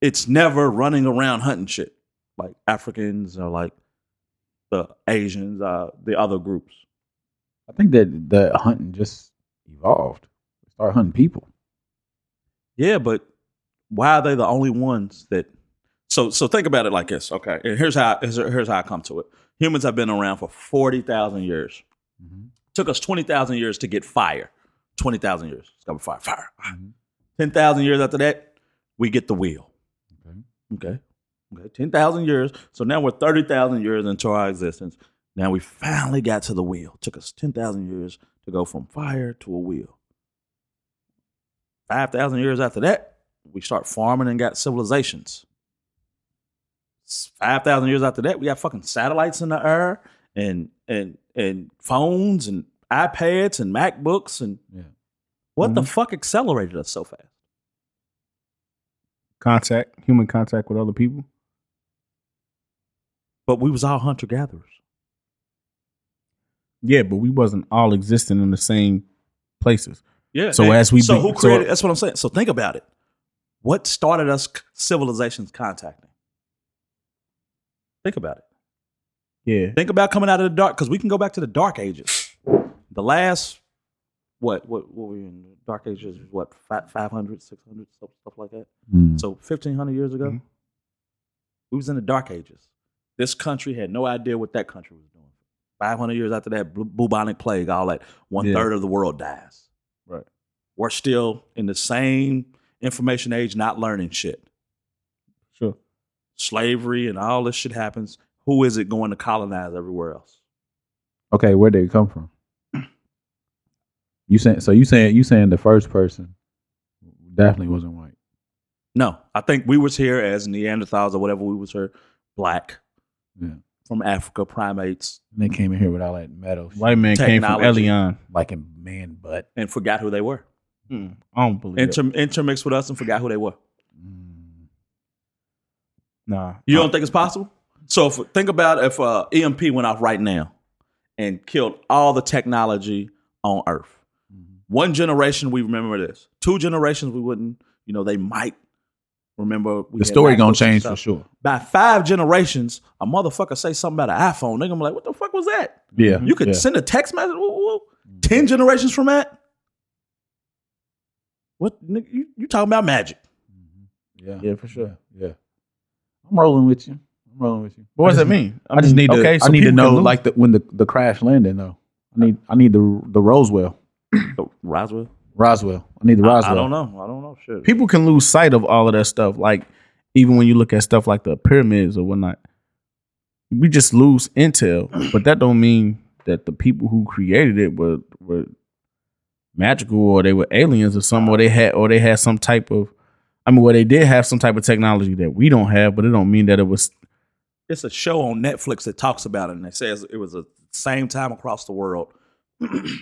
[SPEAKER 3] It's never running around hunting shit like Africans or like the Asians, uh, the other groups.
[SPEAKER 2] I think that the hunting just evolved. Start hunting people.
[SPEAKER 3] Yeah, but why are they the only ones that? So so think about it like this, okay? And here's how here's, here's how I come to it. Humans have been around for 40,000 years. Took us 20,000 years to get fire. 20,000 years. It's got to be fire. Fire. 10,000 years after that, we get the wheel. Okay. Okay. Okay. 10,000 years. So now we're 30,000 years into our existence. Now we finally got to the wheel. Took us 10,000 years to go from fire to a wheel. 5,000 years after that, we start farming and got civilizations five thousand years after that, we got fucking satellites in the air and and and phones and iPads and MacBooks and
[SPEAKER 2] Yeah.
[SPEAKER 3] what
[SPEAKER 4] Mm-hmm.
[SPEAKER 3] the fuck accelerated us so fast?
[SPEAKER 4] Contact, human contact with other people.
[SPEAKER 3] But we was all hunter gatherers.
[SPEAKER 4] Yeah, but we wasn't all existing in the same places.
[SPEAKER 3] Yeah.
[SPEAKER 4] So as we
[SPEAKER 3] so
[SPEAKER 4] be-
[SPEAKER 3] who
[SPEAKER 4] so-
[SPEAKER 3] created? that's what I'm saying. So think about it. What started us c- civilizations contacting? Think about it.
[SPEAKER 4] Yeah,
[SPEAKER 3] Think about coming out of the dark because we can go back to the dark ages. The last what what what were you in the dark ages? What fi- 500, 600, stuff, stuff like that. So 1500 years ago, we was in the dark ages. This country had no idea what that country was doing. 500 years after that bu- bubonic plague, all that one third of the world dies.
[SPEAKER 4] Right.
[SPEAKER 3] We're still in the same information age, not learning shit.
[SPEAKER 4] sure.
[SPEAKER 3] Slavery and all this shit happens. Who is it going to colonize everywhere else?
[SPEAKER 2] Okay, where did it come from? You saying so? You saying you saying the first person definitely wasn't white.
[SPEAKER 3] No, I think we was here as Neanderthals or whatever we was here, black
[SPEAKER 2] Yeah,
[SPEAKER 3] from Africa, primates,
[SPEAKER 2] and they came in here with all that metal, shit,
[SPEAKER 4] White man came from
[SPEAKER 3] Technology.
[SPEAKER 4] Elion.
[SPEAKER 2] like a man butt.
[SPEAKER 3] and forgot who they were.
[SPEAKER 4] I don't believe it.
[SPEAKER 3] Inter- intermixed with us and forgot who they were.
[SPEAKER 2] Mm.
[SPEAKER 4] Nah,
[SPEAKER 3] You
[SPEAKER 2] Uh,
[SPEAKER 3] don't think it's possible? So if, think about if uh, EMP went off right now and killed all the technology on Earth.
[SPEAKER 2] Mm-hmm.
[SPEAKER 3] One generation we remember this. Two generations we wouldn't. You know they might remember. We
[SPEAKER 2] The
[SPEAKER 3] had
[SPEAKER 2] story gonna
[SPEAKER 3] MacBooks and
[SPEAKER 2] change
[SPEAKER 3] stuff.
[SPEAKER 2] for sure.
[SPEAKER 3] By five generations, a motherfucker say something about an iPhone. They're gonna be like, "What the fuck was that?"
[SPEAKER 2] Yeah,
[SPEAKER 3] You could
[SPEAKER 2] yeah.
[SPEAKER 3] send a text message. woo, woo, woo. Ten generations from that. What nigga, you, you talking about magic?
[SPEAKER 2] yeah,
[SPEAKER 4] yeah, for sure.
[SPEAKER 2] yeah. I'm rolling with you. I'm rolling with you.
[SPEAKER 4] What does that mean?
[SPEAKER 2] I just need to.
[SPEAKER 4] okay, so
[SPEAKER 2] I need to
[SPEAKER 4] people can
[SPEAKER 2] know
[SPEAKER 4] lose.
[SPEAKER 2] like the, when the, the crash landed though. I need I need the the Roswell
[SPEAKER 3] Oh, Roswell.
[SPEAKER 2] Roswell. I need the Roswell.
[SPEAKER 3] I don't know. I don't know. Shit.
[SPEAKER 4] people can lose sight of all of that stuff. Like even when you look at stuff like the pyramids or whatnot, we just lose intel. But that don't mean that the people who created it were were magical or they were aliens or something, or they had or they had some type of I mean, well, they did have some type of technology that we don't have, but it don't mean that it was
[SPEAKER 3] it's a show on Netflix that talks about it and it says it was the same time across the world, [clears throat]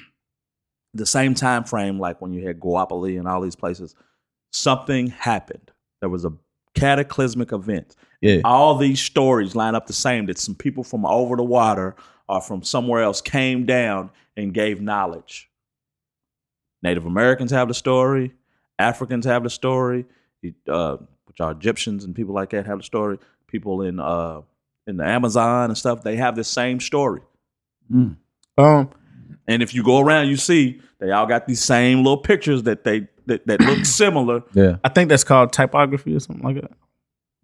[SPEAKER 3] the same time frame like when you had Guapoli and all these places. Something happened. There was a cataclysmic event.
[SPEAKER 4] yeah.
[SPEAKER 3] All these stories line up the same that some people from over the water or from somewhere else came down and gave knowledge. Native Americans have the story. Africans have the story. Uh, which are Egyptians and people like that have the story. People in uh, in the Amazon and stuff, they have the same story.
[SPEAKER 4] Um,
[SPEAKER 3] And if you go around, you see they all got these same little pictures that they that, that look similar.
[SPEAKER 2] Yeah,
[SPEAKER 4] I think that's called typography or something like that.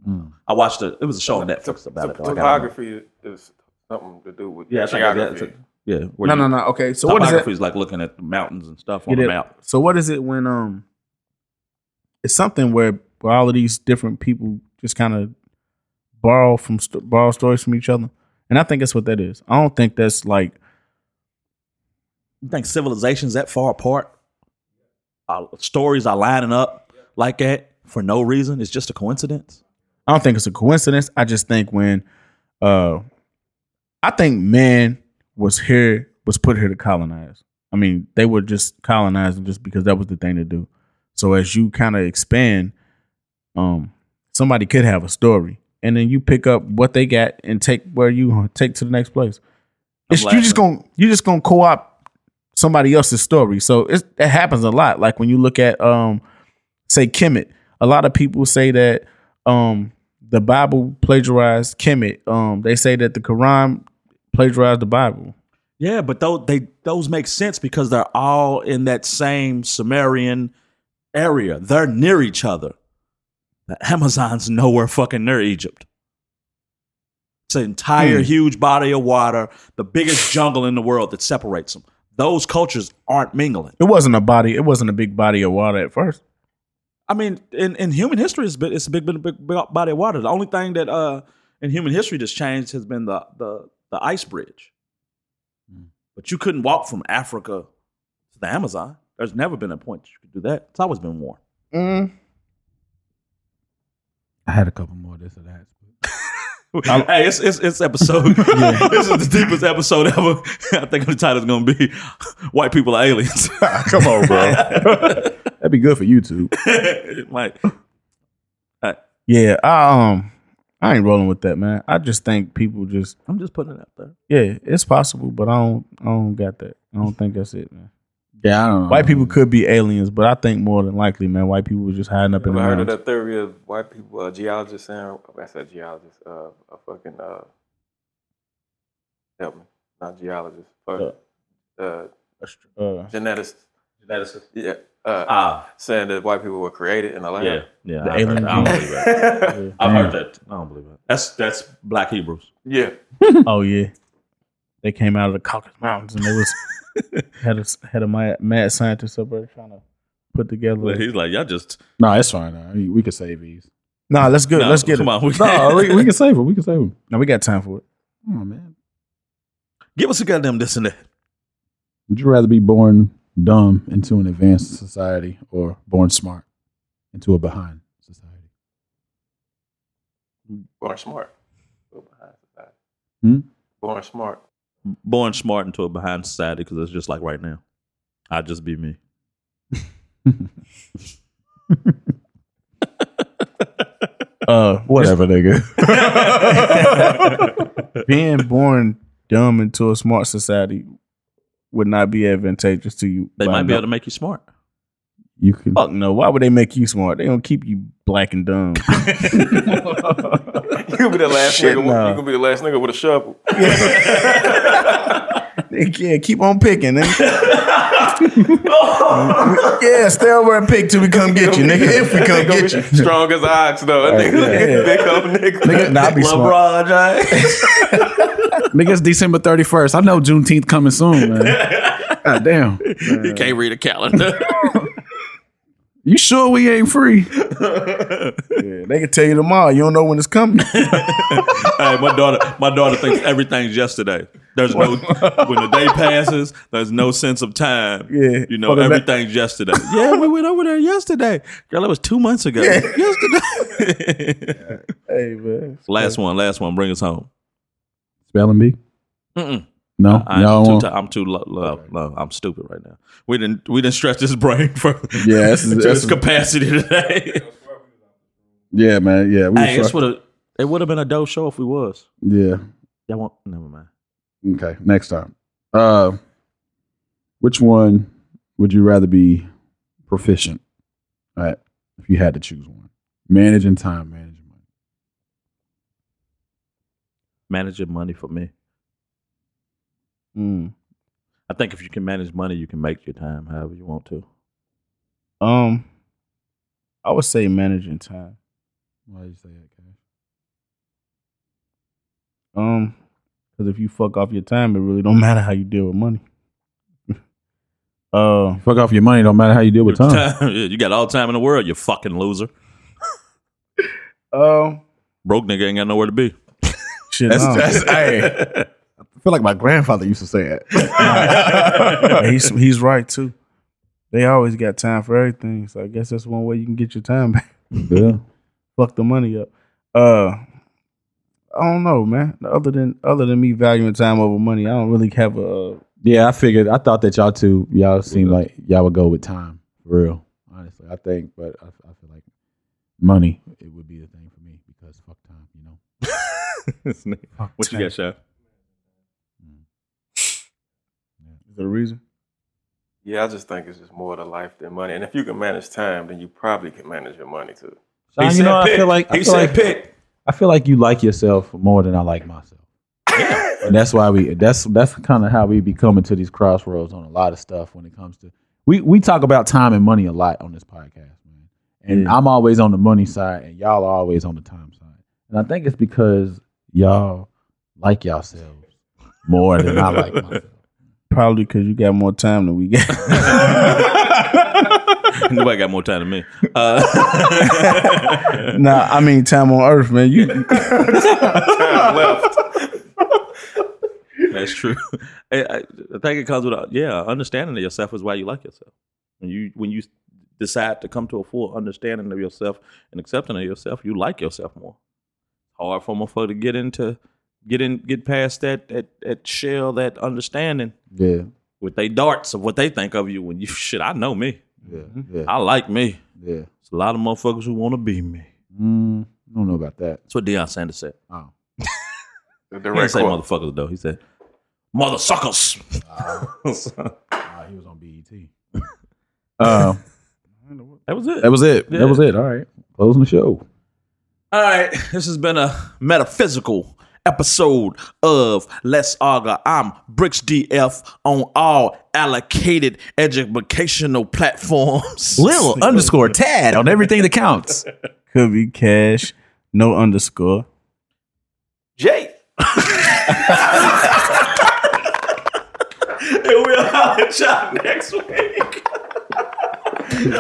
[SPEAKER 2] Mm.
[SPEAKER 3] I watched it. It was a show on Netflix
[SPEAKER 5] Top-
[SPEAKER 3] about it.
[SPEAKER 5] top-
[SPEAKER 3] though. I gotta remember.
[SPEAKER 5] Topography is something to do with
[SPEAKER 3] Yeah, I think I got it.
[SPEAKER 5] geography.
[SPEAKER 3] yeah. where
[SPEAKER 4] No,
[SPEAKER 3] you-
[SPEAKER 4] no, no. Okay, so what is it?
[SPEAKER 3] Topography is like looking at the mountains and stuff
[SPEAKER 4] Get
[SPEAKER 3] on the
[SPEAKER 4] it.
[SPEAKER 3] map.
[SPEAKER 4] So what is it when um it's something where, where all of these different people just kind of borrow from st- borrow stories from each other, and I think that's what that is. I don't think that's like
[SPEAKER 3] You think civilizations that far apart? Our stories are lining up like that for no reason. It's just a coincidence.
[SPEAKER 4] I don't think it's a coincidence. I just think when uh I think man was here was put here to colonize. I mean, they were just colonizing just because that was the thing to do. So as you kind of expand, um, somebody could have a story, and then you pick up what they got and take where you take to the next place. It's, you just gonna you just gonna co op somebody else's story. So it's, it happens a lot. Like when you look at um, say Kemet, a lot of people say that um the Bible plagiarized Kemet. Um, they say that the Quran plagiarized the Bible.
[SPEAKER 3] Yeah, but those they those make sense because they're all in that same Sumerian area. They're near [laughs] each other. The Amazon's nowhere fucking near Egypt. It's an entire huge body of water, the biggest jungle in the world that separates them. Those cultures aren't mingling.
[SPEAKER 4] It wasn't a body. It wasn't a big body of water at first.
[SPEAKER 3] I mean, in, in human history, it's, been, it's a big, big, big, big body of water. The only thing that uh, in human history that's changed has been the the, the ice bridge. Mm. But you couldn't walk from Africa to the Amazon. There's never been a point you could do that. It's always been warm.
[SPEAKER 2] I had a couple more of this or that.
[SPEAKER 3] [laughs] hey, it's, it's it's [laughs] episode. This is the deepest episode ever. [laughs] I think the title's going to be [laughs] "White People Are Aliens." [laughs]
[SPEAKER 4] Come on, bro.
[SPEAKER 2] That'd be good for YouTube.
[SPEAKER 3] like,
[SPEAKER 4] yeah. I, um, I ain't rolling with that, man. I just think people just
[SPEAKER 3] I'm just putting it out there.
[SPEAKER 4] yeah, it's possible, but I don't. I don't got that. I don't think that's it, man.
[SPEAKER 2] Yeah, I don't know.
[SPEAKER 4] White people could be aliens, but I think more than likely, man, white people were just hiding up in
[SPEAKER 5] Ever
[SPEAKER 4] the
[SPEAKER 5] heard of
[SPEAKER 4] mountains.
[SPEAKER 5] that theory of white people, uh, geologists saying, I said geologists, uh, a fucking, uh, help me, not geologists, but, uh,
[SPEAKER 4] Uh,
[SPEAKER 5] geneticists,
[SPEAKER 3] Medicine.
[SPEAKER 5] yeah, uh,
[SPEAKER 3] Ah,
[SPEAKER 5] saying that white people were created in a lab.
[SPEAKER 3] yeah, yeah.
[SPEAKER 4] The
[SPEAKER 3] I've heard,
[SPEAKER 4] alien
[SPEAKER 3] I don't believe that.
[SPEAKER 2] [laughs]
[SPEAKER 3] I've heard that.
[SPEAKER 6] I don't believe it.
[SPEAKER 3] That's that's Black Hebrews.
[SPEAKER 5] yeah.
[SPEAKER 4] oh yeah, they came out of the Caucasus Mountains and they was had a had a mad, mad scientist up there trying to put together.
[SPEAKER 3] Like, He's like, y'all just
[SPEAKER 2] No, it's fine. I mean, we could save these.
[SPEAKER 4] Nah, let's good.
[SPEAKER 3] no,
[SPEAKER 4] let's get
[SPEAKER 3] come
[SPEAKER 4] it.
[SPEAKER 3] on. We
[SPEAKER 2] No, we, [laughs] we can save them. We can save them.
[SPEAKER 4] No, we got time for it.
[SPEAKER 2] Come on, man.
[SPEAKER 3] [laughs] give us a goddamn this and that.
[SPEAKER 2] Would you rather be born dumb into an advanced society or born smart into a behind society?
[SPEAKER 5] Born smart. Go behind society.
[SPEAKER 2] Hmm?
[SPEAKER 5] Born smart. [laughs]
[SPEAKER 3] Born smart into a behind society because it's just like right now. I'd just be me.
[SPEAKER 4] Uh, whatever.
[SPEAKER 2] nigga.
[SPEAKER 4] Being born dumb into a smart society would not be advantageous to you.
[SPEAKER 3] They
[SPEAKER 4] by
[SPEAKER 3] might be
[SPEAKER 4] no-
[SPEAKER 3] able to make you smart.
[SPEAKER 2] You can.
[SPEAKER 4] Fuck no. Why would they make you smart? They gonna keep you black and
[SPEAKER 3] [laughs]
[SPEAKER 4] dumb.
[SPEAKER 5] You gonna be the last
[SPEAKER 4] Shit,
[SPEAKER 5] nigga.
[SPEAKER 4] nah.
[SPEAKER 5] You gonna be the last nigga with a shovel.
[SPEAKER 4] They- yeah, keep on picking. nigga.
[SPEAKER 3] [laughs]
[SPEAKER 4] yeah, stay over and pick till we come get you, nigga. If we come
[SPEAKER 5] Gonna
[SPEAKER 4] get you.
[SPEAKER 5] be [laughs] Strong as an ox, though. That nigga,
[SPEAKER 4] yeah.
[SPEAKER 5] big old nigga.
[SPEAKER 4] Nigga, nah, I be smart.
[SPEAKER 2] [laughs]
[SPEAKER 3] LeBron James.
[SPEAKER 2] [laughs] Nigga, it's December 31st. I know Juneteenth coming soon, man.
[SPEAKER 4] [laughs]
[SPEAKER 2] God damn.
[SPEAKER 3] you can't read a calendar.
[SPEAKER 2] You sure we ain't free?
[SPEAKER 4] Yeah, they can tell you tomorrow. You don't know when it's
[SPEAKER 3] [laughs]
[SPEAKER 4] coming.
[SPEAKER 3] hey, my daughter, my daughter thinks everything's yesterday. There's no [laughs] when the day passes, there's no sense of time.
[SPEAKER 4] Yeah.
[SPEAKER 3] you know
[SPEAKER 4] Fucking that-
[SPEAKER 3] everything's yesterday. yeah, we went over there yesterday, girl. That was two months ago. Yesterday.
[SPEAKER 2] [laughs]
[SPEAKER 4] hey man,
[SPEAKER 3] last one, last one. Bring us home.
[SPEAKER 2] Spelling bee?
[SPEAKER 3] Mm-mm.
[SPEAKER 2] No,
[SPEAKER 3] I'm
[SPEAKER 2] y'all
[SPEAKER 3] too.
[SPEAKER 2] won't.
[SPEAKER 3] T- I'm too low. low, low. I'm stupid right now. We didn't. We didn't stretch this brain for
[SPEAKER 2] yeah, this is,
[SPEAKER 3] [laughs] to
[SPEAKER 2] this
[SPEAKER 3] its
[SPEAKER 2] is, [laughs]
[SPEAKER 3] capacity today.
[SPEAKER 2] yeah, man. Yeah, we were
[SPEAKER 3] hey, this
[SPEAKER 2] fuck-
[SPEAKER 3] would have. It would have been a dope show if we was.
[SPEAKER 2] yeah.
[SPEAKER 3] That won't. Never mind.
[SPEAKER 2] Okay, next time. Uh, which one would you rather be proficient at if you had to choose one? Managing time, managing money.
[SPEAKER 3] Managing money for me.
[SPEAKER 4] Mm.
[SPEAKER 3] I think if you can manage money, you can make your time however you want to.
[SPEAKER 4] Um, I would say managing time.
[SPEAKER 2] Why you say that, Cash?
[SPEAKER 4] Um, because if you fuck off your time, it really don't [laughs] matter how you deal with money. uh,
[SPEAKER 2] Fuck off your money, don't matter how you deal with time.
[SPEAKER 3] Time- [laughs] yeah, you got all the time in the world, you fucking loser.
[SPEAKER 4] um,
[SPEAKER 3] Broke nigga ain't got nowhere to be. [laughs]
[SPEAKER 4] shit. no.
[SPEAKER 2] I feel like my grandfather used to say that.
[SPEAKER 4] he's he's right too. They always got time for everything, so I guess that's one way you can get your time [laughs] back.
[SPEAKER 2] yeah.
[SPEAKER 4] fuck the money up. Uh, I don't know, man. Other than other than me valuing time over money, I don't really have a. Uh,
[SPEAKER 2] Yeah, I figured. I thought that y'all two, y'all seemed like y'all would go with time, for real. Honestly, I think, but I, I feel like money it would be the thing for me because fuck time, you know.
[SPEAKER 3] what you got, Chef?
[SPEAKER 4] is there a reason?
[SPEAKER 5] [laughs] Yeah, I just think it's just more to life than money. And if you can manage time, then you probably can manage your money too.
[SPEAKER 2] Sean, you know, I feel like I
[SPEAKER 5] he
[SPEAKER 2] feel
[SPEAKER 5] said
[SPEAKER 2] like,
[SPEAKER 3] [laughs]
[SPEAKER 5] pick.
[SPEAKER 2] I feel like you like yourself more than I like myself. and that's why we that's that's kind of how we be coming to these crossroads on a lot of stuff when it comes to we we talk about time and money a lot on this podcast, man. And I'm always on the money side and y'all are always on the time side. And I think it's because y'all like yourselves more than I like [laughs] myself.
[SPEAKER 4] Probably because you got more time than we got.
[SPEAKER 2] [laughs]
[SPEAKER 3] Nobody got more time than me. Uh,
[SPEAKER 4] nah, I mean time on Earth, man. You
[SPEAKER 5] Time left.
[SPEAKER 3] [laughs] That's true. [laughs] I, I I think it comes with a, yeah, understanding of yourself is why you like yourself. When you when you decide to come to a full understanding of yourself and accepting of yourself, you like yourself more. Hard for a motherfucker to get into get in get past that that that shell that understanding
[SPEAKER 2] Yeah,
[SPEAKER 3] with they darts of what they think of you. [laughs] When you shit, I know me.
[SPEAKER 2] yeah, yeah,
[SPEAKER 3] I like me.
[SPEAKER 2] yeah.
[SPEAKER 3] It's a lot of motherfuckers who want to be me.
[SPEAKER 2] Mm, I don't know about that.
[SPEAKER 3] That's what Deion Sanders said.
[SPEAKER 2] Oh.
[SPEAKER 5] The
[SPEAKER 3] He didn't
[SPEAKER 5] direct
[SPEAKER 3] say
[SPEAKER 5] quote.
[SPEAKER 3] motherfuckers though. He said mother suckers.
[SPEAKER 2] Ah, he was on BET. [laughs]
[SPEAKER 4] uh,
[SPEAKER 3] that was it.
[SPEAKER 2] That was it.
[SPEAKER 3] Yeah.
[SPEAKER 2] That was it. All right, closing the show.
[SPEAKER 3] All right, this has been a metaphysical episode of Let's Argue. I'm Bricks DF on all allocated educational platforms.
[SPEAKER 6] Lil underscore Tad on everything that counts.
[SPEAKER 4] could be cash, no underscore.
[SPEAKER 5] Jay.
[SPEAKER 3] we'll holler at y'all next week.